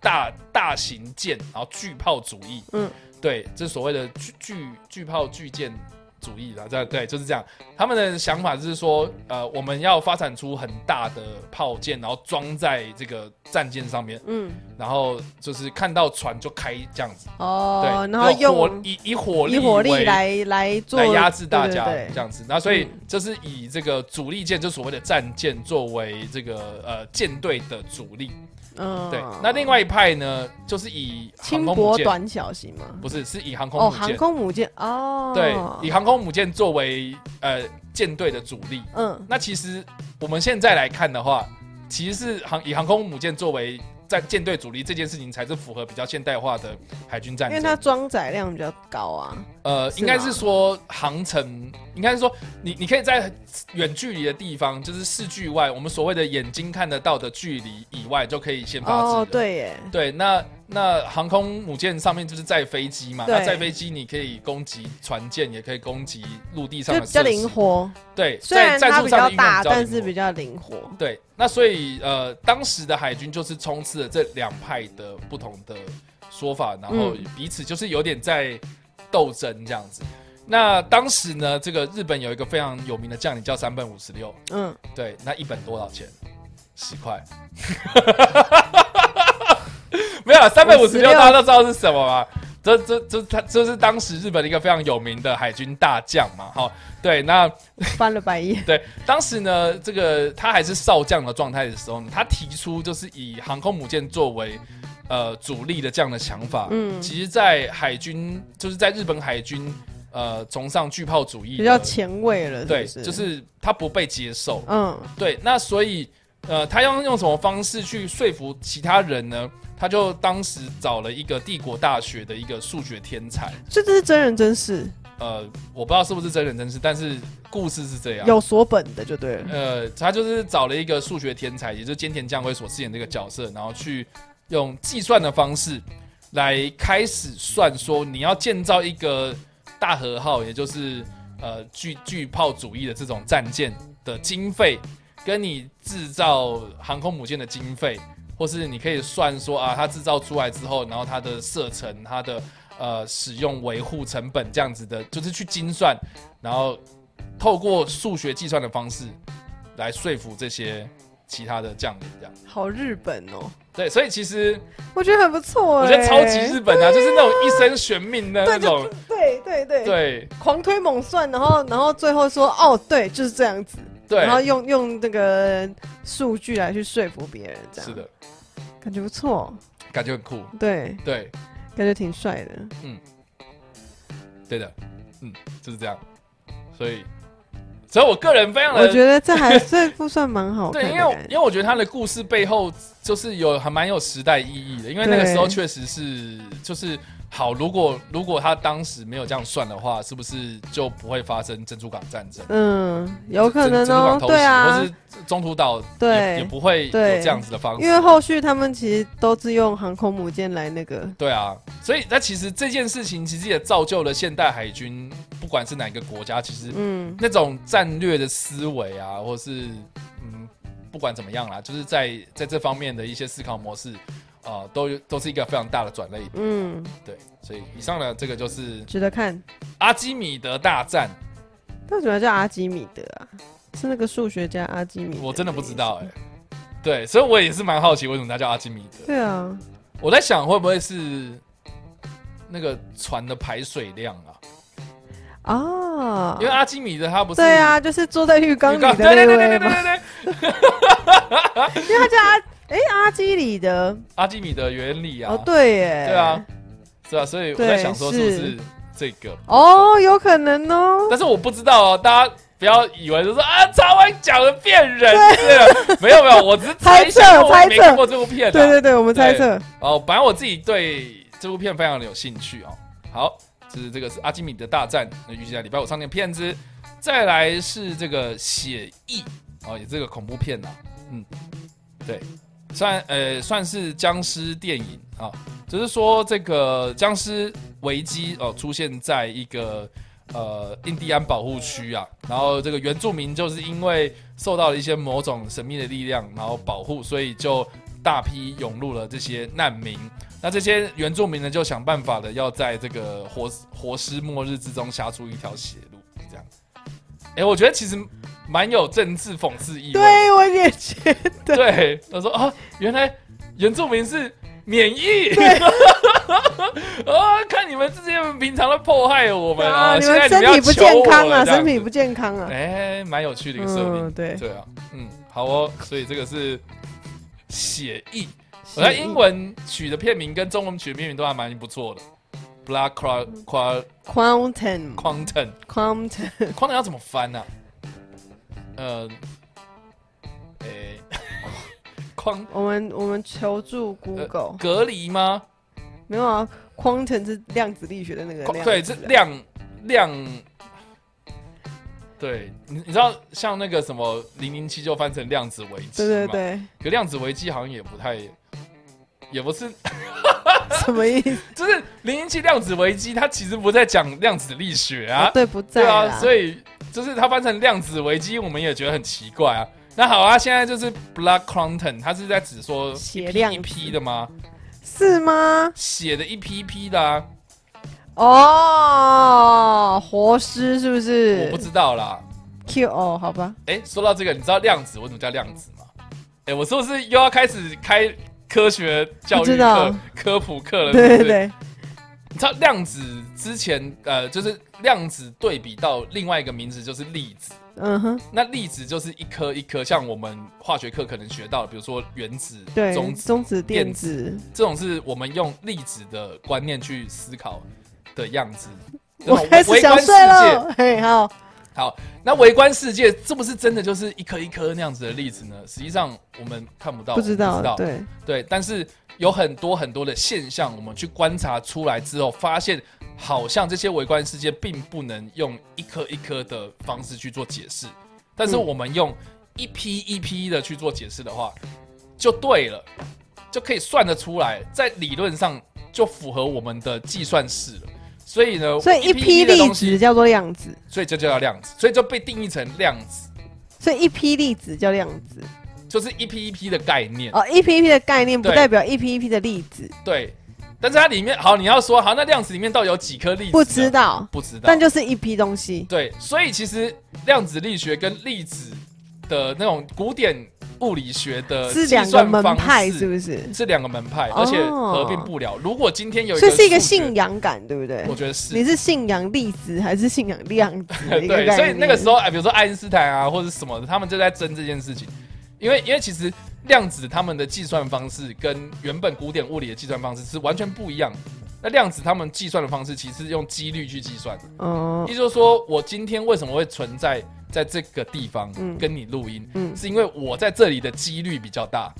Speaker 1: 大大型舰，然后巨炮主义。嗯
Speaker 2: 嗯，
Speaker 1: 对，这所谓的巨巨巨炮巨舰主义啦，这样对，就是这样。他们的想法就是说，呃，我们要发展出很大的炮舰，然后装在这个战舰上面，
Speaker 2: 嗯，
Speaker 1: 然后就是看到船就开这样子。
Speaker 2: 哦，
Speaker 1: 对，
Speaker 2: 然
Speaker 1: 火
Speaker 2: 后用
Speaker 1: 以以火力
Speaker 2: 以火力
Speaker 1: 为
Speaker 2: 来来做
Speaker 1: 来压制大家
Speaker 2: 对对对
Speaker 1: 这样子。那所以
Speaker 2: 嗯
Speaker 1: 就是以这个主力舰，就所谓的战舰作为这个呃舰队的主力。
Speaker 2: 嗯，
Speaker 1: 对，那另外一派呢，就是以航
Speaker 2: 轻
Speaker 1: 空母
Speaker 2: 薄
Speaker 1: 舰，
Speaker 2: 短小型嘛，
Speaker 1: 不是是以航空
Speaker 2: 哦，
Speaker 1: 母
Speaker 2: 航
Speaker 1: 舰，
Speaker 2: 空母舰，哦，
Speaker 1: 对，以航空母舰作为呃舰队的主力。
Speaker 2: 嗯，
Speaker 1: 那其实我们现在来看的话，其实是航以航空母舰作为战舰队主力这件事情，才是符合比较现代化的海军战
Speaker 2: 因
Speaker 1: 争。
Speaker 2: 为它装载量比较高啊，
Speaker 1: 呃，
Speaker 2: 是
Speaker 1: 应该
Speaker 2: 吗
Speaker 1: 是说航程，应该是说你你可以在远距离的地方，就是视距外，我们所谓的眼睛看得到的距离以外，就可以先发制人。
Speaker 2: 哦，对耶，
Speaker 1: 对那那航空母舰上面就是载飞机嘛，
Speaker 2: 对
Speaker 1: 那载飞机你可以攻击船舰，也可以攻击陆地上
Speaker 2: 就
Speaker 1: 的
Speaker 2: 比较
Speaker 1: 设施
Speaker 2: 灵。活，
Speaker 1: 对，
Speaker 2: 虽然
Speaker 1: 在
Speaker 2: 它
Speaker 1: 战术
Speaker 2: 比
Speaker 1: 上
Speaker 2: 较
Speaker 1: 的运用
Speaker 2: 大，
Speaker 1: 比较
Speaker 2: 但
Speaker 1: 灵
Speaker 2: 是
Speaker 1: 活
Speaker 2: 比较灵活，
Speaker 1: 对，那所以呃，当时的海军就是充斥了这两派的不同的说法，然后
Speaker 2: 嗯
Speaker 1: 彼此就是有点在斗争这样子。那当时呢，这个日本有一个非常有名的将领叫三本五十六，
Speaker 2: 嗯，
Speaker 1: 对，那一本多少钱？十块。 没有啊三百五十六，
Speaker 2: 56
Speaker 1: 大家都知道是什么嘛？这这这他这是当时日本的一个非常有名的海军大将嘛？哈，对，那
Speaker 2: 翻了白眼，
Speaker 1: 对，当时呢，这个他还是少将的状态的时候呢，他提出就是以航空母舰作为呃主力的这样的想法。嗯，
Speaker 2: 嗯
Speaker 1: 其实，在海军就是在日本海军呃崇尚巨炮主义的，
Speaker 2: 比较前卫了，
Speaker 1: 对，
Speaker 2: 是不
Speaker 1: 就是他不被接受。
Speaker 2: 嗯，
Speaker 1: 对，那所以呃，他要用什么方式去说服其他人呢？他就当时找了一个帝国大学的一个数学天才，
Speaker 2: 所以这是真人真事，
Speaker 1: 呃，我不知道是不是真人真事，但是故事是这样。
Speaker 2: 有所本的就对了。
Speaker 1: 呃，他就是找了一个数学天才，也就是菅田将晖所饰演这个角色，然后去用计算的方式来开始算说你要建造一个大和号，也就是呃巨巨炮主义的这种战舰的经费，跟你制造航空母舰的经费，或是你可以算说啊，它制造出来之后，然后它的射程、它的呃使用维护成本这样子的，就是去精算，然后透过数学计算的方式来说服这些其他的将领，这样
Speaker 2: 好日本哦，
Speaker 1: 对，所以其实
Speaker 2: 我觉得很不错、
Speaker 1: 我
Speaker 2: 欸，
Speaker 1: 觉得超级日本啊，就是那种一生悬命的那
Speaker 2: 对
Speaker 1: 种
Speaker 2: 就，对对对
Speaker 1: 对
Speaker 2: 狂推猛算，然后然后最后说哦，对，就是这样子，
Speaker 1: 对
Speaker 2: 然，后用用那个数据来去说服别人，这样
Speaker 1: 是，的，
Speaker 2: 感觉不错，
Speaker 1: 感觉很酷，
Speaker 2: 对，
Speaker 1: 对
Speaker 2: 感觉挺帅的。
Speaker 1: 对的，嗯，就是这样，所以所以我个人非常的
Speaker 2: 我觉得这还这部算蛮好看
Speaker 1: 对，
Speaker 2: 的
Speaker 1: 因为我
Speaker 2: 感
Speaker 1: 因
Speaker 2: 觉。
Speaker 1: 为我觉得他的故事背后就是有还蛮有时代意义的，因为那个时候确实是就是好，如果如果他当时没有这样算的话，是不是就不会发生珍珠港战争？
Speaker 2: 嗯，有可
Speaker 1: 珍
Speaker 2: 能
Speaker 1: 珍珠
Speaker 2: 哦
Speaker 1: 港，偷袭，
Speaker 2: 对啊
Speaker 1: 或，是中途岛也
Speaker 2: 对
Speaker 1: 也不会有
Speaker 2: 对
Speaker 1: 这样子的方式，
Speaker 2: 因为后续他们其实都是用航空母舰来那个，
Speaker 1: 对啊，所以那其实这件事情其实也造就了现代海军，不管是哪个国家，其实
Speaker 2: 嗯，
Speaker 1: 那种战略的思维啊，或是嗯，不管怎么样啦，就是在在这方面的一些思考模式，啊、都有都是一个非常大的转类点。
Speaker 2: 嗯，
Speaker 1: 对，所以以上呢，这个就是
Speaker 2: 值得看。
Speaker 1: 阿基米德大战，
Speaker 2: 为什么要叫阿基米德啊？是那个数学家阿基米德？
Speaker 1: 我真的不知道哎、。对，所以我也是蛮好奇，为什么它叫阿基米德？
Speaker 2: 对啊，
Speaker 1: 我在想会不会是那个船的排水量啊？
Speaker 2: 啊，
Speaker 1: 因为阿基米德他不是
Speaker 2: 对啊，就是坐在浴缸
Speaker 1: 浴
Speaker 2: 里
Speaker 1: 缸，
Speaker 2: 的
Speaker 1: 对对对
Speaker 2: 那
Speaker 1: 对对
Speaker 2: 位
Speaker 1: 对
Speaker 2: 吗？
Speaker 1: 对对。
Speaker 2: 因为他叫阿，哎，阿基里德。
Speaker 1: 阿基米德原理啊，
Speaker 2: 哦，对耶。
Speaker 1: 对啊，，是啊，所以我在
Speaker 2: 对
Speaker 1: 想说是不
Speaker 2: 是
Speaker 1: 是这个？
Speaker 2: 哦，有可能哦。
Speaker 1: 但是我不知道哦，大家不要以为就说啊，查完讲了骗人，对了，没有没有，我只是猜一下
Speaker 2: 猜测
Speaker 1: 因为我也没
Speaker 2: 猜测
Speaker 1: 看过这部片啊。
Speaker 2: 对对对，我们猜测。
Speaker 1: 哦，反正我自己对这部片非常的有兴趣哦。好，就是这个是阿基米德大战，那预计在礼拜五上映的片子。再来是这个《血疫》哦，也这个恐怖片呐、嗯，对，算呃算是僵尸电影啊、只是说这个僵尸危机哦出现在一个呃印第安保护区啊，然后这个原住民就是因为受到了一些某种神秘的力量，然后保护，所以就大批涌入了这些难民。那这些原住民呢，就想办法的要在这个活活尸末日之中杀出一条血路，这样。哎、我觉得其实蛮有政治讽刺意味的。
Speaker 2: 对，我也觉得。
Speaker 1: 对，他说啊，原来原住民是免疫， 啊，看你们这些人平常都迫害我们啊，
Speaker 2: 哦你
Speaker 1: 现在
Speaker 2: 们身
Speaker 1: 要
Speaker 2: 体不
Speaker 1: 求
Speaker 2: 健
Speaker 1: 我
Speaker 2: 康
Speaker 1: 了
Speaker 2: 啊，
Speaker 1: 这样
Speaker 2: 身
Speaker 1: 子
Speaker 2: 体不健康啊。
Speaker 1: 哎，蛮有趣的一个设定，
Speaker 2: 嗯，对。
Speaker 1: 对啊，嗯，好哦，所以这个是写意，我在英文取的片名跟中文取的片名都还蛮不错的。Black Qua Qua
Speaker 2: Quantum
Speaker 1: Quantum
Speaker 2: Quantum，
Speaker 1: Quantum 要怎么翻呢、啊？呃，诶、 框
Speaker 2: 我们我们求助
Speaker 1: 呃
Speaker 2: Google，
Speaker 1: 隔离吗？
Speaker 2: 没有啊，Quantum 是量子力学的那个量。
Speaker 1: 对，这。量量，对你你知道像那个什么零零七就翻成量子危机，
Speaker 2: 对对，对，
Speaker 1: 可量子危机好像也不太，也不是，
Speaker 2: 什么意思？
Speaker 1: 就是零零七量子危机，它其实不在讲量子力学 啊
Speaker 2: 哦，对，不在
Speaker 1: 对啊，所
Speaker 2: 以
Speaker 1: 以就是它翻成量子危机，我们也觉得很奇怪啊。那好啊，现在就是 Black Quantum，它是在指说
Speaker 2: 血
Speaker 1: 一批
Speaker 2: 量
Speaker 1: 一
Speaker 2: 子
Speaker 1: 批的吗？
Speaker 2: 是吗？
Speaker 1: 血的一批一批的啊，
Speaker 2: 哦，活尸是不是？
Speaker 1: 我不知道啦。
Speaker 2: Q 哦，好吧，
Speaker 1: 哎、说到这个，你知道量子为什么叫量子吗？哎、我是不是又要开始开科学教
Speaker 2: 不
Speaker 1: 育
Speaker 2: 知道
Speaker 1: 课、科普课了？是不
Speaker 2: 对
Speaker 1: 是
Speaker 2: 对对，
Speaker 1: 你知道量子之前，呃，就是量子对比到另外一个名字就是粒子。
Speaker 2: 嗯哼，
Speaker 1: 那粒子就是一颗一颗，像我们化学课可能学到的，比如说原子、
Speaker 2: 对，
Speaker 1: 中
Speaker 2: 中
Speaker 1: 子，
Speaker 2: 子电子，
Speaker 1: 这种是我们用粒子的观念去思考的样子。这
Speaker 2: 我
Speaker 1: 种
Speaker 2: 开始
Speaker 1: 哦微
Speaker 2: 想
Speaker 1: 观世
Speaker 2: 睡
Speaker 1: 界，
Speaker 2: 了，嘿，好，
Speaker 1: 好，那围观世界是不是真的就是一颗一颗那样子的例子呢？实际上我们看不到，
Speaker 2: 不知
Speaker 1: 哦我
Speaker 2: 道
Speaker 1: 们，不知道
Speaker 2: 对，
Speaker 1: 对，但是有很多很多的现象，我们去观察出来之后，发现好像这些围观世界并不能用一颗一颗的方式去做解释，但是
Speaker 2: 嗯
Speaker 1: 我们用一批一批的去做解释的话，就对了，就可以算得出来，在理论上就符合我们的计算式了。所以呢，
Speaker 2: 所以一
Speaker 1: 一
Speaker 2: 批
Speaker 1: 的
Speaker 2: 粒
Speaker 1: 东
Speaker 2: 子
Speaker 1: 西，
Speaker 2: 叫做量子，
Speaker 1: 所以这就叫量子，所以就被定义成量子。
Speaker 2: 所以一批粒子叫量子，
Speaker 1: 就是一批一批的概念，
Speaker 2: 哦，一批一批的概念不
Speaker 1: 对
Speaker 2: 代表一批一批的粒子，
Speaker 1: 对。但是它里面，好，你要说好，那量子里面到底有几颗粒子？
Speaker 2: 不知，道，
Speaker 1: 不知道。
Speaker 2: 但就是一批东西，
Speaker 1: 对，所以其实量子力学跟粒子的那种古典物理学的
Speaker 2: 是
Speaker 1: 呃计
Speaker 2: 两个
Speaker 1: 算
Speaker 2: 门
Speaker 1: 方
Speaker 2: 派，
Speaker 1: 式
Speaker 2: 是不是？
Speaker 1: 是两个门派，
Speaker 2: 哦
Speaker 1: 而且合并不了。如果今天有一
Speaker 2: 所
Speaker 1: 个，
Speaker 2: 以是一个信，仰感，对不对
Speaker 1: 我？觉得是
Speaker 2: 你。是信仰粒子还是信仰量子的一个
Speaker 1: 对，
Speaker 2: 概念？
Speaker 1: 所以那个时候，哎，比如说爱因斯坦啊，或者什么的，他们就在争这件事情，因为因为其实量子他们的计算方式跟原本古典物理的计算方式是完全不一样的。那量子他们计算的方式其实是用几率去计算的，
Speaker 2: 哦
Speaker 1: 也，就是说，我今天为什么会存在在这个地方
Speaker 2: 嗯
Speaker 1: 跟你录音，
Speaker 2: 嗯
Speaker 1: 是因为我在这里的几率比较大，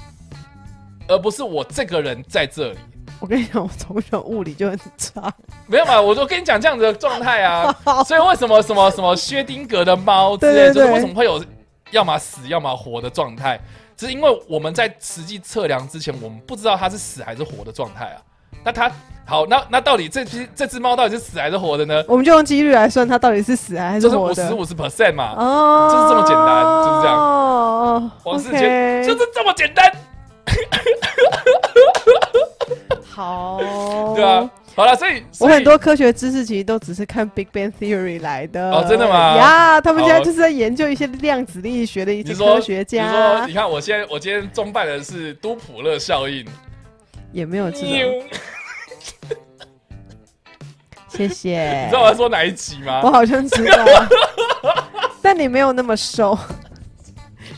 Speaker 1: 而不是我这个人在这里。
Speaker 2: 我跟你讲，我从小物理就很差，
Speaker 1: 没有嘛，我就跟你讲这样子的状态 啊，所以为什么什么什么薛丁格的猫之类
Speaker 2: 对
Speaker 1: 的，
Speaker 2: 对
Speaker 1: 就是
Speaker 2: 对
Speaker 1: 为什么会有要么死要么活的状态，只是因为我们在实际测量之前，我们不知道它是死还是活的状态啊。那它好，那那到底这只这只猫到底是死还是活的呢？
Speaker 2: 我们就用几率来算它到底是死还
Speaker 1: 就是是
Speaker 2: 活
Speaker 1: 五
Speaker 2: 的。
Speaker 1: 十五十 percent 嘛，
Speaker 2: 哦，
Speaker 1: 就是这么简单就是这样
Speaker 2: 哦，
Speaker 1: 王世
Speaker 2: OK
Speaker 1: 杰就是这么简单，
Speaker 2: 好，
Speaker 1: 对啊。好了，所以
Speaker 2: 哦我
Speaker 1: 所以
Speaker 2: 很多科学知识其实都只是看 Big Bang Theory 来的。
Speaker 1: 哦真的吗
Speaker 2: 呀，他们
Speaker 1: 好
Speaker 2: 现在就是在研究一些量子力学的一
Speaker 1: 你
Speaker 2: 些
Speaker 1: 说
Speaker 2: 科学
Speaker 1: 你说
Speaker 2: 家
Speaker 1: 你，看我现在我今天中办的是都普勒效应，
Speaker 2: 也没有这种。
Speaker 1: 你
Speaker 2: 谢谢
Speaker 1: 知，道我要说哪一集吗？
Speaker 2: 我好像知道， 但你没有那么瘦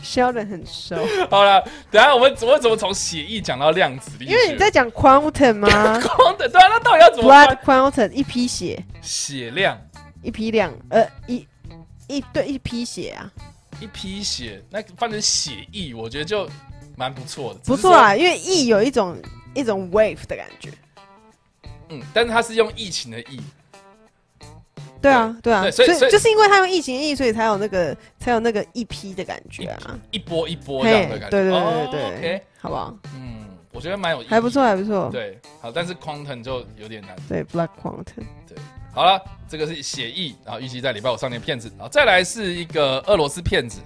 Speaker 2: ，Sheldon 很瘦，
Speaker 1: 好了，等一下我们怎么怎么从血液讲到量子力学？
Speaker 2: 因为你在讲 quantum 吗
Speaker 1: 光的，对啊，那到底要怎么
Speaker 2: ？Blood
Speaker 1: 办？
Speaker 2: quantum 一批血，
Speaker 1: 血量
Speaker 2: 一批量，呃，一一对一批血啊，
Speaker 1: 一批血，那翻成血液，我觉得就蛮不错的，
Speaker 2: 不错啊，因为 E 有一种一种 wave 的感觉。
Speaker 1: 只是说。嗯，但是它是用疫情的疫，
Speaker 2: 对啊，对啊，
Speaker 1: 对所以所以
Speaker 2: 就是因为他用疫情疫，所以才有那个才有那个一批的感觉啊，
Speaker 1: 一波一波这
Speaker 2: 嘿
Speaker 1: 样的，感觉。
Speaker 2: 对对
Speaker 1: 哦
Speaker 2: 对对对
Speaker 1: OK，
Speaker 2: 好不好？
Speaker 1: 嗯，我觉得蛮有意义，
Speaker 2: 还不。错，还不错，
Speaker 1: 对，好，但是 quantum 就有点难。
Speaker 2: 对，Black Quantum，
Speaker 1: 好了，这个是血液，然后预计在礼拜五上线骗子，然后再来是一个俄罗斯骗子。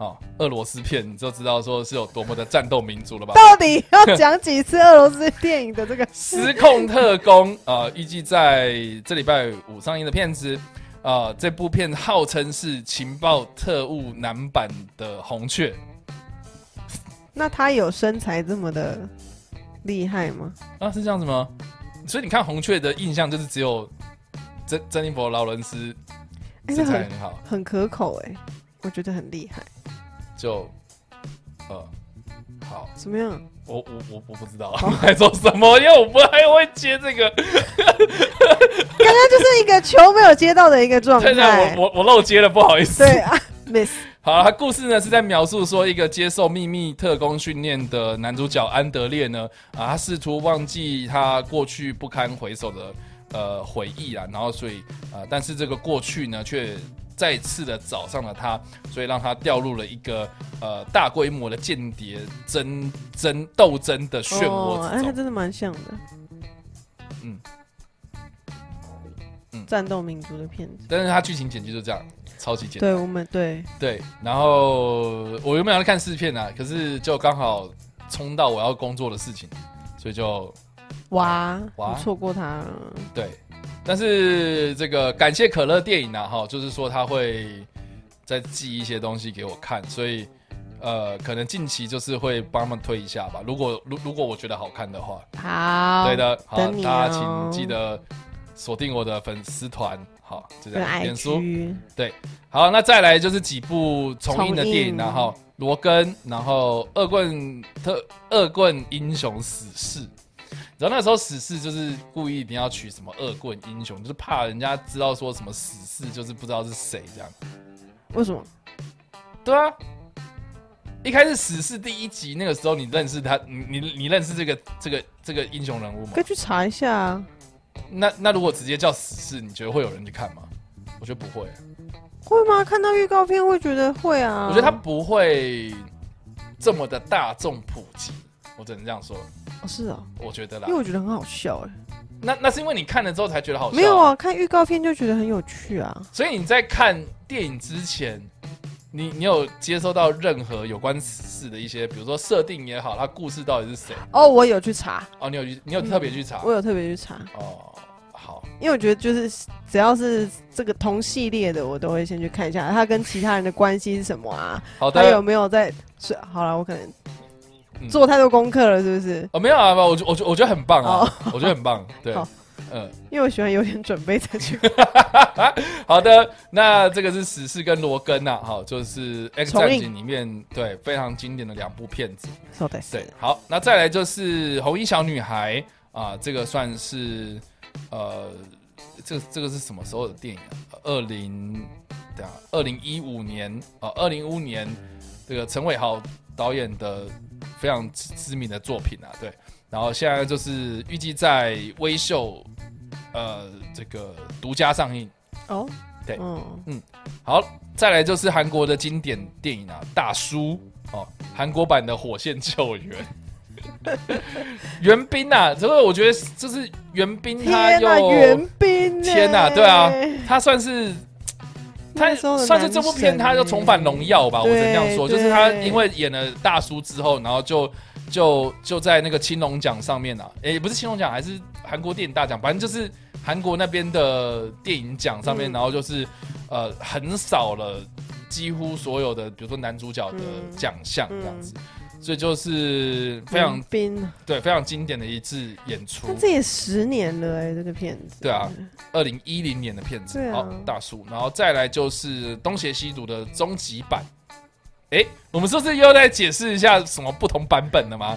Speaker 1: 哦，俄罗斯骗你就知道说是有多么的战斗民族了吧？
Speaker 2: 到底要讲几次俄罗斯电影的这个
Speaker 1: 失控特工 啊，呃预计在这礼拜五上映的片子，啊，这部片号称是情报特务男版的《红雀》，
Speaker 2: 那他有身材这么的厉害吗？
Speaker 1: 啊，是这样子吗？所以你看《红雀》的印象就是只有珍珍妮佛劳伦斯
Speaker 2: 哎，
Speaker 1: 身
Speaker 2: 那
Speaker 1: 材
Speaker 2: 很
Speaker 1: 很好，
Speaker 2: 很可口哎、我觉得很厉害。
Speaker 1: 就呃好，
Speaker 2: 怎么 样？
Speaker 1: 我我我我不知道 你在说什么，因为我不太会接这个，
Speaker 2: 刚刚就是一个球没有接到的一个状
Speaker 1: 现在
Speaker 2: 态
Speaker 1: 我，我我漏接了，不好意思。
Speaker 2: 对啊，miss，
Speaker 1: 好了，故事呢是在描述说，一个接受秘密特工训练的男主角安德烈呢，啊，他试图忘记他过去不堪回首的呃回忆啊，然后所以啊、呃但是这个过去呢，却再次的找上了他，所以让他掉入了一个呃大规模的间谍争争斗争的漩
Speaker 2: 哦
Speaker 1: 涡，
Speaker 2: 哎，
Speaker 1: 之
Speaker 2: 他
Speaker 1: 中。
Speaker 2: 真的蛮像的，
Speaker 1: 嗯嗯
Speaker 2: 战斗民族的片子。
Speaker 1: 但是他剧情简介就这样，超级简单。
Speaker 2: 对我们对
Speaker 1: 对，然后我原本要看试片啊，可是就刚好冲到我要工作的事情，所以就
Speaker 2: 哇，
Speaker 1: 哇
Speaker 2: 你错过他了，
Speaker 1: 对。但是这个感谢可乐电影啊，哈，就是说他会再寄一些东西给我看，所以呃，可能近期就是会帮他们推一下吧。如果如如果我觉得好看的话，
Speaker 2: 好，
Speaker 1: 对，的，好，
Speaker 2: 哦等你
Speaker 1: 大家
Speaker 2: 哦
Speaker 1: 请记得锁定我的粉丝团，好，就这
Speaker 2: 跟
Speaker 1: 样，脸书
Speaker 2: IG
Speaker 1: 好，那再来就是几部重映的电
Speaker 2: 重
Speaker 1: 影
Speaker 2: 映
Speaker 1: 啊，然后《罗根》，然后《恶棍特恶棍英雄死侍》。然后那时候死侍就是故意一定要取什么恶棍英雄，就是怕人家知道说什么死侍就是不知道是谁这样。
Speaker 2: 为什么？
Speaker 1: 对啊，一开始死侍第一集那个时候你认识他，你你你认识这个这个这个英雄人物吗
Speaker 2: 可以？去查一下啊。
Speaker 1: 那那如果直接叫死侍，你觉得会有人去看吗？我觉得不会，
Speaker 2: 会吗？看到预告片会觉得会啊。
Speaker 1: 我觉得他不会这么的大众普及，我只能这样说。
Speaker 2: 哦是哦，
Speaker 1: 我觉得啦
Speaker 2: 因为，我觉得很好笑
Speaker 1: 啊
Speaker 2: 哎。
Speaker 1: 那那是因为你看了之后才觉得好笑，
Speaker 2: 没有。啊，看预告片就觉得很有趣啊。
Speaker 1: 所以你在看电影之前，你你有接收到任何有关此事的一些，比如说设定也好，它故事到底是谁？
Speaker 2: 哦，我有去查，
Speaker 1: 哦，你有去，你有特别去查、
Speaker 2: 我有特别去查，
Speaker 1: 哦。好，
Speaker 2: 因为我觉得就是只要是这个同系列的，我都会先去看一下他跟其他人的关系是什么啊，
Speaker 1: 好
Speaker 2: 他有
Speaker 1: 的，
Speaker 2: 没有在是好了，我可能
Speaker 1: 嗯
Speaker 2: 做太多功课了，是不是？
Speaker 1: 哦，没有啊，我觉我觉我觉得很棒啊，我觉得很棒，对
Speaker 2: 哦 好，
Speaker 1: 嗯，
Speaker 2: 因为我喜欢有点准备 才去
Speaker 1: 好的，那这个是史事跟罗根呐、啊，好，就是《X
Speaker 2: 重
Speaker 1: 战
Speaker 2: 映
Speaker 1: 警》里面对非常经典的两部片子，
Speaker 2: 说的是
Speaker 1: 对，好，那再来就是红衣小女孩啊、这个算是呃，这这个是什么时候的电影、啊？二零等下，二零一五年呃，二零一五年这个陈伟豪导演的非常知知名的作品啊，对。然后现在就是预计在微秀呃这个独家上映。
Speaker 2: 哦，
Speaker 1: 对
Speaker 2: 嗯，
Speaker 1: 好，再来就是韩国的经典电影啊，《大叔》哦，韩国版的《火线救援》。 袁彬呐、啊，这个我觉得就是袁彬，嗯他
Speaker 2: 天
Speaker 1: 又
Speaker 2: 呐，袁彬欸呢，
Speaker 1: 天呐对啊他算是他
Speaker 2: 那时候的
Speaker 1: 算是这部片，
Speaker 2: 男神
Speaker 1: 他就重返荣耀吧，我只能这样
Speaker 2: 对
Speaker 1: 说。就是他
Speaker 2: 对
Speaker 1: 因为演了大叔之后，然后就就就在那个青龙奖上面啊，诶也不是青龙奖，还是韩国电影大奖，反正就是韩国那边的电影奖上面，
Speaker 2: 嗯
Speaker 1: 然后就是呃横扫了几乎所有的，比如说男主角的
Speaker 2: 嗯
Speaker 1: 奖项这样子。所以就是非常
Speaker 2: 袁彬啊，
Speaker 1: 对非常经典的一次演出
Speaker 2: 那，这也十年了哎，这个片子，
Speaker 1: 对啊，二零一零年的片子
Speaker 2: 对，啊
Speaker 1: 好、大叔，然后再来就是《东邪西毒》的终极版。诶，我们是不是又在解释一下什么不同版本的吗？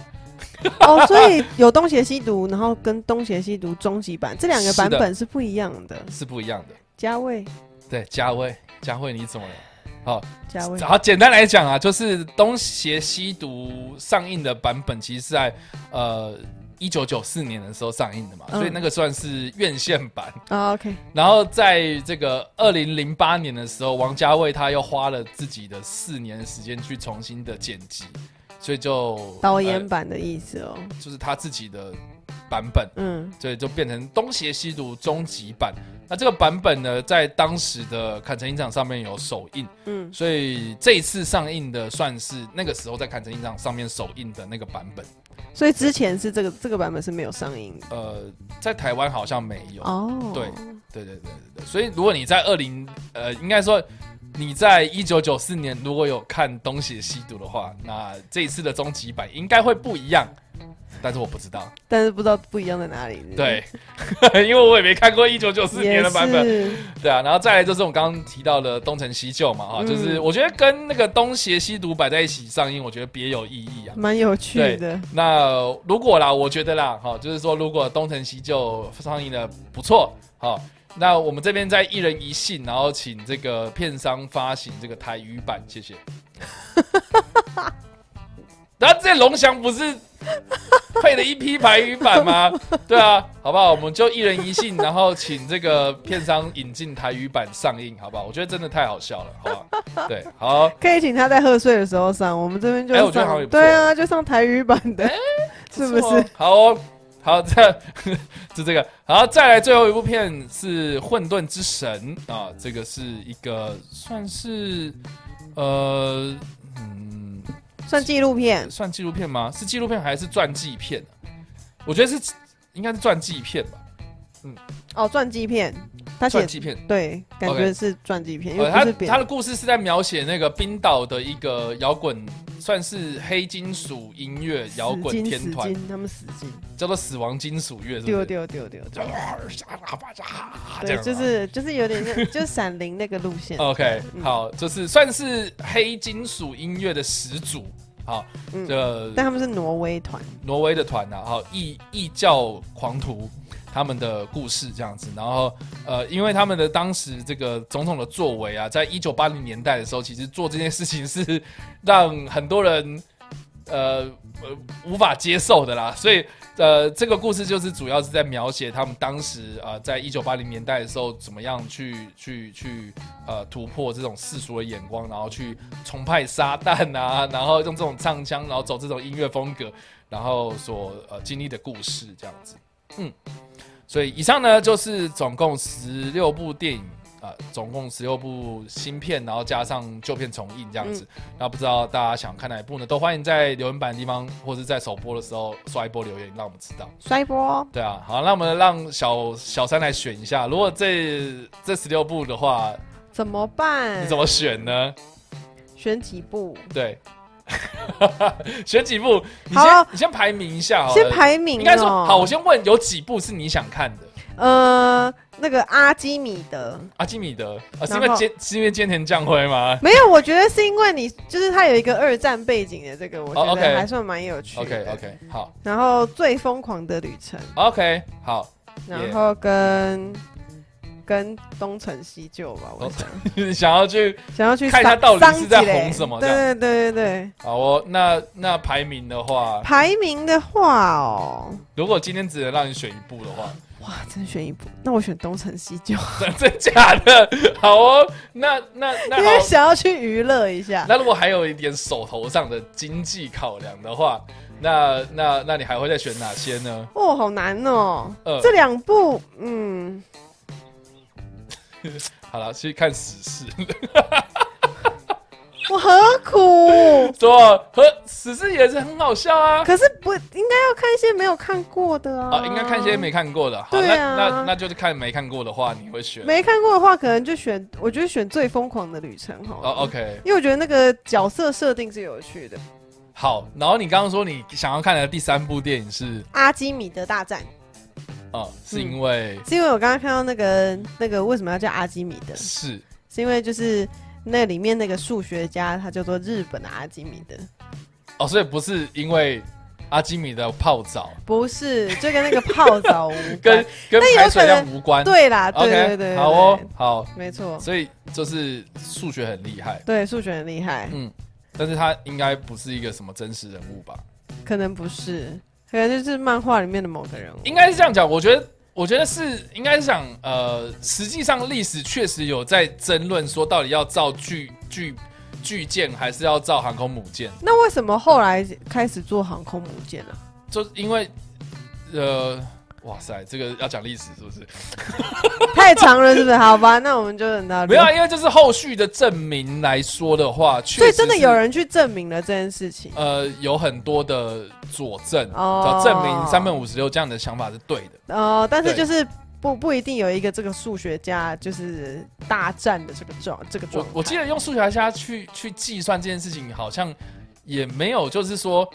Speaker 2: 哦，所以有《东邪西毒》，然后跟《东邪西毒》终极版这两个
Speaker 1: 是的
Speaker 2: 版本是不一样的。
Speaker 1: 是不一样的。
Speaker 2: 加位，
Speaker 1: 对，嘉慧，嘉慧你怎么了？好，
Speaker 2: 加位，
Speaker 1: 好，简单来讲啊，就是《东邪西毒》上映的版本，其实是在呃一九九四年的时候上映的嘛，
Speaker 2: 嗯
Speaker 1: 所以那个算是院线版。
Speaker 2: 啊，OK，
Speaker 1: 然后在这个二零零八年的时候，王家卫他又花了自己的四年的时间去重新的剪辑，所以就
Speaker 2: 导演
Speaker 1: 呃
Speaker 2: 版的意思哦，
Speaker 1: 就是他自己的版本，
Speaker 2: 嗯，
Speaker 1: 所以就变成《东邪西毒》终极版。那这个版本呢，在当时的坎城影展上面有首映，
Speaker 2: 嗯
Speaker 1: 所以这一次上映的算是那个时候在坎城影展上面首映的那个版本。
Speaker 2: 所以之前是这个这个版本是没有上映的
Speaker 1: 呃，在台湾好像没有，
Speaker 2: 哦，
Speaker 1: 对对对对对对，所以如果你在二零呃，应该说你在一九九四年如果有看《东邪西毒》的话，那这一次的终极版应该会不一样，但是我不知道，
Speaker 2: 但是不知道不一样在哪里，
Speaker 1: 对， 因为我也没看过一九九
Speaker 2: 是
Speaker 1: 四
Speaker 2: 不是，也
Speaker 1: 年的版本，
Speaker 2: 是
Speaker 1: 对啊，然后再来就是我刚刚提到的《东成西就》嘛，哈、
Speaker 2: 嗯
Speaker 1: 就是我觉得跟那个《东邪西毒》摆在一起上映，我觉得别有意义啊。
Speaker 2: 蛮有趣的，
Speaker 1: 那如果啦，我觉得啦，哈、就是说如果东成西就上映的不错，好、那我们这边再一人一信，然后请这个片商发行这个台语版，谢谢。然后这龙翔不是配了一批台语版吗？对啊，好不好？我们就一人一信，然后请这个片商引进台语版上映，好不好？我觉得真的太好笑了，好不好？对，好。
Speaker 2: 可以请他在贺岁的时候上，我们这边就
Speaker 1: 哎我觉得好像也
Speaker 2: 上，
Speaker 1: 不错
Speaker 2: 对啊，就上台语版的，是不
Speaker 1: 哦
Speaker 2: 是？？
Speaker 1: 好哦、好，这就这个，好，再来最后一部片是《混沌之神》啊，这个是一个算是呃嗯，
Speaker 2: 算纪录片，
Speaker 1: 算纪录片吗？是纪录片还是传记片、啊我觉得是应该是传记片吧，
Speaker 2: 哦，传记片，他写
Speaker 1: 传记片。
Speaker 2: 对，感
Speaker 1: OK
Speaker 2: 觉是传记片，因
Speaker 1: 呃，
Speaker 2: 为不
Speaker 1: 他
Speaker 2: 是别
Speaker 1: 他
Speaker 2: 的
Speaker 1: 的故事是在描写那个冰岛的一个摇滚，算是黑金属音乐摇
Speaker 2: 死
Speaker 1: 滚
Speaker 2: 金
Speaker 1: 天
Speaker 2: 死
Speaker 1: 团，
Speaker 2: 金，他们死金，
Speaker 1: 叫做死亡金属乐，是不
Speaker 2: 丢
Speaker 1: 是？
Speaker 2: 丢丢丢丢，
Speaker 1: 这
Speaker 2: 对，
Speaker 1: 样
Speaker 2: 就
Speaker 1: 吗
Speaker 2: 是就是有 点像，就是闪灵那个路线。
Speaker 1: OK，
Speaker 2: 嗯
Speaker 1: 好，就是算是黑金属音乐的始祖，好，
Speaker 2: 嗯
Speaker 1: 这
Speaker 2: 但他们是挪威团，
Speaker 1: 挪威的团啊，好异异教狂徒他们的故事这样子，然后呃，因为他们的当时这个种种的作为啊，在一九八零年代的时候，其实做这件事情是让很多人呃呃无法接受的啦，所以呃，这个故事就是主要是在描写他们当时啊、呃在一九八零年代的时候，怎么样去去去呃突破这种世俗的眼光，然后去崇拜撒旦啊，然后用这种唱腔，然后走这种音乐风格，然后所呃经历的故事这样子。嗯，所以以上呢就是总共十六部电影。啊，总共十六部新片，然后加上旧片重映这样子。
Speaker 2: 嗯
Speaker 1: 那不知道大家想看哪一部呢？都欢迎在留言板的地方，或是在首播的时候刷一波留言，让我们知道。
Speaker 2: 摔波
Speaker 1: 对啊，好，那我们让小小三来选一下，如果这这十六部的话，
Speaker 2: 怎么办？
Speaker 1: 你怎么选呢？
Speaker 2: 选几部？
Speaker 1: 对， 选几部？你
Speaker 2: 好
Speaker 1: 先
Speaker 2: 啊
Speaker 1: 你先排名一下好了，
Speaker 2: 先排名
Speaker 1: 应该说
Speaker 2: 哦
Speaker 1: 好，我先问有几部是你想看的？
Speaker 2: 呃，那个阿基米德
Speaker 1: 阿基米德啊，是因
Speaker 2: 然
Speaker 1: 为
Speaker 2: 后
Speaker 1: 坚是因为菅田将晖吗
Speaker 2: 没有，我觉得是因为你就是他有一个二战背景的这个，我觉
Speaker 1: 哦 OK
Speaker 2: 得还算蛮有趣的。
Speaker 1: ？OK OK，好
Speaker 2: 然后最疯狂的旅程，
Speaker 1: ，OK 好，
Speaker 2: 然后跟跟东成西就吧，我 想
Speaker 1: 想要去
Speaker 2: 想要去
Speaker 1: 哦看一下
Speaker 2: 桑
Speaker 1: 到底
Speaker 2: 桑
Speaker 1: 是在
Speaker 2: 吉嘞
Speaker 1: 红什么这
Speaker 2: 对
Speaker 1: 样
Speaker 2: 对对对对，
Speaker 1: 好哦。那那排名的话，
Speaker 2: 排名的话哦，
Speaker 1: 如果今天只能让你选一部的话，
Speaker 2: 哇，真选一部，那我选东成西就，
Speaker 1: 真真假的？ 好哦，那那
Speaker 2: 因
Speaker 1: 那好。
Speaker 2: 为想要去娱乐一下。
Speaker 1: 那如果还有一点手头上的经济考量的话，那那那你还会再选哪些呢？
Speaker 2: 哦，好难哦，
Speaker 1: 呃
Speaker 2: 这两部，嗯，
Speaker 1: 好了，去看史事，？
Speaker 2: 我何苦
Speaker 1: 说和史事也是很好笑 啊。
Speaker 2: 可是不应该要看一些没有看过的啊，
Speaker 1: 啊，应该看一些没看过的。好，
Speaker 2: 对啊
Speaker 1: 那那那就是看没看过的话，你会选
Speaker 2: 没看过的话，可能就选，我觉得选最疯狂的旅程好了。
Speaker 1: 哦，OK，
Speaker 2: 因为我觉得那个角色设定是有趣的，《
Speaker 1: 好。然后你刚刚说你想要看的第三部电影是
Speaker 2: 阿基米德大战》，
Speaker 1: 啊，是因为
Speaker 2: 是因为我刚刚看到那个那个为什么要叫阿基米德，
Speaker 1: 是
Speaker 2: 是因为就是那里面那个数学家他叫做日本的阿基米德，
Speaker 1: 哦，所以不是因为阿基米的泡澡
Speaker 2: 不是就跟那个泡澡无关。
Speaker 1: 跟跟
Speaker 2: 那有
Speaker 1: 排水
Speaker 2: 可能
Speaker 1: 量无关。
Speaker 2: 对啦，对
Speaker 1: OK，
Speaker 2: 对对对，
Speaker 1: 好哦，好。
Speaker 2: 没错，
Speaker 1: 所以就是数学很厉害，
Speaker 2: 对数学很厉害，
Speaker 1: 嗯，但是他应该不是一个什么真实人物吧？
Speaker 2: 可能不是，可能就是漫画里面的某个人物。
Speaker 1: 应该是这样讲，我觉得。我觉得是应该是讲，呃，实际上历史确实有在争论说，到底要造巨巨巨舰还是要造航空母舰？
Speaker 2: 那为什么后来开始做航空母舰呢、
Speaker 1: 就是因为，呃，哇塞，这个要讲历史是不 是？
Speaker 2: 太长了，是不是？好吧，那我们就等到
Speaker 1: 没有、啊，因为这是后续的证明来说的话，确
Speaker 2: 所以
Speaker 1: 实
Speaker 2: 真的
Speaker 1: 是
Speaker 2: 有人去证明了这件事情。
Speaker 1: 呃有很多的佐证，
Speaker 2: 哦
Speaker 1: 证明三本五十六这样的想法是对的。
Speaker 2: 呃，但是
Speaker 1: 对
Speaker 2: 就是不不一定有一个这个数学家就是大战的这个状这个
Speaker 1: 我
Speaker 2: 状态。
Speaker 1: 我记得用数学家去去计算这件事情，好像也没有，就是说，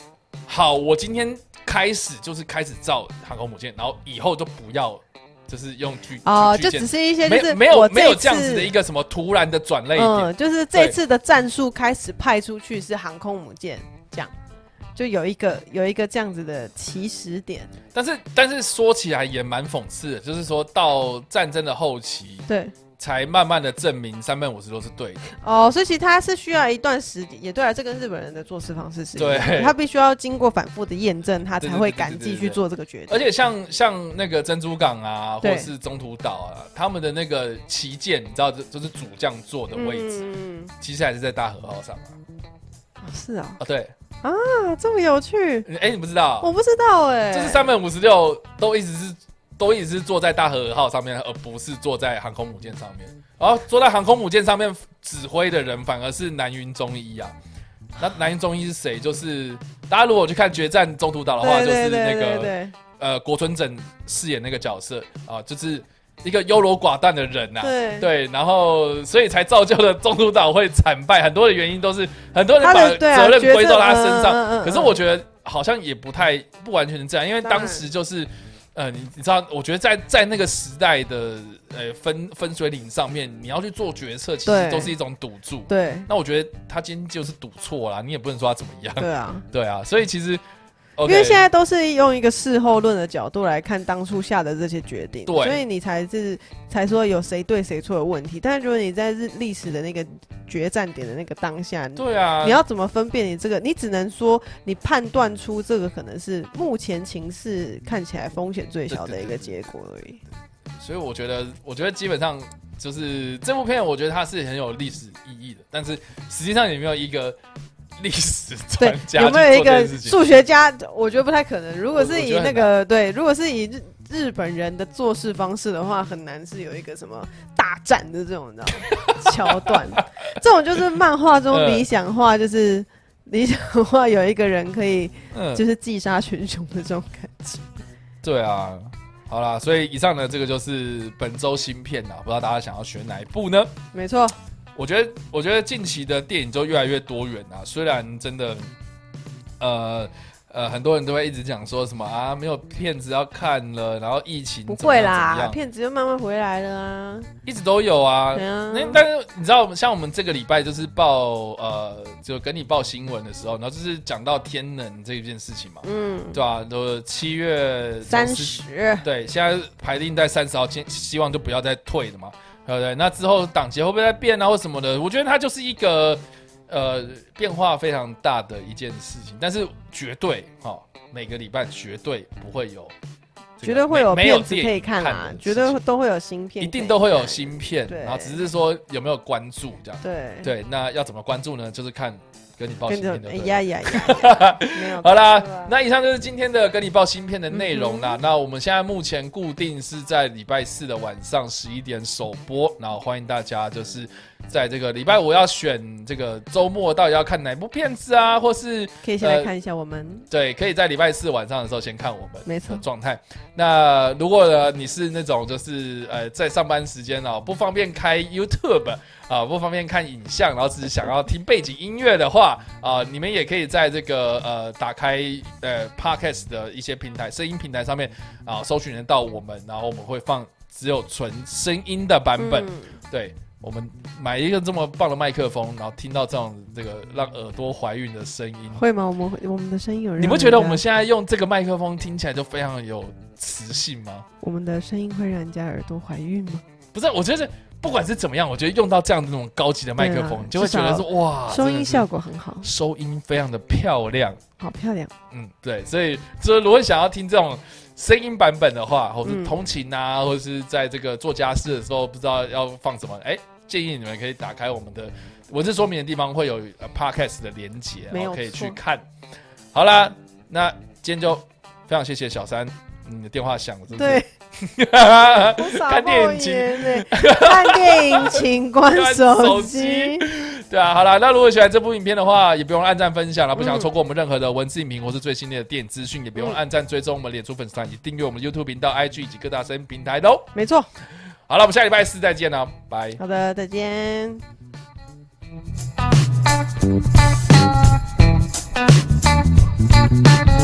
Speaker 1: 好，我今天开始就是开始造航空母舰，然后以后就不要，就是用巨
Speaker 2: 哦、
Speaker 1: 巨
Speaker 2: 就
Speaker 1: 舰
Speaker 2: 只是一些就
Speaker 1: 没
Speaker 2: 是
Speaker 1: 没有
Speaker 2: 我
Speaker 1: 没有
Speaker 2: 这
Speaker 1: 这样子的
Speaker 2: 次
Speaker 1: 一个什么突然的转类点，
Speaker 2: 嗯，就是这
Speaker 1: 对
Speaker 2: 次的战术开始派出去是航空母舰，这样就有一个有一个这样子的起始点。
Speaker 1: 但是但是说起来也蛮讽刺的，就是说到战争的后期
Speaker 2: 对，
Speaker 1: 才慢慢的证明三本五十都是对的，
Speaker 2: 哦，所以其实他是需要一段时间，也对啊，这跟日本人的做事方式是一样的
Speaker 1: 对
Speaker 2: 他必须要经过反复的验证，他
Speaker 1: 对
Speaker 2: 才
Speaker 1: 对
Speaker 2: 会
Speaker 1: 对对对
Speaker 2: 敢继
Speaker 1: 对
Speaker 2: 续
Speaker 1: 对
Speaker 2: 做这个决定。
Speaker 1: 而且像像那个珍珠港啊，或
Speaker 2: 对
Speaker 1: 者是中途岛啊，他们的那个旗舰，你知道，就就是主将座的位置。
Speaker 2: 嗯，
Speaker 1: 其实还是在大和号上嘛。
Speaker 2: 哦是啊，
Speaker 1: 啊，对，
Speaker 2: 啊，这么有趣，
Speaker 1: 哎、你不知道，
Speaker 2: 我不知道哎、
Speaker 1: 就是三本五十六都一直是都一直是坐在大和号上面，而不是坐在航空母舰上面。然后坐在航空母舰上面指挥的人反而是南云忠一啊。 那南云忠一是谁？就是大家如果去看《决战中途岛》的话，
Speaker 2: 对对
Speaker 1: 就是那
Speaker 2: 对
Speaker 1: 个
Speaker 2: 对对
Speaker 1: 呃国村整饰演那个角色啊，就是一个优柔寡断的人呐、
Speaker 2: 对
Speaker 1: 对，然后所以才造就了中途岛会惨败，很多的原因都是很多人
Speaker 2: 他
Speaker 1: 把
Speaker 2: 的对啊
Speaker 1: 责任归到他
Speaker 2: 角色
Speaker 1: 身
Speaker 2: 嗯嗯嗯
Speaker 1: 上。可是我觉得好像也不太不完全是这样，因为
Speaker 2: 当然
Speaker 1: 当时就是。呃，你你知道，我觉得在在那个时代的呃分分水岭上面，你要去做决策，其
Speaker 2: 对
Speaker 1: 实都是一种赌注。
Speaker 2: 对
Speaker 1: 那我觉得他今天就是赌错啦，你也不能说他怎么样。
Speaker 2: 对啊。
Speaker 1: 对啊，所以其实
Speaker 2: 因
Speaker 1: OK，
Speaker 2: 为现在都是用一个事后论的角度来看当初下的这些决定，
Speaker 1: 对
Speaker 2: 所以你才是才说有谁对谁错的问题。但是如果你在日历史的那个决战点的那个当下，你
Speaker 1: 对啊，
Speaker 2: 你要怎么分辨你这个？你只能说你判断出这个可能是目前情势看起来风险最小的一个结果而 已。
Speaker 1: 所以我觉得，我觉得基本上就是这部片，我觉得它是很有历史意义的，但是实际上有没有一个历史专家
Speaker 2: 有没
Speaker 1: 去做这
Speaker 2: 有一个
Speaker 1: 件事情？
Speaker 2: 数学家？我觉得不太可能。如果是以
Speaker 1: 我我觉得
Speaker 2: 那
Speaker 1: 很
Speaker 2: 个对，如果是以日日本人的做事方式的话，很难是有一个什么大战的这种你知道吗桥 段。这种就是漫画中
Speaker 1: 呃
Speaker 2: 理想化，就是理想化有一个人可以
Speaker 1: 嗯，
Speaker 2: 就是击杀群雄的这种感觉。
Speaker 1: 对啊，好啦，所以以上呢，这个就是本周新片啦，不知道大家想要选哪一部呢？
Speaker 2: 没 错，
Speaker 1: 我觉得，我觉得近期的电影就越来越多元啊，虽然真的，呃。呃，很多人都会一直讲说什么啊，没有片子要看了，然后疫情
Speaker 2: 不
Speaker 1: 怎么
Speaker 2: 会
Speaker 1: 样怎么
Speaker 2: 啦，
Speaker 1: 样
Speaker 2: 骗子就慢慢回来了啊。
Speaker 1: 一直都有啊
Speaker 2: 对。啊
Speaker 1: 那、，但是你知道，像我们这个礼拜就是报呃，就跟你报新闻的时候，然后就是讲到天冷这一件事情嘛，
Speaker 2: 嗯，
Speaker 1: 对啊，都七月
Speaker 2: 三
Speaker 1: 从十
Speaker 2: 十
Speaker 1: 对，现在排定在三十号，希希望就不要再退了嘛，对不对？那之后档期会不会再变啊，或什么的？我觉得它就是一个呃变化非常大的一件事情，但是绝对哈、哦，每个礼拜绝对不会有这个没，
Speaker 2: 绝对会有
Speaker 1: 没有
Speaker 2: 骗子可以看
Speaker 1: 啦
Speaker 2: 啦，，绝对都会有新片可以看，
Speaker 1: 一
Speaker 2: 啊
Speaker 1: 定都会有新片，
Speaker 2: 对
Speaker 1: 然后只是说有没有关注这样。
Speaker 2: 对
Speaker 1: 对，那要怎么关注呢？就是看跟你报新
Speaker 2: 跟着
Speaker 1: 片的。对
Speaker 2: 哎
Speaker 1: 了
Speaker 2: 呀呀呀，没有
Speaker 1: 好嗯啦
Speaker 2: 错啊，
Speaker 1: 那以上就是今天的跟你报芯片的内容啦。那我们现在目前固定是在礼拜四的晚上十一点首播，然后欢迎大家就是在这个礼拜五要选这个周末到底要看哪部片子啊，或是
Speaker 2: 可以先来看一下我们
Speaker 1: 对，可以在礼拜四晚上的时候先看我们
Speaker 2: 没错
Speaker 1: 的状态。那如果呢你是那种就是呃在上班时间哦不方便开 YouTube 啊、不方便看影像，然后只是想要听背景音乐的话啊、你们也可以在这个呃打开呃 Podcast 的一些平台声音平台上面啊、搜寻得到我们，然后我们会放只有纯声音的版本。
Speaker 2: 嗯
Speaker 1: 对我们买一个这么棒的麦克风，然后听到这种这个让耳朵怀孕的声音，
Speaker 2: 会吗？我们我们的声音有人
Speaker 1: 你不
Speaker 2: 让
Speaker 1: 觉得
Speaker 2: 人
Speaker 1: 我们
Speaker 2: 家
Speaker 1: 现在用这个麦克风听起来就非常有磁性吗？
Speaker 2: 我们的声音会让人家耳朵怀孕吗？
Speaker 1: 不是，我觉得不管是怎么样，我觉得用到这样的那种高级的麦克
Speaker 2: 对
Speaker 1: 风，
Speaker 2: 啊
Speaker 1: 你就会觉得
Speaker 2: 至
Speaker 1: 说哇，
Speaker 2: 收音效
Speaker 1: 果
Speaker 2: 果很好，
Speaker 1: 收音非常的漂亮。
Speaker 2: 好漂亮。
Speaker 1: 嗯，对，所以就是如果想要听这种声音版本的话，或是
Speaker 2: 嗯
Speaker 1: 通勤啊，或者是在这个做家事的时候不知道要放什么，哎、建议你们可以打开我们的文字说明的地方会有呃 podcast 的连接，
Speaker 2: 没
Speaker 1: 然
Speaker 2: 有
Speaker 1: 后可以去
Speaker 2: 错
Speaker 1: 看。好啦，那今天就非常谢谢小三，你的电话响了，是不
Speaker 2: 对
Speaker 1: 是？，
Speaker 2: 看
Speaker 1: 电影情
Speaker 2: 看电影请关
Speaker 1: 关手
Speaker 2: 手
Speaker 1: 机
Speaker 2: 机。
Speaker 1: 对啊，好啦，那如果喜欢这部影片的话，也不用按赞分享了。不想要错过我们任何的文字影评或是最新的电影资讯，也不用
Speaker 2: 嗯
Speaker 1: 按赞追踪我们脸书粉丝团，以及订阅我们 YouTube 频道、IG 以及各大声音平台哦喽。
Speaker 2: 没错，
Speaker 1: 好了，我们下礼拜四再见了，拜。
Speaker 2: 好的，再见。
Speaker 3: Thank